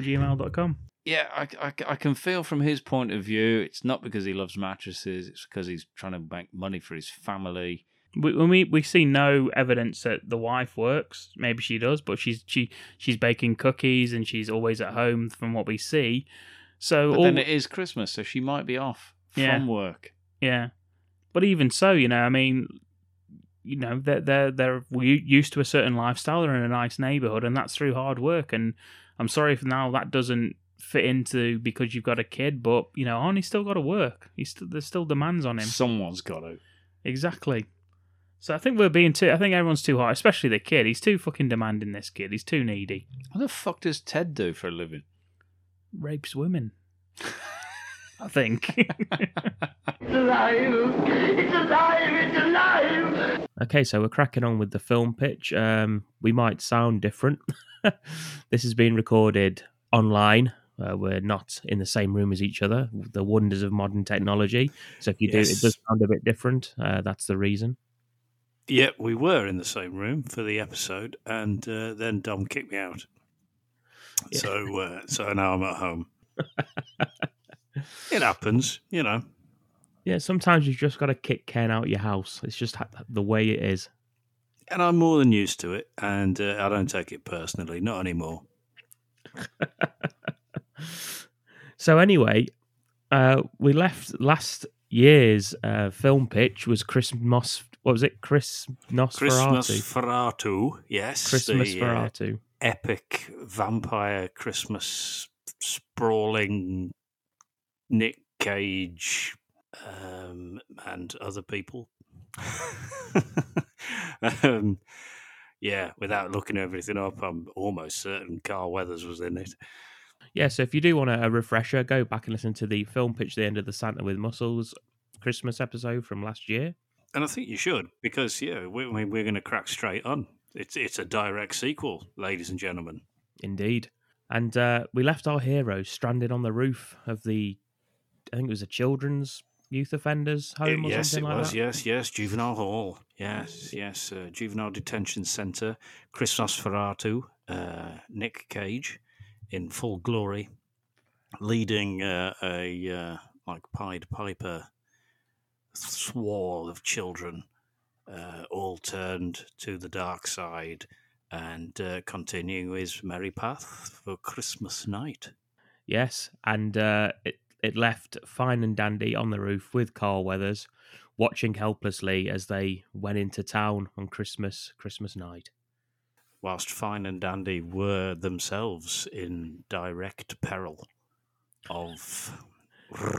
Speaker 3: Badmoviecourt@gmail.com.
Speaker 4: Yeah, I, I, I can feel from his point of view, it's not because he loves mattresses. It's because he's trying to make money for his family.
Speaker 3: We, when we we see no evidence that the wife works. Maybe she does, but she's she she's baking cookies and she's always at home from what we see. So
Speaker 4: But
Speaker 3: all,
Speaker 4: then it is Christmas, so she might be off
Speaker 3: Yeah.
Speaker 4: from work.
Speaker 3: yeah, but even so, you know, I mean, you know, they're they're they're we- used to a certain lifestyle. They're in a nice neighborhood, and that's through hard work. And I'm sorry if now that doesn't fit into because you've got a kid, but you know, Arnie's still got to work. He's st- there's still demands on him.
Speaker 4: Someone's got to.
Speaker 3: Exactly.
Speaker 15: So I think we're being too. I think everyone's too hard, especially the kid. He's too fucking demanding. This kid. He's too needy.
Speaker 4: What the fuck does Ted do for a living?
Speaker 15: Rapes
Speaker 3: [LAUGHS]
Speaker 15: women. I think.
Speaker 1: It's alive! It's alive! It's alive!
Speaker 3: Okay, so we're cracking on with the film pitch. Um, we might sound different. [LAUGHS] this is being recorded online. Uh, we're not in the same room as each other. The wonders of modern technology. So if you do, it
Speaker 16: Yes.
Speaker 3: does sound a bit different. Uh, that's the reason.
Speaker 16: Yeah, we were in the same room for the episode, and uh, then Dom kicked me out. So, uh, so now I'm at home. it happens, you know.
Speaker 3: Yeah, sometimes you've just got to kick Ken out your house. It's just ha- the way it is. [LAUGHS]
Speaker 16: And I'm more than used to it, and uh, I don't take it personally, not anymore.
Speaker 3: So anyway, uh, we left last year's uh, film pitch was Chris Moss. What was it? Chris Nosferatu.
Speaker 16: Christmas Feratu, yes,
Speaker 3: Christmas
Speaker 16: the, uh,
Speaker 3: Feratu.
Speaker 16: epic vampire Christmas sprawling Nick Cage um, and other people. [LAUGHS] um, yeah, without looking everything up, I'm almost certain Carl Weathers was in it.
Speaker 3: Yeah, so if you do want a, a refresher, go back and listen to the film pitch, the end of the Santa with Muscles Christmas episode from last year.
Speaker 16: And I think you should because yeah, we, we, we're going to crack straight on. It's it's a direct sequel, ladies and gentlemen.
Speaker 3: Indeed. And uh, we left our heroes stranded on the roof of the, I think it was a children's youth offenders home or
Speaker 16: yes, it
Speaker 3: something like
Speaker 16: was.
Speaker 3: that.
Speaker 16: Yes, yes, juvenile hall. Yes, yes, uh, juvenile detention centre. Christos Ferratu, uh, Nick Cage, in full glory, leading uh, a uh, like Pied Piper swall of children, uh, all turned to the dark side, and uh, continue his merry path for Christmas night.
Speaker 3: Yes, and uh, it it left Fine and Dandy on the roof with Carl Weathers, watching helplessly as they went into town on Christmas
Speaker 16: [LAUGHS]
Speaker 3: Christmas night.
Speaker 16: whilst Fine and Dandy were themselves in direct peril of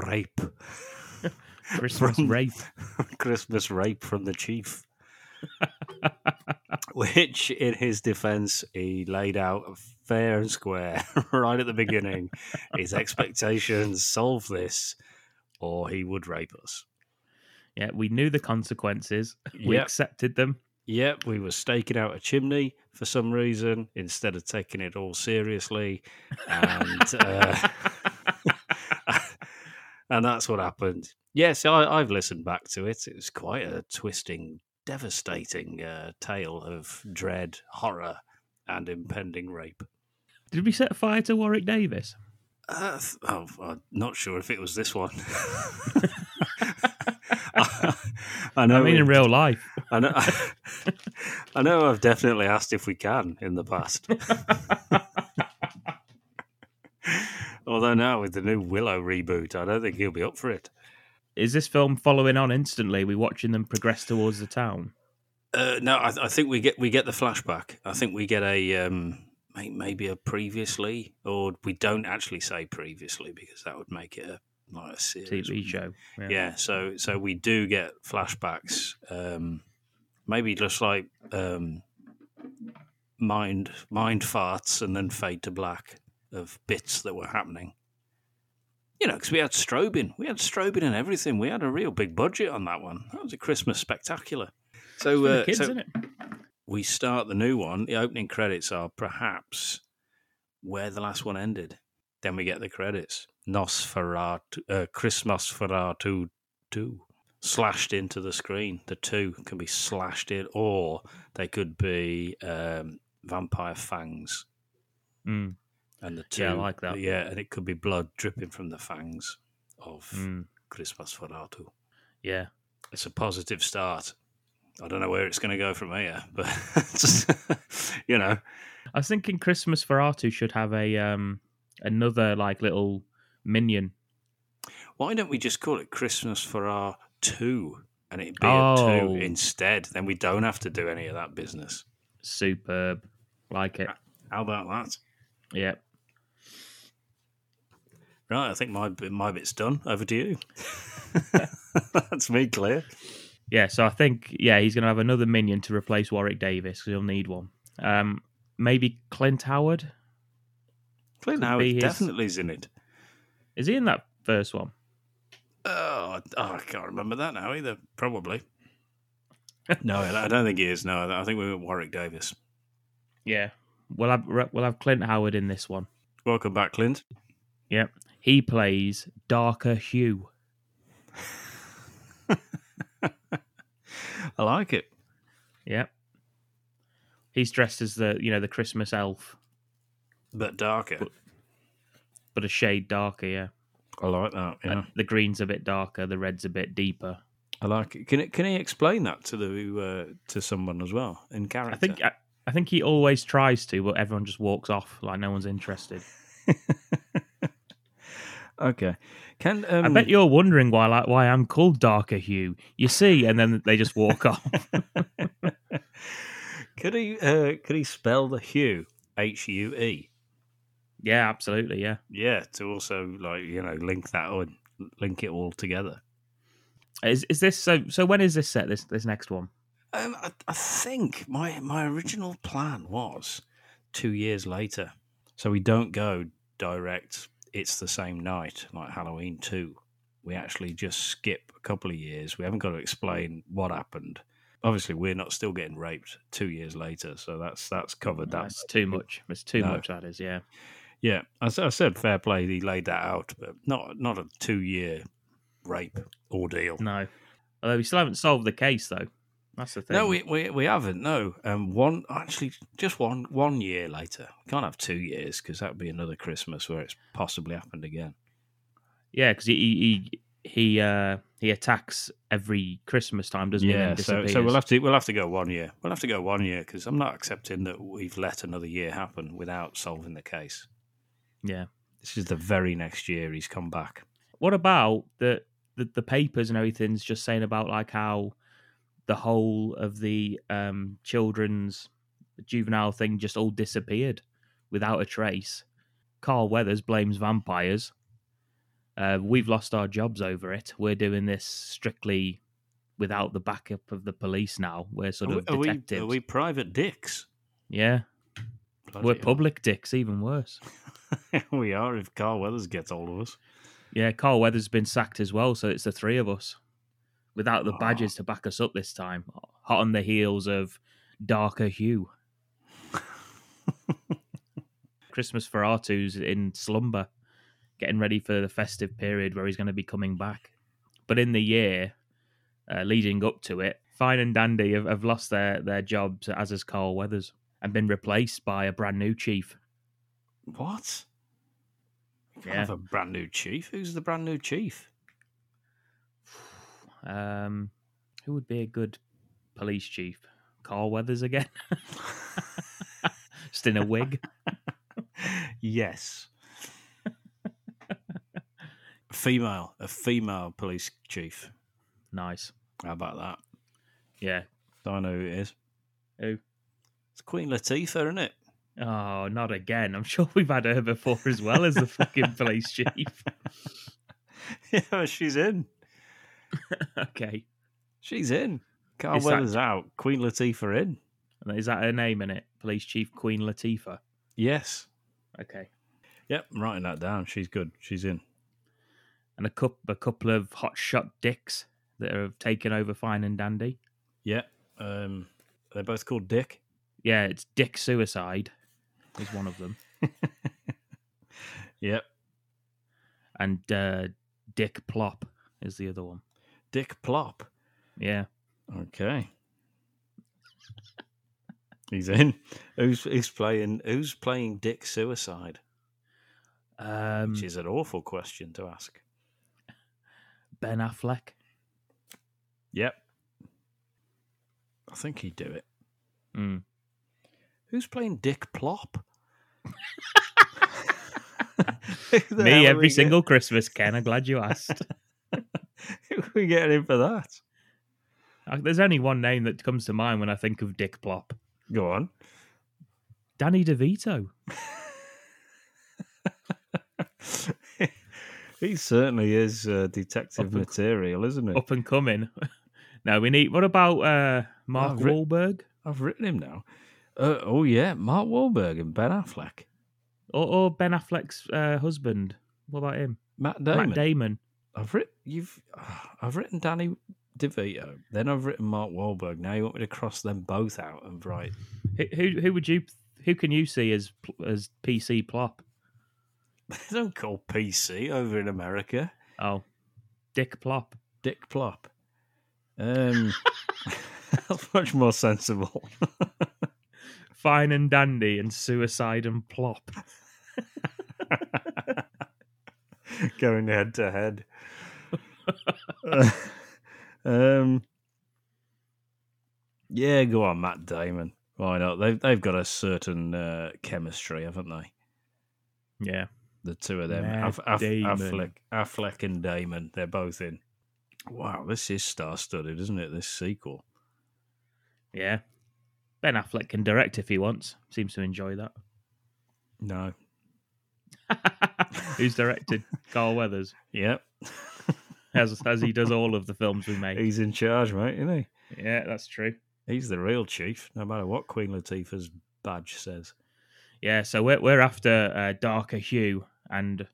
Speaker 16: rape. [LAUGHS]
Speaker 3: Christmas rape.
Speaker 16: Christmas rape from the chief. Which, in his defense, he laid out fair and square [LAUGHS] right at the beginning. his expectations solve this, or he would rape us.
Speaker 3: Yeah, we knew the consequences. We
Speaker 16: Yep.
Speaker 3: accepted them.
Speaker 16: Yep, we were staking out a chimney for some reason instead of taking it all seriously, and uh, [LAUGHS] and that's what happened. Yes, I, I've listened back to it. It was quite a twisting, devastating uh, tale of dread, horror, and impending rape.
Speaker 3: Did we set fire to Warwick Davis?
Speaker 16: Uh, th- oh, I'm not sure if it was this one. [LAUGHS] I know.
Speaker 3: I mean, in
Speaker 16: we-
Speaker 3: real life.
Speaker 16: I [LAUGHS] know. I know. I've definitely asked if we can in the [LAUGHS] past. Although now with the new Willow reboot, I don't think he'll be up for it.
Speaker 3: Is this film following on instantly? We watching them progress towards the town.
Speaker 16: Uh, no, I, I think we get we get the flashback. I think we get a um, may- maybe a previously, or we don't actually say previously because that would make it a like a series
Speaker 3: TV show.
Speaker 16: Yeah. so so we do get flashbacks. Um, maybe just like um, mind mind farts and then fade to black of bits that were happening. You know, because we had strobing, we had strobing and everything. We had a real big budget on that one. That was a Christmas spectacular. So,
Speaker 3: For the
Speaker 16: uh,
Speaker 3: kids,
Speaker 16: so
Speaker 3: isn't it?
Speaker 16: we start the new one. The opening credits are perhaps where the last one ended. Then we get the credits. Nosferatu, uh, Christmas Feratu 2 slashed into the screen. The two can be slashed in, or they could be um, vampire fangs.
Speaker 3: Mm.
Speaker 16: And the two,
Speaker 3: Yeah, I like that.
Speaker 16: Yeah, and it could be blood dripping from the fangs of
Speaker 3: Mm.
Speaker 16: Christmas Feratu.
Speaker 3: Yeah.
Speaker 16: It's a positive start. I don't know where it's going to go from here, but [LAUGHS] you know,
Speaker 3: I was thinking Christmas Ferratu should have a um another like little minion.
Speaker 16: why don't we just call it Christmas for our two and it be a
Speaker 3: Oh.
Speaker 16: two instead? Then we don't have to do any of that business.
Speaker 3: Superb. Like it.
Speaker 16: How about that?
Speaker 3: Yeah.
Speaker 16: [LAUGHS] Right, I think my bit- my bit's done. Over to you. That's me clear.
Speaker 3: Yeah, so I think yeah he's going to have another minion to replace Warwick Davis because he'll need one. Um, maybe Clint Howard.
Speaker 16: Clint
Speaker 3: Could
Speaker 16: Howard
Speaker 3: be his-
Speaker 16: definitely is in it.
Speaker 3: Is he in that first one?
Speaker 16: Oh, oh, I can't remember that now either. Probably. no, I don't think he is. No, I think we were Warwick Davis.
Speaker 3: Yeah, we'll have we'll have Clint Howard in this one.
Speaker 16: Welcome back, Clint.
Speaker 3: Yep, he plays darker hue.
Speaker 16: I like it.
Speaker 3: Yep, he's dressed as the you know the Christmas elf,
Speaker 16: but darker,
Speaker 3: but, but a shade darker. Yeah,
Speaker 16: I like that. Yeah.
Speaker 3: the green's a bit darker, the red's a bit deeper.
Speaker 16: I like it. Can it, can he explain that to the uh, to someone as well in character? [LAUGHS]
Speaker 3: I think I, I think he always tries to, but everyone just walks off like no one's interested.
Speaker 16: okay. Can
Speaker 3: I
Speaker 16: um,
Speaker 3: bet you're wondering why like, why I'm called darker hue. You see, and then they just walk [LAUGHS] off.
Speaker 16: [LAUGHS] could he uh, could he spell the hue H U E?
Speaker 3: Yeah, absolutely. Yeah,
Speaker 16: yeah. To also like you know link that or link it all together.
Speaker 3: Is is this so? So when is this set? This this next one?
Speaker 16: Um, I, I think my my original plan was two years later, so we don't go direct. It's the same night, like Halloween two. We actually just skip a couple of years. We haven't got to explain what happened. Obviously, we're not still getting raped two years later, so that's that's covered. That's
Speaker 3: too much. It's too
Speaker 16: No.
Speaker 3: much. That is. Yeah.
Speaker 16: Yeah, I, s- I said fair play. He laid that out, but not not a two year rape ordeal.
Speaker 3: No, although we still haven't solved the case though. That's the thing.
Speaker 16: No, we, we we haven't. No, um, one actually just one one year later. We can't have two years because that would be another Christmas where it's possibly happened again.
Speaker 3: Yeah, because he he he uh, he attacks every Christmas time, doesn't he? and
Speaker 16: Yeah,
Speaker 3: then
Speaker 16: so so
Speaker 3: disappears.
Speaker 16: we'll have to we'll have to go one year. We'll have to go one year because I'm not accepting that we've let another year happen without solving the case.
Speaker 3: Yeah.
Speaker 16: This is the very next year he's come back.
Speaker 3: What about the, the the papers and everything's just saying about like how the whole of the um children's juvenile thing just all disappeared without a trace. Carl Weathers blames vampires. Uh, we've lost our jobs over it. We're doing this strictly without the backup of the police now. We're sort
Speaker 16: Are
Speaker 3: of
Speaker 16: we- are we-
Speaker 3: detectives.
Speaker 16: are we private dicks?
Speaker 3: Yeah.
Speaker 16: Bloody
Speaker 3: We're
Speaker 16: hell. [LAUGHS]
Speaker 3: public dicks, even worse.
Speaker 16: we are if Carl Weathers gets hold of us.
Speaker 3: Yeah, Carl Weathers has been sacked as well, so it's the three of us without the badges to back us up this time. Hot on the heels of darker hue. Christmas for Artu's in slumber, getting ready for the festive period where he's going to be coming back. But in the year uh, leading up to it, Fine and Dandy have, have lost their, their jobs, as has Carl Weathers, and been replaced by a brand new chief.
Speaker 16: What? We can't
Speaker 3: Yeah.
Speaker 16: have a brand new chief. Who's the brand new chief?
Speaker 3: [SIGHS] Um, who would be a good police chief? Carl Weathers again, just in a wig.
Speaker 16: Yes. female, a female police chief.
Speaker 3: Nice.
Speaker 16: How about that?
Speaker 3: Yeah.
Speaker 16: I know who it is.
Speaker 3: Who?
Speaker 16: It's Queen Latifah, isn't it?
Speaker 3: Oh, not again! I'm sure we've had her before as well as the fucking police chief. [LAUGHS]
Speaker 16: [LAUGHS] yeah, she's in.
Speaker 3: okay.
Speaker 16: She's in. Carl
Speaker 3: Is that-
Speaker 16: Weathers out. Queen Latifah in.
Speaker 3: Is that her name in it? Police Chief Queen Latifah.
Speaker 16: Yes.
Speaker 3: Okay.
Speaker 16: Yep, I'm writing that down. She's good. She's in.
Speaker 3: And a couple, a couple of hot shot dicks that have taken over Fine and Dandy.
Speaker 16: Yeah. Um, they're both called Dick.
Speaker 3: Yeah, it's Dick Suicide. Is one of them.
Speaker 16: Yep.
Speaker 3: and uh, Dick Plop is the other one.
Speaker 16: Dick Plop.
Speaker 3: Yeah.
Speaker 16: Okay. He's in. Who's who's playing who's playing Dick Suicide?
Speaker 3: Um,
Speaker 16: Which is an awful question to ask.
Speaker 3: Ben Affleck.
Speaker 16: Yep. I think he'd do it.
Speaker 3: Mm.
Speaker 16: Who's playing Dick [LAUGHS] Plop?
Speaker 3: Me every single Christmas, Ken. I'm glad you asked.
Speaker 16: [LAUGHS] Who are we getting in for that?
Speaker 3: Uh, There's only one name that comes to mind when I think of Dick Plop.
Speaker 16: Go [LAUGHS] on.
Speaker 3: Danny DeVito.
Speaker 16: He certainly is uh, detective material, isn't it?
Speaker 3: Up and coming. [LAUGHS] No, we need. What about uh, Mark
Speaker 16: I've writ-
Speaker 3: Wahlberg?
Speaker 16: I've written him now. Uh, oh yeah, Mark Wahlberg and Ben Affleck.
Speaker 3: Or, or Ben Affleck's uh, husband? What about him?
Speaker 16: Matt Damon.
Speaker 3: Matt Damon.
Speaker 16: I've written you've. [SIGHS] I've written Danny DeVito. Then I've written Mark Wahlberg. Now you want me to cross them both out and write [LAUGHS]
Speaker 3: Who, who who would you? Who can you see as pl- as PC plop?
Speaker 16: They don't call PC over in America.
Speaker 3: Oh, Dick Plop.
Speaker 16: Dick Plop. Um, [LAUGHS] that's much more sensible. [LAUGHS]
Speaker 3: Fine and dandy and suicide and plop.
Speaker 16: going head to head. [LAUGHS] Um, yeah, go on, Matt Damon. Why not? They've they've got a certain uh, chemistry, haven't they?
Speaker 3: Yeah,
Speaker 16: the two of them,
Speaker 3: Matt
Speaker 16: Aff- Aff-
Speaker 3: Damon.
Speaker 16: Affleck, Affleck and Damon. They're both in. Wow, this is star-studded, isn't it? This sequel.
Speaker 3: Yeah. Ben Affleck can direct if he wants. Seems to enjoy that.
Speaker 16: No. [LAUGHS]
Speaker 3: Who's directed? Carl Weathers.
Speaker 16: Yep.
Speaker 3: as as he does all of the films we make.
Speaker 16: He's in charge, mate, isn't
Speaker 3: he? Yeah, that's true.
Speaker 16: He's the real chief, no matter what Queen Latifah's badge says.
Speaker 3: Yeah, so we're we're after uh, darker hue and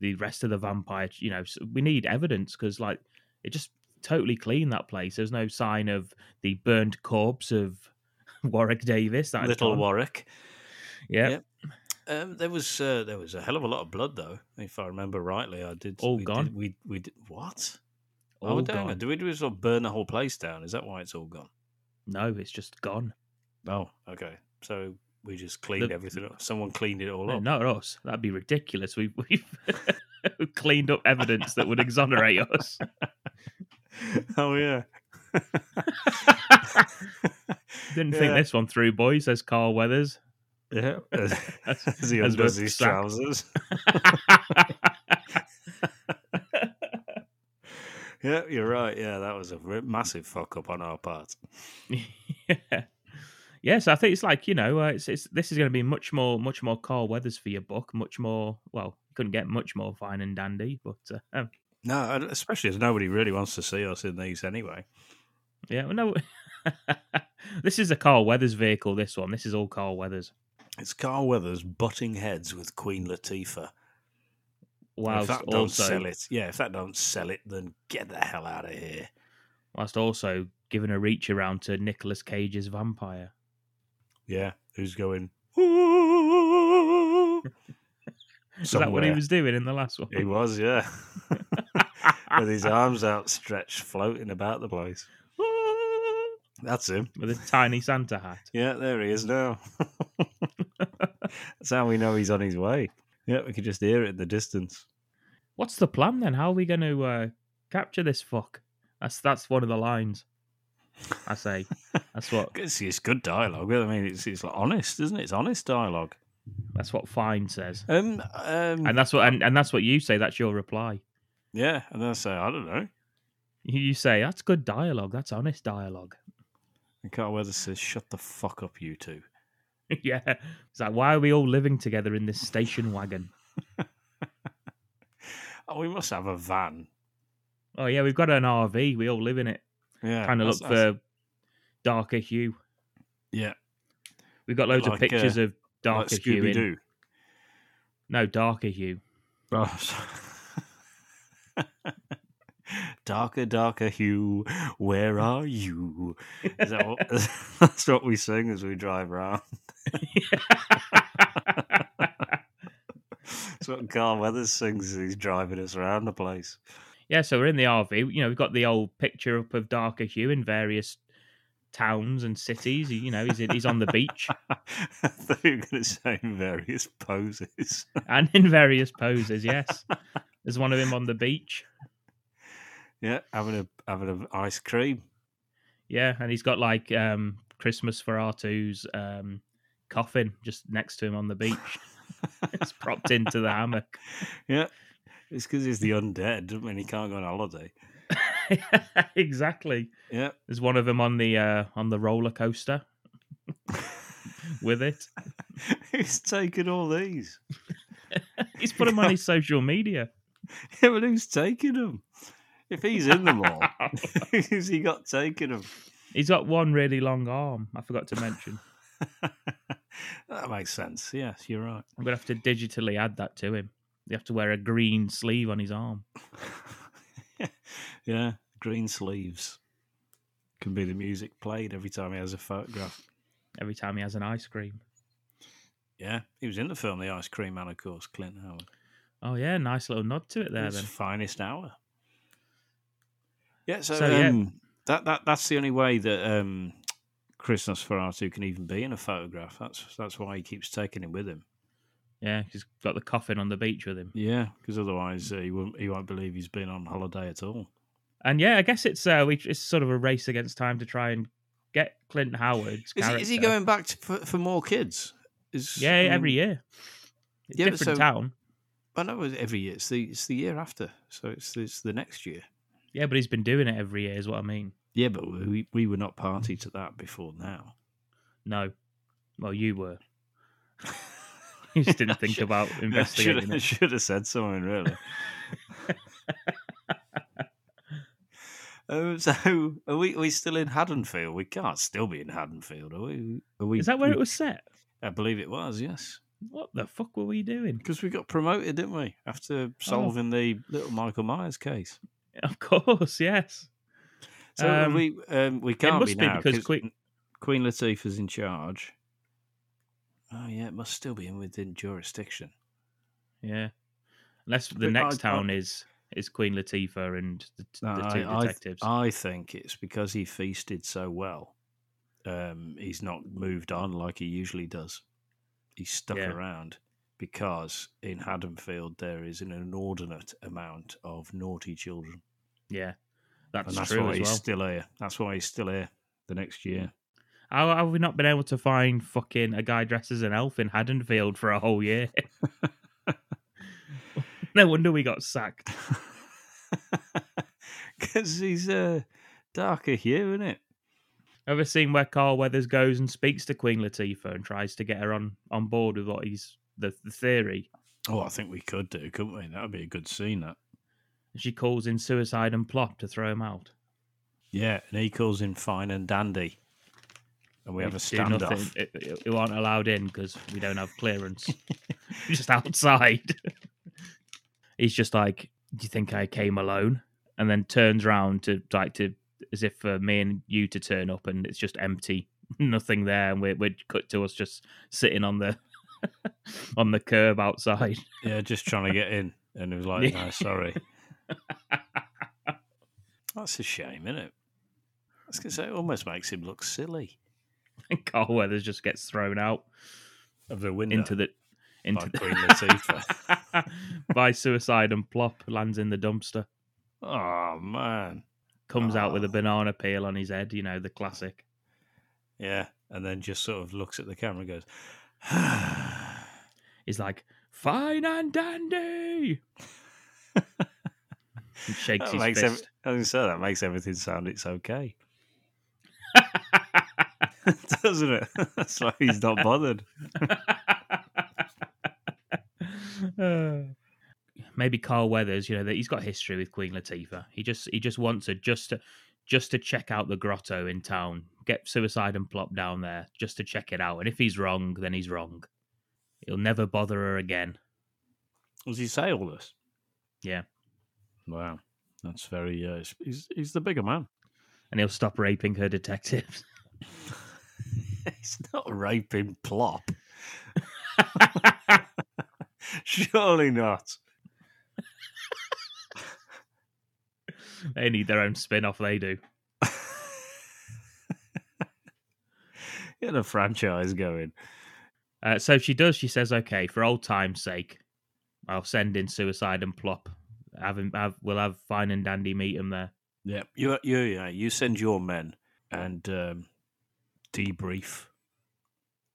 Speaker 3: the rest of the vampire. You know, so we need evidence because like it just totally cleaned that place. There's no sign of the burned corpse of [LAUGHS] Warwick Davis. That had
Speaker 16: Little
Speaker 3: gone.
Speaker 16: Warwick.
Speaker 3: Yeah.
Speaker 16: Yep. Um, there was uh, there was a hell of a lot of blood, though. If I remember rightly, I did.
Speaker 3: All
Speaker 16: we
Speaker 3: gone.
Speaker 16: Did, we we did what?
Speaker 3: All
Speaker 16: oh, damn
Speaker 3: gone.
Speaker 16: it! Do we do sort of burn the whole place down? Is that why it's all gone?
Speaker 3: No, it's just gone.
Speaker 16: Oh, okay. So we just cleaned
Speaker 3: The-
Speaker 16: everything up. Someone cleaned it all
Speaker 3: No,
Speaker 16: up.
Speaker 3: not us. That'd be ridiculous. We've, we've [LAUGHS] cleaned up evidence that would exonerate us.
Speaker 16: [LAUGHS] Oh
Speaker 3: [LAUGHS]
Speaker 16: yeah.
Speaker 3: Didn't think
Speaker 16: Yeah.
Speaker 3: this one through, boy, says Carl Weathers. [LAUGHS]
Speaker 16: Yeah. As, as he
Speaker 3: as
Speaker 16: undoes
Speaker 3: we're
Speaker 16: his
Speaker 3: sacked.
Speaker 16: trousers. [LAUGHS] yeah, you're right. Yeah, that was a r- massive fuck up on our part.
Speaker 3: yeah. yeah, so I think it's like you know, uh, it's, it's this is going to be much more, much more Carl Weathers for your book. Much more. Well, you couldn't get much more fine and dandy, but uh, um,
Speaker 16: No, I- especially as nobody really wants to see us in these anyway.
Speaker 3: yeah, well, no. [LAUGHS] this is a Carl Weathers vehicle. This one. This is all Carl Weathers.
Speaker 16: It's Carl Weathers butting heads with Queen Latifah.
Speaker 3: Whilst
Speaker 16: if that don't
Speaker 3: also
Speaker 16: sell it, yeah, if that don't sell it, then get the hell out of here.
Speaker 3: whilst also giving a reach around to Nicolas Cage's vampire.
Speaker 16: Yeah, who's going? [LAUGHS]
Speaker 3: Is that what he
Speaker 16: Somewhere.
Speaker 3: was doing in the last one?
Speaker 16: He was, yeah, with his arms outstretched, floating about the place. That's him
Speaker 3: [LAUGHS] with a tiny Santa hat.
Speaker 16: Yeah, there he is now. [LAUGHS] That's how we know he's on his way. Yeah, we can just hear it in the distance.
Speaker 3: What's the plan then? How are we going to uh, capture this fuck? That's that's one of the lines. I say. That's what.
Speaker 16: [LAUGHS] It's, it's good dialogue. I mean, it's it's like honest, isn't it? It's honest dialogue.
Speaker 3: That's what Fine says.
Speaker 16: Um, um,
Speaker 3: And that's what and, and that's what you say. That's your reply.
Speaker 16: yeah, and then I say, I don't know.
Speaker 3: You you say that's good dialogue. That's honest dialogue. [LAUGHS]
Speaker 16: And Carl Weathers says, "Shut the fuck up, you two.
Speaker 3: yeah. It's like why are we all living together in this station wagon?
Speaker 16: Oh, we must have a van.
Speaker 3: Oh yeah, we've got an RV. We all live in it.
Speaker 16: [LAUGHS] Yeah,
Speaker 3: Trying to
Speaker 16: that's-
Speaker 3: look
Speaker 16: that's-
Speaker 3: for darker hue.
Speaker 16: Yeah,
Speaker 3: We've got loads
Speaker 16: Like,
Speaker 3: of pictures
Speaker 16: uh,
Speaker 3: of darker
Speaker 16: like
Speaker 3: hue. in-
Speaker 16: Scooby-Doo.
Speaker 3: No,
Speaker 16: [LAUGHS]
Speaker 3: darker hue.
Speaker 16: Oh, sorry. darker, darker hue. Where are you? Is that what, [LAUGHS] that's what we sing as we drive around. that's what Carl Weathers sings as he's driving us around the place. [LAUGHS]
Speaker 3: Yeah, so we're in the RV. You know, we've got the old picture up of darker hue in various towns and cities. You know, he's he's on
Speaker 16: [LAUGHS]
Speaker 3: the beach
Speaker 16: I thought you were going to say in various poses. [LAUGHS]
Speaker 3: and in various poses. Yes, there's one of him on the beach.
Speaker 16: yeah, having a having an ice cream.
Speaker 3: Yeah, and he's got like um, Christmas Ferratu's um, coffin just next to him on the beach. [LAUGHS] it's propped into the hammock.
Speaker 16: Yeah, it's because he's the undead, doesn't mean he can't go on holiday. [LAUGHS]
Speaker 3: [LAUGHS] exactly.
Speaker 16: Yeah.
Speaker 3: There's one of them on the uh, on the roller coaster with it.
Speaker 16: [LAUGHS] Who's taking all these?
Speaker 3: He's put them on his social media.
Speaker 16: [LAUGHS] Yeah, but who's taking them? If he's in them
Speaker 3: [LAUGHS]
Speaker 16: all, [LAUGHS] who's he got taking them?
Speaker 3: He's got one really long arm. I forgot to mention.
Speaker 16: [LAUGHS] that makes sense. Yes, you're right.
Speaker 3: I'm gonna have to digitally add that to him. You have to wear a green sleeve on his arm.
Speaker 16: Yeah, green sleeves can be the music played every time he has a photograph.
Speaker 3: Every time he has an ice cream.
Speaker 16: Yeah, he was in the film The Ice Cream Man, of course, Clint Howard.
Speaker 3: Oh yeah, nice little nod to it there.
Speaker 16: His
Speaker 3: Then
Speaker 16: finest hour. Yeah, so,
Speaker 3: So, yeah.
Speaker 16: um, that that that's the only way that um, Chris Nosferatu can even be in a photograph. That's that's why he keeps taking him with him.
Speaker 3: yeah, he's got the coffin on the beach with him.
Speaker 16: Yeah, because otherwise uh, he won't he won't believe he's been on holiday at all.
Speaker 3: And yeah, I guess it's uh, we, it's sort of a race against time to try and get Clint Howard's
Speaker 16: Is he,
Speaker 3: character.
Speaker 16: is he going um, back to, for, for more kids? Is,
Speaker 3: Yeah,
Speaker 16: I mean-
Speaker 3: every year. It's
Speaker 16: but
Speaker 3: different town.
Speaker 16: I know it's every year. It's the it's the year after, so it's it's the next year.
Speaker 3: Yeah, but he's been doing it every year, is what I mean.
Speaker 16: Yeah, but we we were not party to that before now.
Speaker 3: No, well, you were. [LAUGHS] you [LAUGHS] just didn't
Speaker 16: [LAUGHS]
Speaker 3: think about investigating.
Speaker 16: I
Speaker 3: it.
Speaker 16: should have said something
Speaker 3: [LAUGHS]
Speaker 16: really. um, so are we we still in Haddonfield? We can't still be in Haddonfield, are we? Are we
Speaker 3: Is that where
Speaker 16: we-
Speaker 3: it was set?
Speaker 16: I believe it was. Yes.
Speaker 3: What the fuck were we doing? [LAUGHS]
Speaker 16: Because we got promoted, didn't we?
Speaker 3: Oh.
Speaker 16: After solving the little Michael Myers case.
Speaker 3: Of course, yes.
Speaker 16: So
Speaker 3: Um,
Speaker 16: we um, we
Speaker 3: it
Speaker 16: can't
Speaker 3: must
Speaker 16: be
Speaker 3: be
Speaker 16: now
Speaker 3: because Queen-
Speaker 16: Queen Latifah's in charge. Oh yeah, it must still be in within jurisdiction.
Speaker 3: Yeah, unless the
Speaker 16: But
Speaker 3: next
Speaker 16: I- I-
Speaker 3: town is is Queen Latifah and the,
Speaker 16: No,
Speaker 3: Uh, the
Speaker 16: uh, I-
Speaker 3: two
Speaker 16: I,
Speaker 3: detectives.
Speaker 16: I think it's because he feasted so well. Um, he's not moved on like he usually does. He's stuck
Speaker 3: Yeah.
Speaker 16: around because in Haddonfield there is an inordinate amount of naughty children.
Speaker 3: yeah, that's,
Speaker 16: and that's
Speaker 3: true
Speaker 16: why
Speaker 3: as
Speaker 16: he's
Speaker 3: well.
Speaker 16: still here. That's why he's still here the next
Speaker 3: [LAUGHS]
Speaker 16: year.
Speaker 3: How have we not been able to find fucking a guy dressed as an elf in Haddonfield for a
Speaker 16: [LAUGHS]
Speaker 3: whole year? [LAUGHS] no wonder we got sacked.
Speaker 16: Because he's
Speaker 3: uh,
Speaker 16: a darker hue, isn't it?
Speaker 3: Ever seen where Carl Weathers goes and speaks to Queen Latifah and tries to get her on, on board with what he's the, the theory?
Speaker 16: Oh, I think we could do, couldn't we? That would be a good scene, that.
Speaker 3: She calls in suicide and plot to throw him out.
Speaker 16: Yeah, and he calls in fine and dandy. And we have a
Speaker 3: do nothing.
Speaker 16: standoff.
Speaker 3: It- it- We aren't allowed in because we don't have
Speaker 16: [LAUGHS]
Speaker 3: clearance. We're just outside. He's just like, "Do you think I came alone?" And then turns round to like to as if for me and you to turn up, and it's just empty, [LAUGHS] nothing there, and we're we're cut to us just sitting on the [LAUGHS] on the curb outside.
Speaker 16: Yeah, just trying to get in. And it was like,
Speaker 3: [LAUGHS] Yeah.
Speaker 16: no, sorry. That's a shame, isn't it? I was going to say, it almost makes him look silly.
Speaker 3: [LAUGHS] And Carl Weathers just gets thrown out
Speaker 16: of the window
Speaker 3: into the into
Speaker 16: by
Speaker 3: the- [LAUGHS]
Speaker 16: Queen Latifah.
Speaker 3: by suicide and plop lands in the dumpster.
Speaker 16: Oh man.
Speaker 3: Comes out
Speaker 16: Ah.
Speaker 3: with a banana peel on his head, you know, the classic.
Speaker 16: Yeah. And then just sort of looks at the camera and goes, [SIGHS]
Speaker 3: He's like, Fine and
Speaker 16: [LAUGHS]
Speaker 3: dandy. and shakes
Speaker 16: that
Speaker 3: his
Speaker 16: makes
Speaker 3: fist. [LAUGHS]
Speaker 16: ev- I was gonna say, that makes everything sound it's okay. [LAUGHS] Doesn't it? [LAUGHS] That's why he's
Speaker 3: [LAUGHS]
Speaker 16: not bothered.
Speaker 3: Uh, [LAUGHS] maybe Carl Weathers, you know, that he's got history with Queen Latifah. He just he just wants her just to just to check out the grotto in town, get suicide and plop down there, just to check it out. And if he's wrong, then he's wrong. He'll never bother her again.
Speaker 16: Does he say all this?
Speaker 3: Yeah.
Speaker 16: Wow. That's very. Uh, he's he's the bigger man. [LAUGHS]
Speaker 3: And he'll stop raping her detectives. [LAUGHS]
Speaker 16: It's not raping
Speaker 3: [LAUGHS]
Speaker 16: plop. [LAUGHS] Surely not. [LAUGHS]
Speaker 3: they need their own spin off, they do.
Speaker 16: Get a franchise going.
Speaker 3: Uh, so she does. She says, "Okay, for old times' sake, I'll send in suicide and plop. Have him. Have, we'll have Fine and Dandy meet him there.
Speaker 16: Yeah, you you yeah, you send your men and um, debrief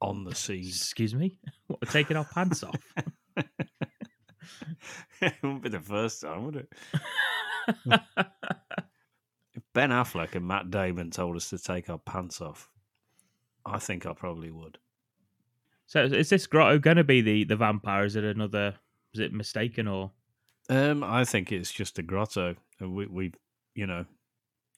Speaker 16: on the scene.
Speaker 3: Excuse me, [LAUGHS] what? We're taking our pants off.
Speaker 16: [LAUGHS] it wouldn't be the first time, would it? if Ben Affleck and Matt Damon told us to take our pants off, I think I probably would.
Speaker 3: So is this grotto going to be the the vampire? Is it another? Is it mistaken or
Speaker 16: Um, I think it's just a grotto, and we, we've you know,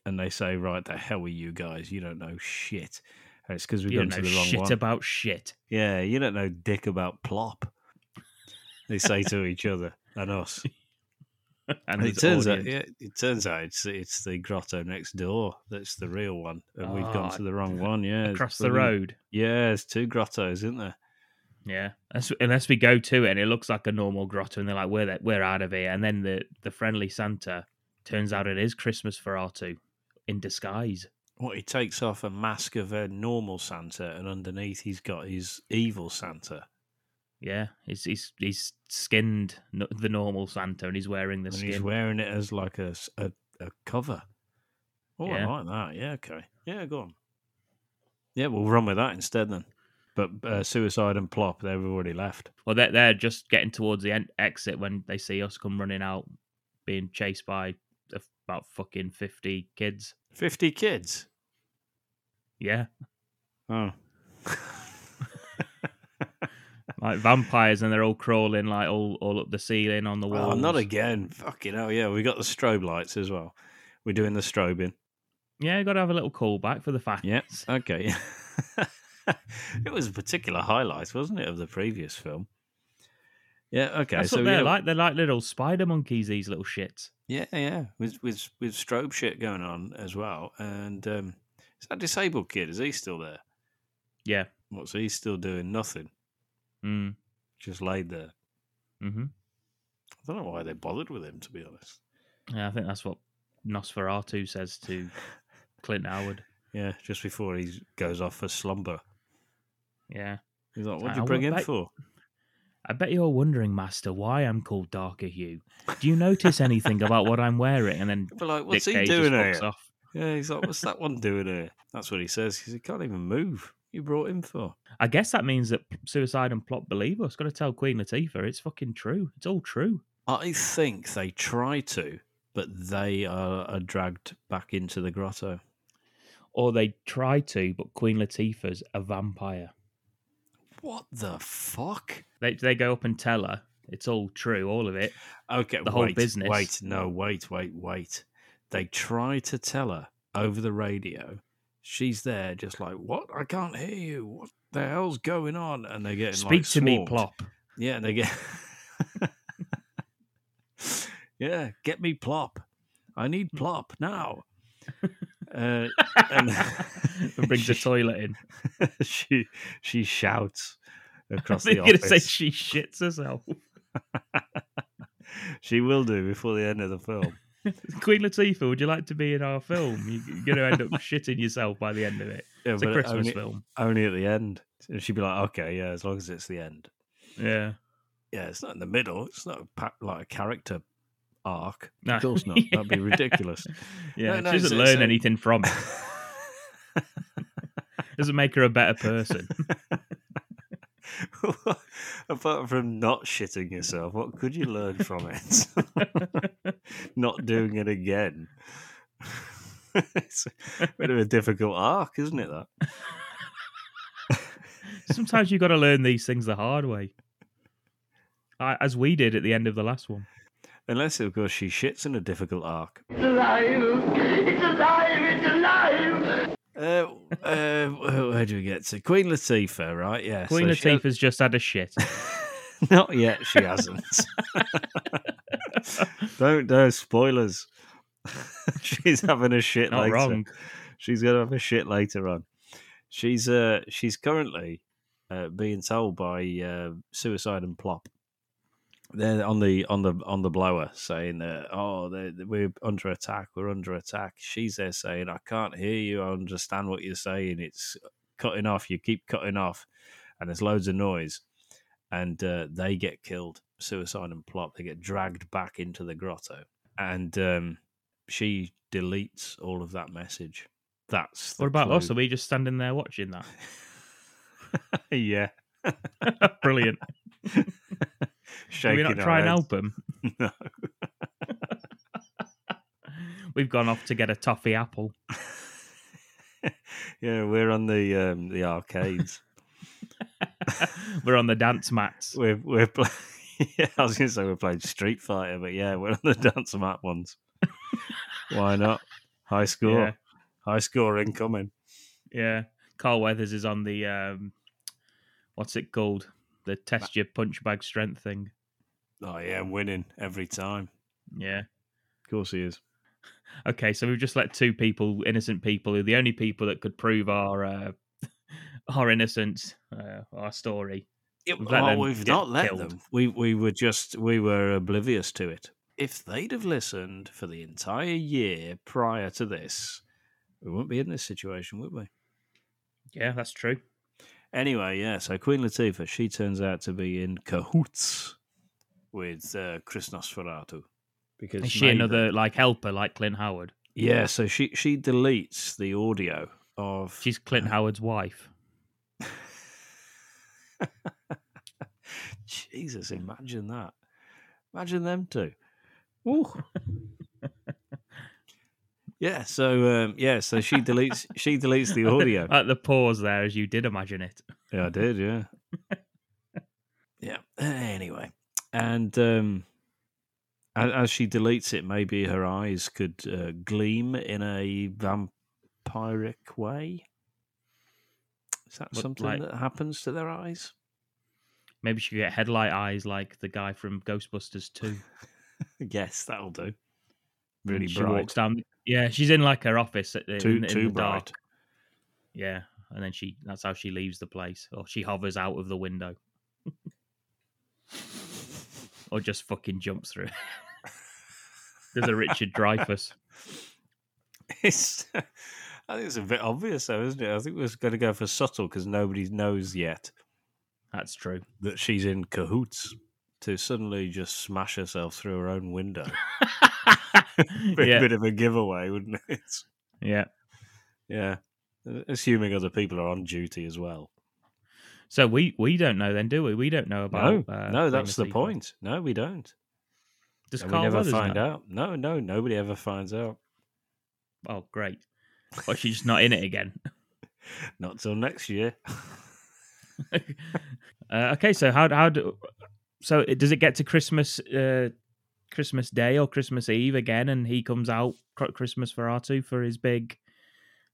Speaker 16: and they say, right, the hell are you guys? You don't know shit. And it's because we've
Speaker 3: You
Speaker 16: gone
Speaker 3: don't
Speaker 16: to
Speaker 3: know
Speaker 16: the wrong
Speaker 3: shit
Speaker 16: one.
Speaker 3: about shit. [LAUGHS]
Speaker 16: Yeah, you don't know dick about plop. They say to each other and us. [LAUGHS] And, it
Speaker 3: his
Speaker 16: turns out, yeah,
Speaker 3: audience.
Speaker 16: it turns out it's it's the grotto next door that's the real one, and we've gone
Speaker 3: Ah,
Speaker 16: to the wrong one. Yeah, it's
Speaker 3: across the
Speaker 16: brilliant.
Speaker 3: road.
Speaker 16: Yeah, there's two grottos, isn't there?
Speaker 3: Yeah, Unless- unless we go to it and it looks like a normal grotto, and they're like, "We're that, we're out of here," and then the the friendly Santa turns out it is Christmas for R2 in disguise.
Speaker 16: What he takes off a mask of a normal Santa, and underneath he's got his evil Santa.
Speaker 3: Yeah, he's he's he's skinned n- the normal Santa, and he's wearing the
Speaker 16: and
Speaker 3: skin.
Speaker 16: he's wearing it as like a, s- a, a cover. Oh,
Speaker 3: Yeah.
Speaker 16: I like that. Yeah, okay. Yeah, go on. Yeah, we'll run with that instead then. But uh, suicide and plop, they've already left.
Speaker 3: Well, they're, they're just getting towards the en- exit when they see us come running out, being chased by a- about fucking 50 kids.
Speaker 16: 50 kids?
Speaker 3: Yeah.
Speaker 16: Oh.
Speaker 3: like vampires, and they're all crawling, like all, all up the ceiling, on the
Speaker 16: Oh,
Speaker 3: wall.
Speaker 16: not again. Fucking hell, yeah. We got the strobe lights as well. We're doing the strobing.
Speaker 3: Yeah, got to have a little callback for the
Speaker 16: [LAUGHS]
Speaker 3: fact. [LAUGHS]
Speaker 16: Yeah, okay. it was a particular highlight, wasn't it, of the previous film? Yeah, okay.
Speaker 3: That's
Speaker 16: so
Speaker 3: what
Speaker 16: yeah,
Speaker 3: they're like. They're like little spider monkeys, these little shits.
Speaker 16: Yeah, yeah, with with with strobe shit going on as well. And um, is that disabled kid? Is he still there?
Speaker 3: Yeah.
Speaker 16: What's he still doing? Nothing.
Speaker 3: Mm.
Speaker 16: Just laid there.
Speaker 3: Mhm.
Speaker 16: I don't know why they bothered with him, to be honest.
Speaker 3: Yeah, I think that's what Nosferatu says to Clint Howard.
Speaker 16: Yeah, just before he goes off for slumber.
Speaker 3: Yeah.
Speaker 16: He's like,
Speaker 3: It's
Speaker 16: "What'd
Speaker 3: like,
Speaker 16: you
Speaker 3: I
Speaker 16: bring
Speaker 3: wa-
Speaker 16: him
Speaker 3: I-
Speaker 16: for?"
Speaker 3: I bet you're wondering, Master, why I'm called Darker Hue. Do you notice anything about what I'm wearing? And then
Speaker 16: But like, what's
Speaker 3: Dick
Speaker 16: he
Speaker 3: Cage
Speaker 16: doing
Speaker 3: just
Speaker 16: here?
Speaker 3: walks off.
Speaker 16: Yeah, he's like, "What's that one doing here?" That's what he says. 'cause he can't even move. You brought him for.
Speaker 3: I guess that means that suicide and plot believe us. Got to tell Queen Latifah it's fucking true. It's all true.
Speaker 16: I think they try to, but they are, are dragged back into the grotto.
Speaker 3: Or they try to, but Queen Latifah's a vampire.
Speaker 16: What the fuck?
Speaker 3: They they go up and tell her it's all true, all of it.
Speaker 16: Okay,
Speaker 3: the whole
Speaker 16: wait,
Speaker 3: business.
Speaker 16: Wait, no, wait, wait, wait. They try to tell her over the radio. She's there, just like what? I can't hear you. What the hell's going on? And they're getting
Speaker 3: Speak
Speaker 16: like,
Speaker 3: to me,
Speaker 16: swarmed.
Speaker 3: plop.
Speaker 16: Yeah, and they get. [LAUGHS] yeah, get me plop. I need
Speaker 3: Hmm.
Speaker 16: plop
Speaker 3: [LAUGHS]
Speaker 16: now. Uh, and
Speaker 3: And
Speaker 16: [LAUGHS]
Speaker 3: brings the toilet in.
Speaker 16: she she shouts across
Speaker 3: [LAUGHS] I
Speaker 16: the
Speaker 3: was gonna
Speaker 16: office.
Speaker 3: say she shits herself.
Speaker 16: she will do before the end of the film.
Speaker 3: Queen Latifah, would you like to be in our film? You- You're going to
Speaker 16: [LAUGHS]
Speaker 3: end up shitting yourself by the end of it.
Speaker 16: Yeah,
Speaker 3: [LAUGHS] it's a
Speaker 16: but uh,
Speaker 3: Christmas
Speaker 16: only,
Speaker 3: film.
Speaker 16: Only at the end. And she'd be like, okay, yeah, as long as it's the end.
Speaker 3: Yeah.
Speaker 16: Yeah, it's not in the middle. It's not a pa- like a character arc.
Speaker 3: No.
Speaker 16: Of course not. That'd be ridiculous.
Speaker 3: Yeah,
Speaker 16: No, no,
Speaker 3: she doesn't
Speaker 16: so-
Speaker 3: learn
Speaker 16: so-
Speaker 3: anything from it. doesn't make her a better person.
Speaker 16: [LAUGHS] Apart from not shitting yourself, what could you learn from it? [LAUGHS] not doing it again. [LAUGHS] it's a bit of a difficult arc, isn't it? That
Speaker 3: Sometimes you've got to learn these things the hard way, I, as we did at the end of the last one.
Speaker 16: unless, of course, she shits in a difficult arc.
Speaker 1: It's alive! It's alive! It's alive!
Speaker 16: Uh, uh, where where do we get to? Queen Latifah, right? Yeah.
Speaker 3: Queen
Speaker 16: so she has-
Speaker 3: Latifah's just had a shit.
Speaker 16: [LAUGHS] Not yet. She hasn't.
Speaker 3: [LAUGHS]
Speaker 16: don't do spoilers. [LAUGHS] she's having a shit
Speaker 3: Not
Speaker 16: later.
Speaker 3: wrong.
Speaker 16: She's gonna have a shit later on. She's uh she's currently uh, being told by uh, suicide and plop. They're on the on the on the blower saying that oh they're, we're under attack we're under attack. She's there saying I can't hear you. I understand what you're saying. It's cutting off. You keep cutting off, and there's loads of noise and uh, they get killed. Suicide and plot. They get dragged back into the grotto, and um, she deletes all of that message. That's the
Speaker 3: what about
Speaker 16: clue.
Speaker 3: us? Are we just standing there watching that? [LAUGHS]
Speaker 16: [LAUGHS] yeah, [LAUGHS]
Speaker 3: Brilliant.
Speaker 16: Shaking
Speaker 3: Do we not
Speaker 16: our
Speaker 3: try and
Speaker 16: heads. [LAUGHS]
Speaker 3: help them?
Speaker 16: No.
Speaker 3: [LAUGHS] We've gone off to get a toffee apple.
Speaker 16: yeah, we're on the um, the
Speaker 3: [LAUGHS]
Speaker 16: arcades.
Speaker 3: We're on the dance mats.
Speaker 16: we're we're [LAUGHS] playing. yeah, I was going to say we're playing Street Fighter, but yeah, we're on the dance mat ones. Why not? High score.
Speaker 3: Yeah.
Speaker 16: High score incoming.
Speaker 3: Yeah. Carl Weathers is on the um what's it called? The test your punch bag strength thing.
Speaker 16: Oh yeah, I'm winning every time.
Speaker 3: Yeah.
Speaker 16: Of course he is.
Speaker 3: Okay, so we've just let two people, innocent people, who are the only people that could prove our uh, [LAUGHS] our innocence, uh, our story. We've let
Speaker 16: oh,
Speaker 3: them
Speaker 16: we've
Speaker 3: get
Speaker 16: not let
Speaker 3: killed.
Speaker 16: them. We we were just we were oblivious to it. If they'd have listened for the entire year prior to this, we wouldn't be in this situation, would we?
Speaker 3: Yeah, that's true.
Speaker 16: Anyway, yeah. So Queen Latifah, she turns out to be in cahoots with uh, Chris Nosferatu because
Speaker 3: Is she
Speaker 16: maybe-
Speaker 3: another like helper, like Clint Howard?
Speaker 16: Yeah, so she she deletes the audio of
Speaker 3: She's Clint Howard's wife.
Speaker 16: Jesus, imagine that. Imagine them two. Ooh. yeah, so um, yeah, so she deletes she deletes
Speaker 3: [LAUGHS]
Speaker 16: the audio.
Speaker 3: At the pause there, as you did imagine it.
Speaker 16: Yeah, I did, yeah. [LAUGHS] yeah. Anyway. And um a- as she deletes it, maybe her eyes could uh, gleam in a vampiric way. Is that
Speaker 3: What,
Speaker 16: something
Speaker 3: like-
Speaker 16: that happens to their eyes?
Speaker 3: Maybe she could get headlight eyes like the guy from Ghostbusters 2.
Speaker 16: [LAUGHS] yes, that'll do.
Speaker 3: And
Speaker 16: Really
Speaker 3: she
Speaker 16: bright.
Speaker 3: walks down. Yeah, she's in like her office at the,
Speaker 16: Too-
Speaker 3: in, in
Speaker 16: too
Speaker 3: the dark.
Speaker 16: bright.
Speaker 3: Yeah, and then she that's how she leaves the place, or she hovers out of the window, or just fucking jumps through. [LAUGHS] There's a Richard Dreyfuss.
Speaker 16: [LAUGHS] It's, I think it's a bit obvious, though, isn't it? I think we're going to go for subtle because nobody knows yet. [LAUGHS]
Speaker 3: That's true.
Speaker 16: That she's in cahoots to suddenly just smash herself through her own
Speaker 3: [LAUGHS]
Speaker 16: window. Be
Speaker 3: Yeah.
Speaker 16: a bit of a giveaway, wouldn't it?
Speaker 3: Yeah.
Speaker 16: Yeah. Assuming other people are on duty as well.
Speaker 3: So we we don't know then, do we? We don't know about.
Speaker 16: no,
Speaker 3: uh,
Speaker 16: no,
Speaker 3: Queen
Speaker 16: that's the
Speaker 3: Latifah.
Speaker 16: point. No, we don't.
Speaker 3: Does
Speaker 16: And
Speaker 3: Carl
Speaker 16: we never
Speaker 3: Weathers
Speaker 16: find
Speaker 3: know?
Speaker 16: out. No, no, nobody ever finds out.
Speaker 3: Oh, great. But she's just not in it again.
Speaker 16: Not till next
Speaker 3: [LAUGHS]
Speaker 16: year.
Speaker 3: Uh, okay, so how how do so it, does it get to Christmas uh, Christmas Day or Christmas Eve again, and he comes out cr- Christmas for Artu for his big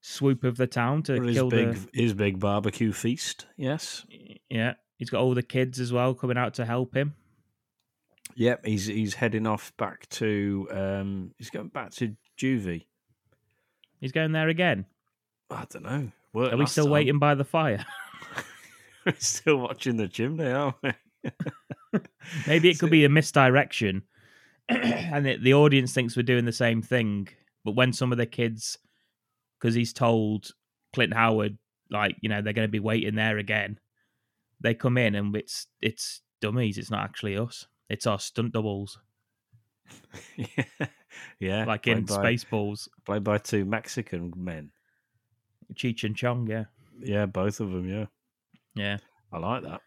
Speaker 3: swoop of the town to
Speaker 16: For his
Speaker 3: kill
Speaker 16: big,
Speaker 3: the
Speaker 16: his big barbecue feast. Yes.
Speaker 3: yeah. He's got all the kids as well coming out to help him.
Speaker 16: Yep, he's he's heading off back to um he's going back to juvie.
Speaker 3: He's going there again.
Speaker 16: I don't know. Well,
Speaker 3: Are we
Speaker 16: last
Speaker 3: still
Speaker 16: time-
Speaker 3: waiting by the fire?
Speaker 16: We're [LAUGHS] still watching the chimney, aren't we?
Speaker 3: [LAUGHS] Maybe it could be a misdirection, [CLEARS THROAT] and it, the audience thinks we're doing the same thing. But when some of the kids, because he's told Clint Howard, like you know, they're going to be waiting there again, they come in and it's it's dummies. It's not actually us. It's our stunt doubles,
Speaker 16: [LAUGHS] yeah,
Speaker 3: like in
Speaker 16: played by-
Speaker 3: Spaceballs,
Speaker 16: played by two Mexican men.
Speaker 3: Cheech and Chong. Yeah,
Speaker 16: Yeah, both of them. Yeah,
Speaker 3: yeah.
Speaker 16: I like that.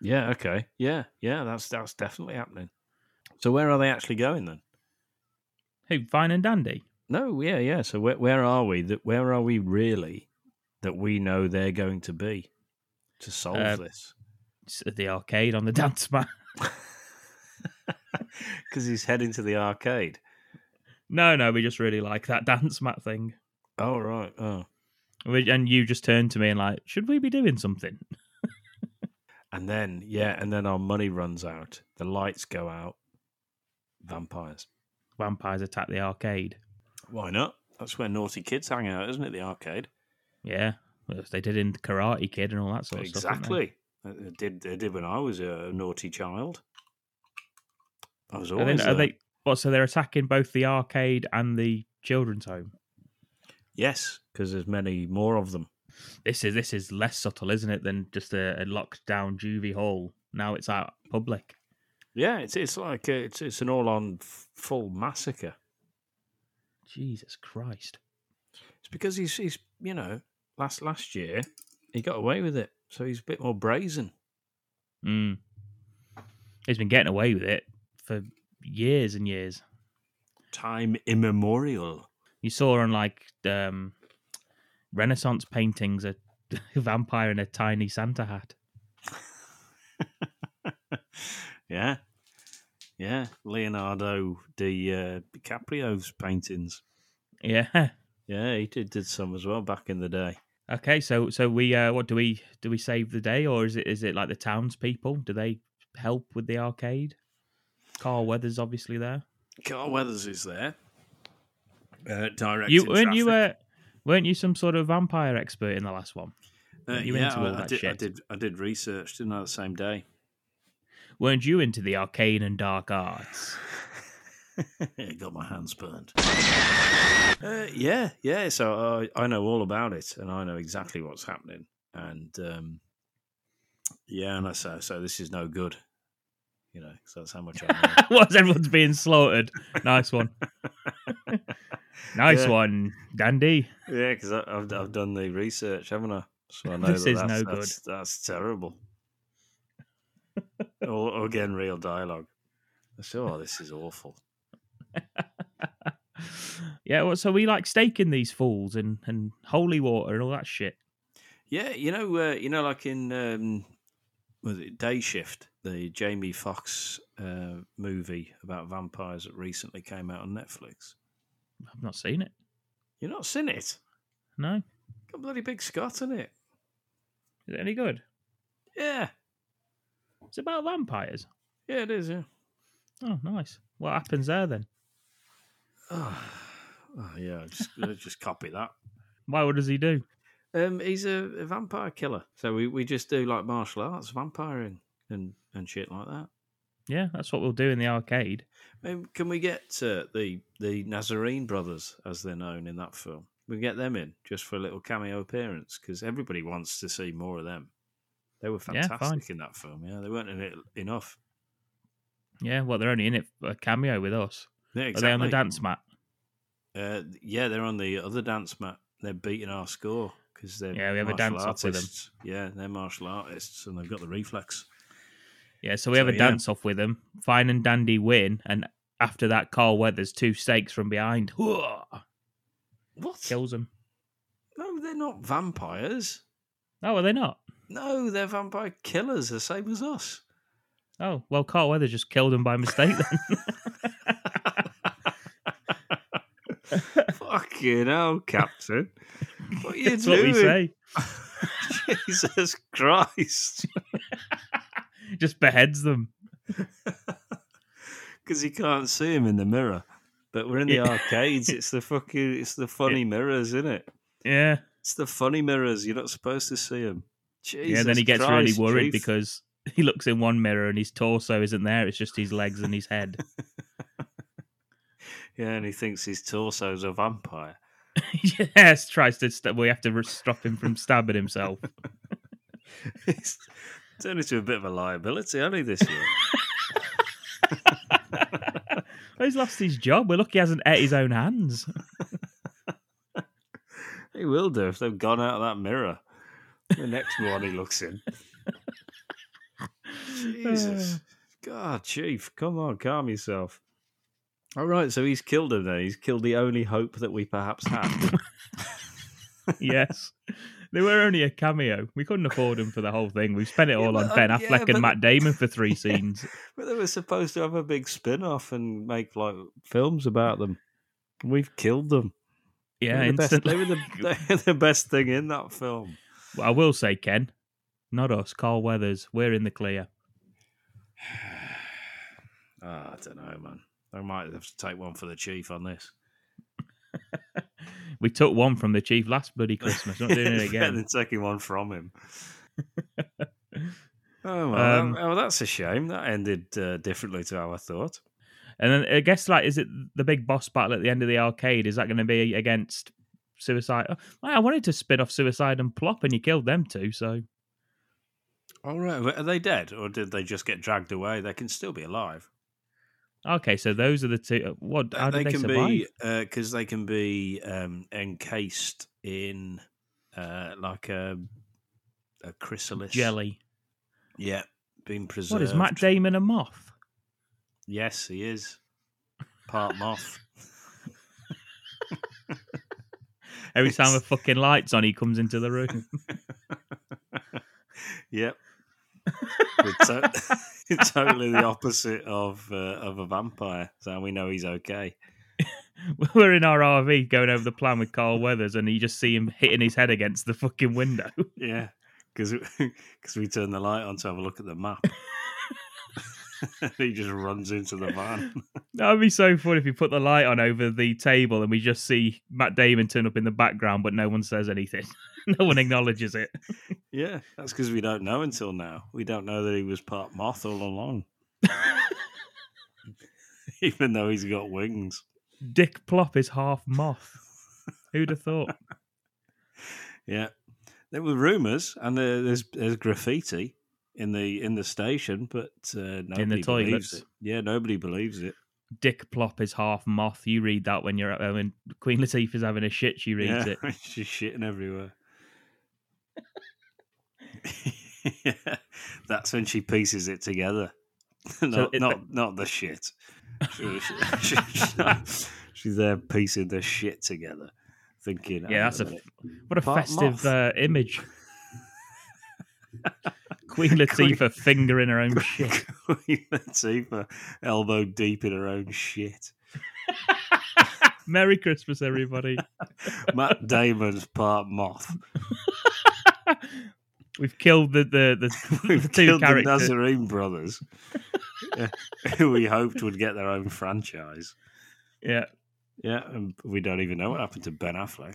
Speaker 16: Yeah, okay. Yeah, yeah, that's that's definitely happening. So where are they actually going then?
Speaker 3: Who Fine and Dandy?
Speaker 16: No, yeah, yeah. So where where are we? That where are we really? That we know they're going to be to solve
Speaker 3: Uh,
Speaker 16: this. [LAUGHS]
Speaker 3: It's at the arcade on the [LAUGHS] dance mat.
Speaker 16: because he's heading to the arcade.
Speaker 3: No, no, we just really like that [LAUGHS] dance mat thing.
Speaker 16: Oh right, oh.
Speaker 3: We- And you just turned to me and like, should we be doing something?
Speaker 16: And then yeah, and then our money runs out. The lights go out. Vampires.
Speaker 3: Vampires attack the arcade.
Speaker 16: Why not? That's where naughty kids hang out, isn't it? The arcade.
Speaker 3: Yeah, well, they did in Karate Kid and all that sort of stuff. didn't they?
Speaker 16: Exactly. They did they did when I was a naughty child. I was
Speaker 3: Are
Speaker 16: always
Speaker 3: they, are
Speaker 16: there.
Speaker 3: they? What? So they're attacking both the arcade and the children's home.
Speaker 16: Yes, because there's many more of them.
Speaker 3: This is this is less subtle, isn't it, than just a, a locked down juvie hall. Now it's out public.
Speaker 16: Yeah, it's it's like uh it's it's an all on full massacre.
Speaker 3: Jesus Christ!
Speaker 16: It's because he's he's you know last last year he got away with it, so he's a bit more brazen.
Speaker 3: Mm. He's been getting away with it for years and years.
Speaker 16: Time immemorial.
Speaker 3: You saw on like um, Renaissance paintings a [LAUGHS] vampire in a tiny Santa hat.
Speaker 16: Yeah, yeah. Leonardo Di uh, DiCaprio's paintings.
Speaker 3: Yeah.
Speaker 16: Yeah, he did, did some as well back in the day.
Speaker 3: Okay, so so we uh, what do we do? We save the day, or is it is it like the townspeople? Do they help with the arcade? Carl Weathers obviously there.
Speaker 16: Carl Weathers is there. Uh, directing
Speaker 3: You weren't you
Speaker 16: traffic.
Speaker 3: uh, weren't you some sort of vampire expert in the last one?
Speaker 16: Uh,
Speaker 3: Weren't you
Speaker 16: yeah,
Speaker 3: into all
Speaker 16: I, I
Speaker 3: that
Speaker 16: did, I
Speaker 3: shit?
Speaker 16: did. I did research, didn't I? The same day. [LAUGHS]
Speaker 3: Weren't you into the arcane and dark arts? [LAUGHS]
Speaker 16: Got my hands burned. Uh, yeah, yeah. So I, I know all about it, and I know exactly what's happening. And um, yeah, and I so so this is no good. You know, 'cause that's how much
Speaker 3: [LAUGHS]
Speaker 16: I know.
Speaker 3: What's everyone's being slaughtered? Nice
Speaker 16: [LAUGHS]
Speaker 3: one. nice
Speaker 16: Yeah.
Speaker 3: one, Dandy.
Speaker 16: Yeah, because I've I've done the research, haven't I? So I
Speaker 3: [LAUGHS]
Speaker 16: know
Speaker 3: This
Speaker 16: that
Speaker 3: is
Speaker 16: that's,
Speaker 3: no
Speaker 16: that's, That's terrible.
Speaker 3: [LAUGHS]
Speaker 16: or again, real dialogue. I said, oh, this is awful.
Speaker 3: Yeah, well, so we like staking these fools and, and holy water and all that shit.
Speaker 16: Yeah, you know, uh, you know, like in um, was it Day Shift, the Jamie Fox uh, movie about vampires that recently came out on Netflix.
Speaker 3: I've not seen it.
Speaker 16: You've not seen it?
Speaker 3: No.
Speaker 16: Got bloody big Scott in it.
Speaker 3: Is it any good?
Speaker 16: Yeah,
Speaker 3: It's about vampires.
Speaker 16: yeah, it is. Yeah.
Speaker 3: Oh, nice. What happens there then?
Speaker 16: Oh, oh yeah,
Speaker 3: [LAUGHS]
Speaker 16: just, just copy that.
Speaker 3: Why? What does he do?
Speaker 16: Um, he's a, a vampire killer. So we, we just do like martial arts, vampiring, and and shit like that.
Speaker 3: Yeah, that's what we'll do in the arcade.
Speaker 16: Um, can we get uh, the the Nazarene brothers, as they're known in that film? We can get them in just for a little cameo appearance because everybody wants to see more of them. They were
Speaker 3: Yeah,
Speaker 16: fantastic
Speaker 3: fine.
Speaker 16: in that film. Yeah, they weren't in it enough.
Speaker 3: Yeah, well, they're only in it for a cameo with us.
Speaker 16: Yeah,
Speaker 3: Are they on the
Speaker 16: exactly.
Speaker 3: dance mat?
Speaker 16: Uh, yeah, they're on the other dance mat. They're beating our score because they're
Speaker 3: Yeah, we have a
Speaker 16: martial
Speaker 3: dance off with them.
Speaker 16: artists. Yeah, they're martial artists and they've got the reflex.
Speaker 3: Yeah, so we have
Speaker 16: So,
Speaker 3: a
Speaker 16: yeah.
Speaker 3: dance off with them. Fine and Dandy win, and after that, Carl Weathers two stakes from
Speaker 16: [LAUGHS]
Speaker 3: behind. What? Kills him.
Speaker 16: No, they're not vampires.
Speaker 3: Oh, are they not?
Speaker 16: No, they're vampire killers, the same as
Speaker 3: [LAUGHS]
Speaker 16: us.
Speaker 3: Oh, well, Carl Weathers just killed him by mistake
Speaker 16: [LAUGHS]
Speaker 3: then. [LAUGHS]
Speaker 16: Fucking hell, Captain. What are you
Speaker 3: That's what
Speaker 16: doing?
Speaker 3: we say. [LAUGHS]
Speaker 16: [LAUGHS] Jesus Christ. [LAUGHS]
Speaker 3: just beheads them.
Speaker 16: Because you can't see him in the mirror. But we're in the
Speaker 3: Yeah.
Speaker 16: arcades. It's the fucking, it's the funny mirrors, isn't it?
Speaker 3: Yeah.
Speaker 16: It's the funny mirrors. You're not supposed to see him. Jesus
Speaker 3: yeah, then he gets
Speaker 16: Christ,
Speaker 3: really worried
Speaker 16: Keith.
Speaker 3: because [LAUGHS] he looks in one mirror and his torso isn't there. It's just his legs and his head.
Speaker 16: Yeah, and he thinks his torso's a vampire.
Speaker 3: yes, tries to. St- we have to re- stop him from stabbing
Speaker 16: [LAUGHS]
Speaker 3: himself.
Speaker 16: It's turned into a bit of a liability, only this
Speaker 3: [LAUGHS]
Speaker 16: year.
Speaker 3: Well, He's lost his job. We're lucky he hasn't ate his
Speaker 16: [LAUGHS]
Speaker 3: own hands.
Speaker 16: He will do if they've gone out of that mirror. The next one he looks in.
Speaker 3: [LAUGHS]
Speaker 16: Jesus. God, Chief, come on, calm yourself. All right, so he's killed him then. He's killed the only hope that we perhaps
Speaker 3: [LAUGHS]
Speaker 16: had.
Speaker 3: yes. They were only a cameo. We couldn't afford them for the whole thing. We spent it all
Speaker 16: but,
Speaker 3: on
Speaker 16: uh,
Speaker 3: Ben
Speaker 16: yeah,
Speaker 3: Affleck
Speaker 16: but-
Speaker 3: and Matt Damon
Speaker 16: [LAUGHS]
Speaker 3: for three scenes.
Speaker 16: but they were supposed to have a big spin off and make like films about them. We've killed them.
Speaker 3: Yeah,
Speaker 16: they were the best,
Speaker 3: instantly.
Speaker 16: they, were the, [LAUGHS] they were the best thing in that film.
Speaker 3: Well, I will say, Ken, not us, Carl Weathers. We're in the clear.
Speaker 16: [SIGHS] Oh, I don't know, man. I might have to take one for the Chief on this.
Speaker 3: We took one from the chief last bloody Christmas. Not doing
Speaker 16: [LAUGHS]
Speaker 3: it
Speaker 16: They're
Speaker 3: again.
Speaker 16: taking one from [LAUGHS] him. oh, well,
Speaker 3: Um,
Speaker 16: that- oh, that's a shame. That ended uh, differently to how I thought.
Speaker 3: And then I guess, like, is it the big boss battle at the end of the arcade? Is that going to be against Suicide? Oh, I wanted to spin off Suicide and Plop, and you killed them too. So
Speaker 16: All right. Are they dead or did they just get dragged away? They can still be alive.
Speaker 3: okay, so those are the two. uh, What? How did
Speaker 16: they
Speaker 3: they,
Speaker 16: can
Speaker 3: survive?
Speaker 16: be because they can be um, encased in uh, like a a chrysalis
Speaker 3: Jelly.
Speaker 16: Yeah, being preserved.
Speaker 3: What is Matt Damon a moth?
Speaker 16: Yes, he is part moth.
Speaker 3: Every time a fucking light's on, he comes into the room.
Speaker 16: [LAUGHS]
Speaker 3: [LAUGHS]
Speaker 16: Yep. It's to- [LAUGHS] it's totally the opposite of uh, of a vampire. So we know he's okay.
Speaker 3: we're in our RV going over the plan with Carl Weathers, and you just see him hitting his head against the fucking window. [LAUGHS]
Speaker 16: Yeah, because we [LAUGHS] turn the light on to have a look at the map. [LAUGHS] he just runs into the van.
Speaker 3: That would be so fun if you put the light on over the table and we just see Matt Damon turn up in the background, but no one says anything. [LAUGHS] no one acknowledges it.
Speaker 16: Yeah, that's because we don't know until now. We don't know that he was part moth all along, [LAUGHS] even though he's got wings.
Speaker 3: Dick Plop is half moth. Who'd
Speaker 16: [LAUGHS]
Speaker 3: have thought?
Speaker 16: Yeah, there were rumours, and there- there's there's graffiti in the in the station, but uh, nobody believes
Speaker 3: toilets.
Speaker 16: it. Yeah, nobody believes it.
Speaker 3: Dick Plop is half moth. You read that when you're at home, and Queen Latifah's having a shit. She reads
Speaker 16: [LAUGHS] yeah,
Speaker 3: it.
Speaker 16: She's shitting everywhere. [LAUGHS] That's when she pieces it together. [LAUGHS] not,
Speaker 3: it- [LAUGHS]
Speaker 16: not, not the shit. She- she- [LAUGHS] she- she's there piecing the shit together, thinking. "Hang
Speaker 3: Yeah, that's a
Speaker 16: minute,
Speaker 3: what a
Speaker 16: part moth."
Speaker 3: festive uh,
Speaker 16: [LAUGHS]
Speaker 3: image. Queen Latifah fingering her own
Speaker 16: [LAUGHS]
Speaker 3: shit.
Speaker 16: Queen Latifah, elbow deep in her own shit.
Speaker 3: Merry Christmas, everybody.
Speaker 16: [LAUGHS] Matt Damon's part moth.
Speaker 3: We've killed the the, the, the
Speaker 16: [LAUGHS] We've
Speaker 3: [LAUGHS] [LAUGHS] two
Speaker 16: killed the
Speaker 3: characters.
Speaker 16: Nazarene
Speaker 3: [LAUGHS]
Speaker 16: brothers, [LAUGHS] yeah, who we hoped would get their own franchise.
Speaker 3: Yeah,
Speaker 16: yeah, and we don't even know what happened to Ben Affleck.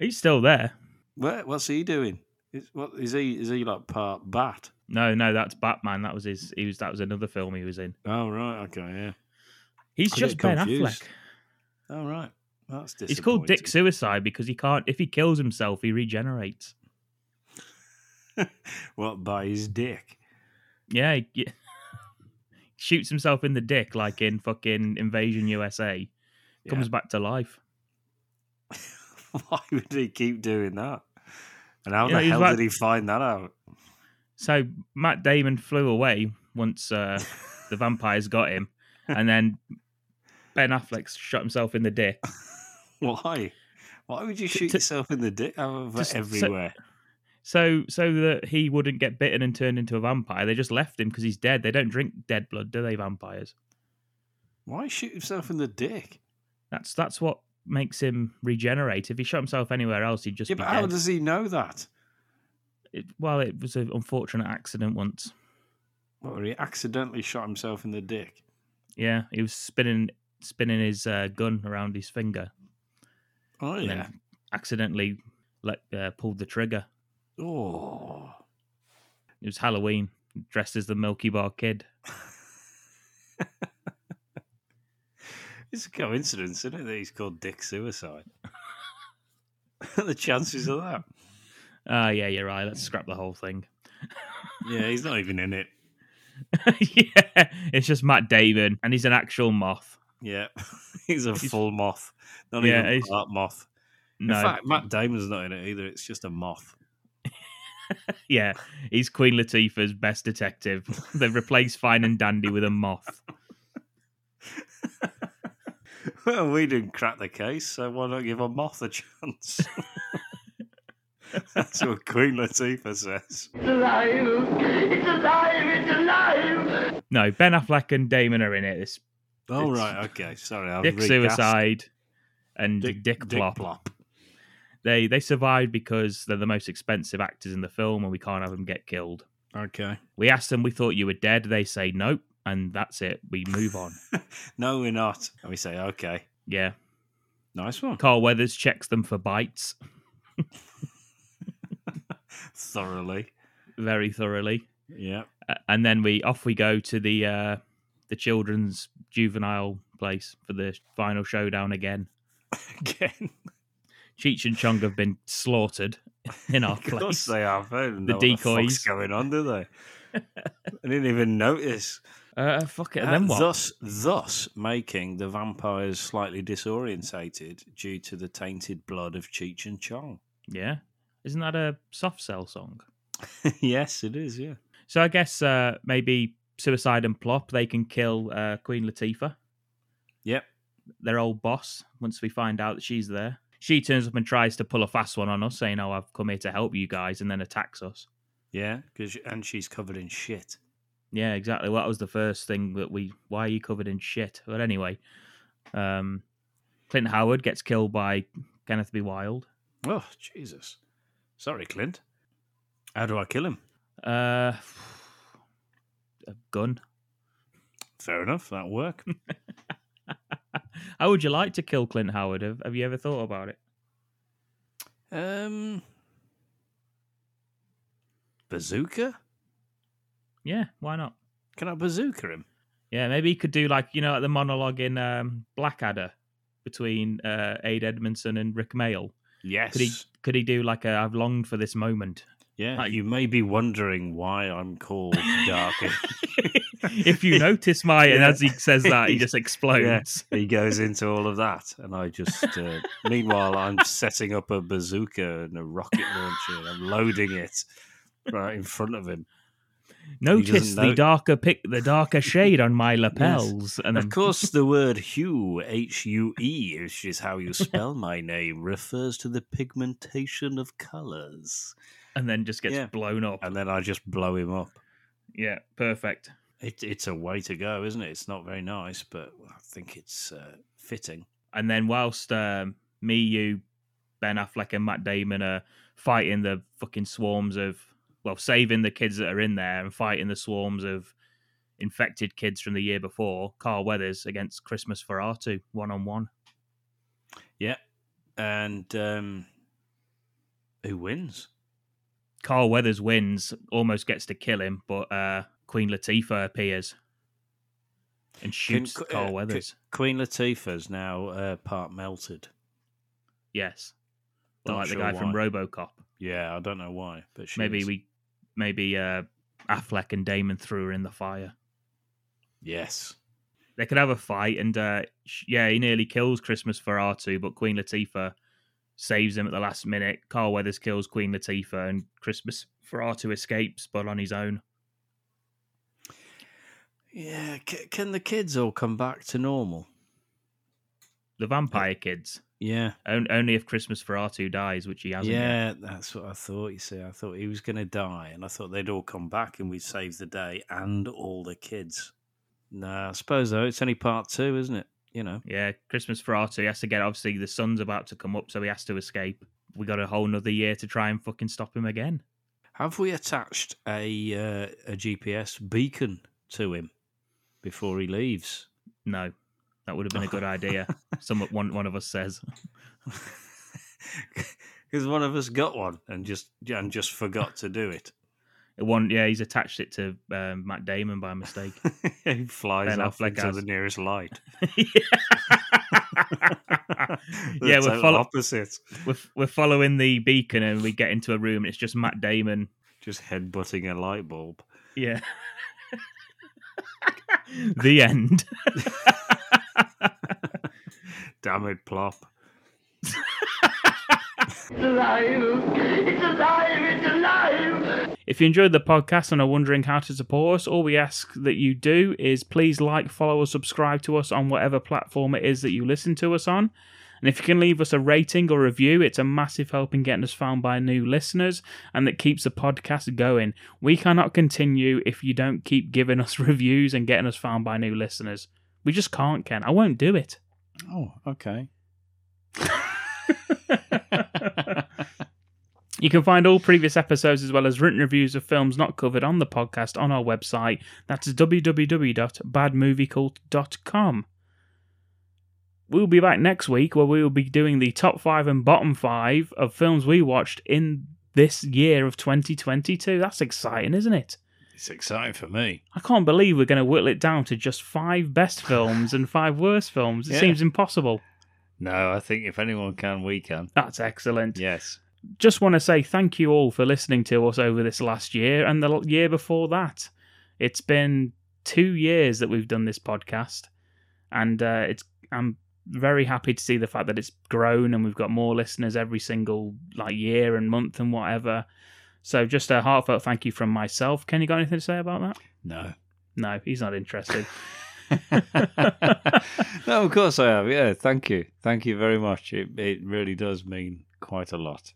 Speaker 3: He's still there.
Speaker 16: Where, what's he doing? Is, what is he? Is he like part bat?
Speaker 3: No, no, that's Batman. That was his. He was that was another film he was in.
Speaker 16: Oh right, okay, yeah.
Speaker 3: He's
Speaker 16: I
Speaker 3: just
Speaker 16: get
Speaker 3: Ben
Speaker 16: confused.
Speaker 3: Affleck.
Speaker 16: Oh right, that's
Speaker 3: He's called Dick Suicide because he can't. If he kills himself, he regenerates.
Speaker 16: What by his dick? [LAUGHS]
Speaker 3: Yeah, he, [LAUGHS] he shoots himself in the dick like in fucking Invasion USA. Comes back to life.
Speaker 16: Why would he keep doing that? And how
Speaker 3: Yeah,
Speaker 16: the
Speaker 3: he's
Speaker 16: hell
Speaker 3: like-
Speaker 16: did he find that out? [LAUGHS]
Speaker 3: So Matt Damon flew away once
Speaker 16: [LAUGHS]
Speaker 3: uh, the vampires got him, and then Ben Affleck shot himself in the dick.
Speaker 16: Why? Why would you shoot yourself in the dick? However,
Speaker 3: Just- so-
Speaker 16: everywhere.
Speaker 3: So, so that he wouldn't get bitten and turned into a vampire, they just left him because he's dead. They don't drink dead blood, do they, vampires?
Speaker 16: Why shoot himself in the dick?
Speaker 3: That's that's what makes him regenerate. If he shot himself anywhere else, he'd just
Speaker 16: Yeah,
Speaker 3: be
Speaker 16: but how
Speaker 3: dead.
Speaker 16: does he know that?
Speaker 3: It, well, it was an unfortunate accident once.
Speaker 16: Well, he accidentally shot himself in the dick.
Speaker 3: Yeah, he was spinning spinning his uh, gun around his finger.
Speaker 16: Oh
Speaker 3: and then
Speaker 16: yeah.
Speaker 3: accidentally let uh, pulled the trigger.
Speaker 16: Oh.
Speaker 3: It was Halloween, dressed as the Milky Bar Kid.
Speaker 16: It's a coincidence, isn't it, that he's called Dick Suicide? [LAUGHS] the chances of that.
Speaker 3: Ah, yeah, you're right. Let's scrap the whole thing. [LAUGHS]
Speaker 16: Yeah, he's not even in it.
Speaker 3: yeah, it's just Matt Damon, and he's an actual moth.
Speaker 16: Yeah, [LAUGHS] he's a full moth, not
Speaker 3: Yeah,
Speaker 16: even
Speaker 3: he's-
Speaker 16: part moth.
Speaker 3: No.
Speaker 16: In fact, Matt Damon's not in it either. It's just a moth. [LAUGHS]
Speaker 3: Yeah, he's Queen Latifah's best detective. They've replaced Fine and Dandy with a moth.
Speaker 16: Well, we didn't crack the case, so why not give a moth a [LAUGHS] chance? That's what Queen Latifah says.
Speaker 1: It's alive. It's alive. It's alive.
Speaker 3: No, Ben Affleck and Damon are in it. It's
Speaker 16: Oh,
Speaker 3: It's-
Speaker 16: right, okay. Sorry, I've
Speaker 3: Dick
Speaker 16: recast.
Speaker 3: Suicide and Dick,
Speaker 16: Dick
Speaker 3: Plop.
Speaker 16: Plop.
Speaker 3: They they survived because they're the most expensive actors in the film, and we can't have them get killed.
Speaker 16: Okay.
Speaker 3: We asked them, we thought you were dead. They say nope, and that's it. We move on.
Speaker 16: No, we're not. And we say, okay.
Speaker 3: yeah,
Speaker 16: nice one.
Speaker 3: Carl Weathers checks them for bites
Speaker 16: Thoroughly.
Speaker 3: very thoroughly. [LAUGHS]
Speaker 16: Yeah.
Speaker 3: Uh, and then we off we go to the uh the children's juvenile place for the final showdown again.
Speaker 16: Again. [LAUGHS]
Speaker 3: Cheech and Chong have been slaughtered in
Speaker 16: [LAUGHS]
Speaker 3: our
Speaker 16: Of course
Speaker 3: place.
Speaker 16: they have. They don't
Speaker 3: The
Speaker 16: know what fuck's
Speaker 3: decoys.
Speaker 16: going on, do
Speaker 3: [LAUGHS]
Speaker 16: they? I didn't even notice.
Speaker 3: Uh, fuck it. And then what?
Speaker 16: Thus, thus making the vampires slightly disorientated due to the tainted blood of Cheech and Chong. [LAUGHS]
Speaker 3: Yeah. Isn't that a soft cell song?
Speaker 16: yes, it is. Yeah.
Speaker 3: So I guess uh maybe Suicide and Plop they can kill uh Queen Latifah.
Speaker 16: Yep.
Speaker 3: Their old boss, once we find out that she's there. She turns up and tries to pull a fast one on us, saying, Oh, I've come here to help you guys, and then attacks us.
Speaker 16: Yeah, because and she's covered in shit.
Speaker 3: Yeah, exactly. Well, that was the first thing that we. Why are you covered in shit? But anyway, um,
Speaker 17: Clint Howard gets killed by Kenneth B. Wild.
Speaker 16: Oh, Jesus. Sorry, Clint. How do I kill him?
Speaker 17: Uh, [SIGHS] a gun.
Speaker 16: Fair enough. That'll work. [LAUGHS]
Speaker 17: How would you like to kill Clint Howard? Have, have you ever thought about it?
Speaker 16: Um, bazooka?
Speaker 17: Yeah, why not?
Speaker 16: Can I bazooka him?
Speaker 17: Yeah, maybe he could do like you know like the monologue in um, Blackadder between uh, Aid Edmondson and Rick Mail.
Speaker 16: Yes.
Speaker 17: Could he could he do like a I've longed for this moment?
Speaker 16: Yeah, you may be wondering why I'm called [LAUGHS] Darky.
Speaker 17: [LAUGHS] if you notice my and as he says that he just explodes.
Speaker 16: Yeah, he goes into all of that, and I just. Uh, meanwhile, I'm setting up a bazooka and a rocket launcher. I'm loading it right in front of him.
Speaker 17: Notice the
Speaker 16: know-
Speaker 17: darker pic, the darker shade on
Speaker 16: [LAUGHS]
Speaker 17: my lapels, and
Speaker 16: of
Speaker 17: then- [LAUGHS]
Speaker 16: course, the word hue, H U E, which is how you spell my name, refers to the pigmentation of colours.
Speaker 17: And then just gets blown up.
Speaker 16: And then I just blow him up.
Speaker 17: Yeah, perfect.
Speaker 16: It, it's a way to go, isn't it? It's not very nice, but I think it's uh, fitting.
Speaker 17: and then whilst um, me, you, Ben Affleck, and Matt Damon are fighting the fucking swarms of, well, saving the kids that are in there and fighting the swarms of infected kids from the year before, Carl Weathers against Christmas Ferratu, one on one.
Speaker 16: Yeah. And um, who wins?
Speaker 17: Carl Weathers wins, almost gets to kill him, but uh, Queen Latifah appears and shoots
Speaker 16: Can- uh,
Speaker 17: Carl
Speaker 16: Qu-
Speaker 17: Weathers.
Speaker 16: Queen Latifah's now uh, part melted.
Speaker 17: yes,
Speaker 16: Not
Speaker 17: like the
Speaker 16: sure
Speaker 17: guy from
Speaker 16: why.
Speaker 17: RoboCop.
Speaker 16: Yeah, I don't know why, but she
Speaker 17: maybe
Speaker 16: is.
Speaker 17: we, maybe uh, Affleck and Damon threw her in the fire.
Speaker 16: Yes.
Speaker 17: They could have a fight, and uh, sh- yeah, he nearly kills Christmas Ferratu, but Queen Latifah saves him at the last minute. Carl Weathers kills Queen Latifah, and Christmas Ferratu escapes, but on his own.
Speaker 16: Yeah, c- can the kids all come back to normal?
Speaker 17: The vampire kids.
Speaker 16: Yeah.
Speaker 17: On- only if Christmas Ferratu dies, which he hasn't. yet.
Speaker 16: yeah, that's what I thought. You see, I thought he was going to die, and I thought they'd all come back and we'd save the day and all the kids. Nah, I suppose though it's only part two, isn't it? You know.
Speaker 17: Yeah, Christmas Ferratu he has to get. Obviously, the sun's about to come up, so he has to escape. We got a whole nother year to try and fucking stop him again.
Speaker 16: Have we attached a uh, a GPS beacon to him before he leaves? [LAUGHS]
Speaker 17: No, that would have been a good idea. Some one one of us says.
Speaker 16: Because one of us got one and just and just forgot to do it. [LAUGHS]
Speaker 17: One, yeah, he's attached it to um, Matt Damon by mistake.
Speaker 16: he flies
Speaker 17: Ben
Speaker 16: off
Speaker 17: Affleck
Speaker 16: into
Speaker 17: has.
Speaker 16: the
Speaker 17: [LAUGHS]
Speaker 16: nearest light. [LAUGHS]
Speaker 17: yeah, we're,
Speaker 16: total
Speaker 17: follow-
Speaker 16: opposite.
Speaker 17: We're, we're following the beacon and we get into a room. And it's just Matt Damon.
Speaker 16: Just headbutting a light bulb.
Speaker 17: Yeah. the end.
Speaker 16: Damn it, plop.
Speaker 1: It's alive! It's alive! It's alive!
Speaker 3: If you enjoyed the podcast and are wondering how to support us, all we ask that you do is please like, follow, or subscribe to us on whatever platform it is that you listen to us on. And if you can leave us a rating or review, it's a massive help in getting us found by new listeners and that keeps the podcast going. We cannot continue if you don't keep giving us [LAUGHS] reviews and getting us found by new listeners. We just can't, Ken. I won't do it.
Speaker 16: Oh,
Speaker 3: [LAUGHS]
Speaker 4: [LAUGHS]
Speaker 16: okay.
Speaker 3: You can find all previous episodes as well as written reviews of films not covered on the podcast on our website. That's www.badmoviecult.com. We'll be back next week where we will be doing the top five and bottom five of films we watched in this year of 2022. That's exciting, isn't it?
Speaker 4: It's exciting for me.
Speaker 3: I can't believe we're going to whittle it down to just five best films and five worst films. It
Speaker 4: Yeah.
Speaker 3: seems impossible.
Speaker 4: No, I think if anyone can, we can.
Speaker 3: That's excellent.
Speaker 4: Yes.
Speaker 3: just want to say thank you all for listening to us over this last year and the l- year before that. It's been two years that we've done this podcast, and uh, it's I'm very happy to see the fact that it's grown and we've got more listeners every single like year and month and whatever. So just a heartfelt thank you from myself. Ken, you got anything to say about that?
Speaker 4: No.
Speaker 3: No, he's not interested.
Speaker 4: [LAUGHS] No, of course I have. Yeah, thank you. Thank you very much. It it really does mean quite a lot.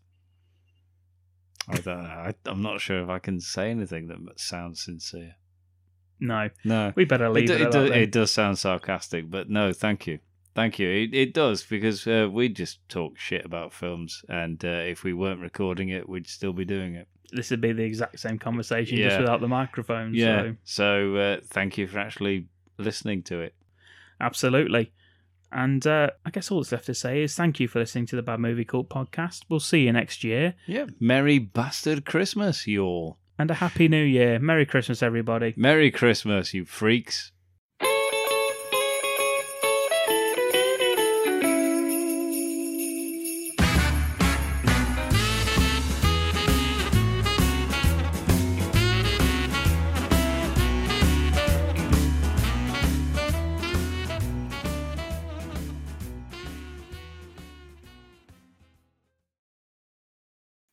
Speaker 4: I don't know. I, I'm not sure if I can say anything that sounds sincere.
Speaker 3: no,
Speaker 4: No.
Speaker 3: we better leave
Speaker 4: do-
Speaker 3: it.
Speaker 4: It,
Speaker 3: at
Speaker 4: do-
Speaker 3: that then.
Speaker 4: it does sound sarcastic, but no, thank you. Thank you. It, it does because uh, we just talk shit about films, and uh, if we weren't recording it, we'd still be doing it.
Speaker 3: This would be the exact same conversation
Speaker 4: Yeah.
Speaker 3: just without the microphone.
Speaker 4: yeah.
Speaker 3: So.
Speaker 4: So uh, thank you for actually listening to it.
Speaker 3: Absolutely. And uh, I guess all that's left to say is thank you for listening to the Bad Movie Cult podcast. We'll see you next year.
Speaker 4: Yeah. Merry bastard Christmas, you all.
Speaker 3: And a happy new year. Merry Christmas, everybody.
Speaker 4: Merry Christmas, you freaks.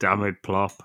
Speaker 16: Damn it, Plop.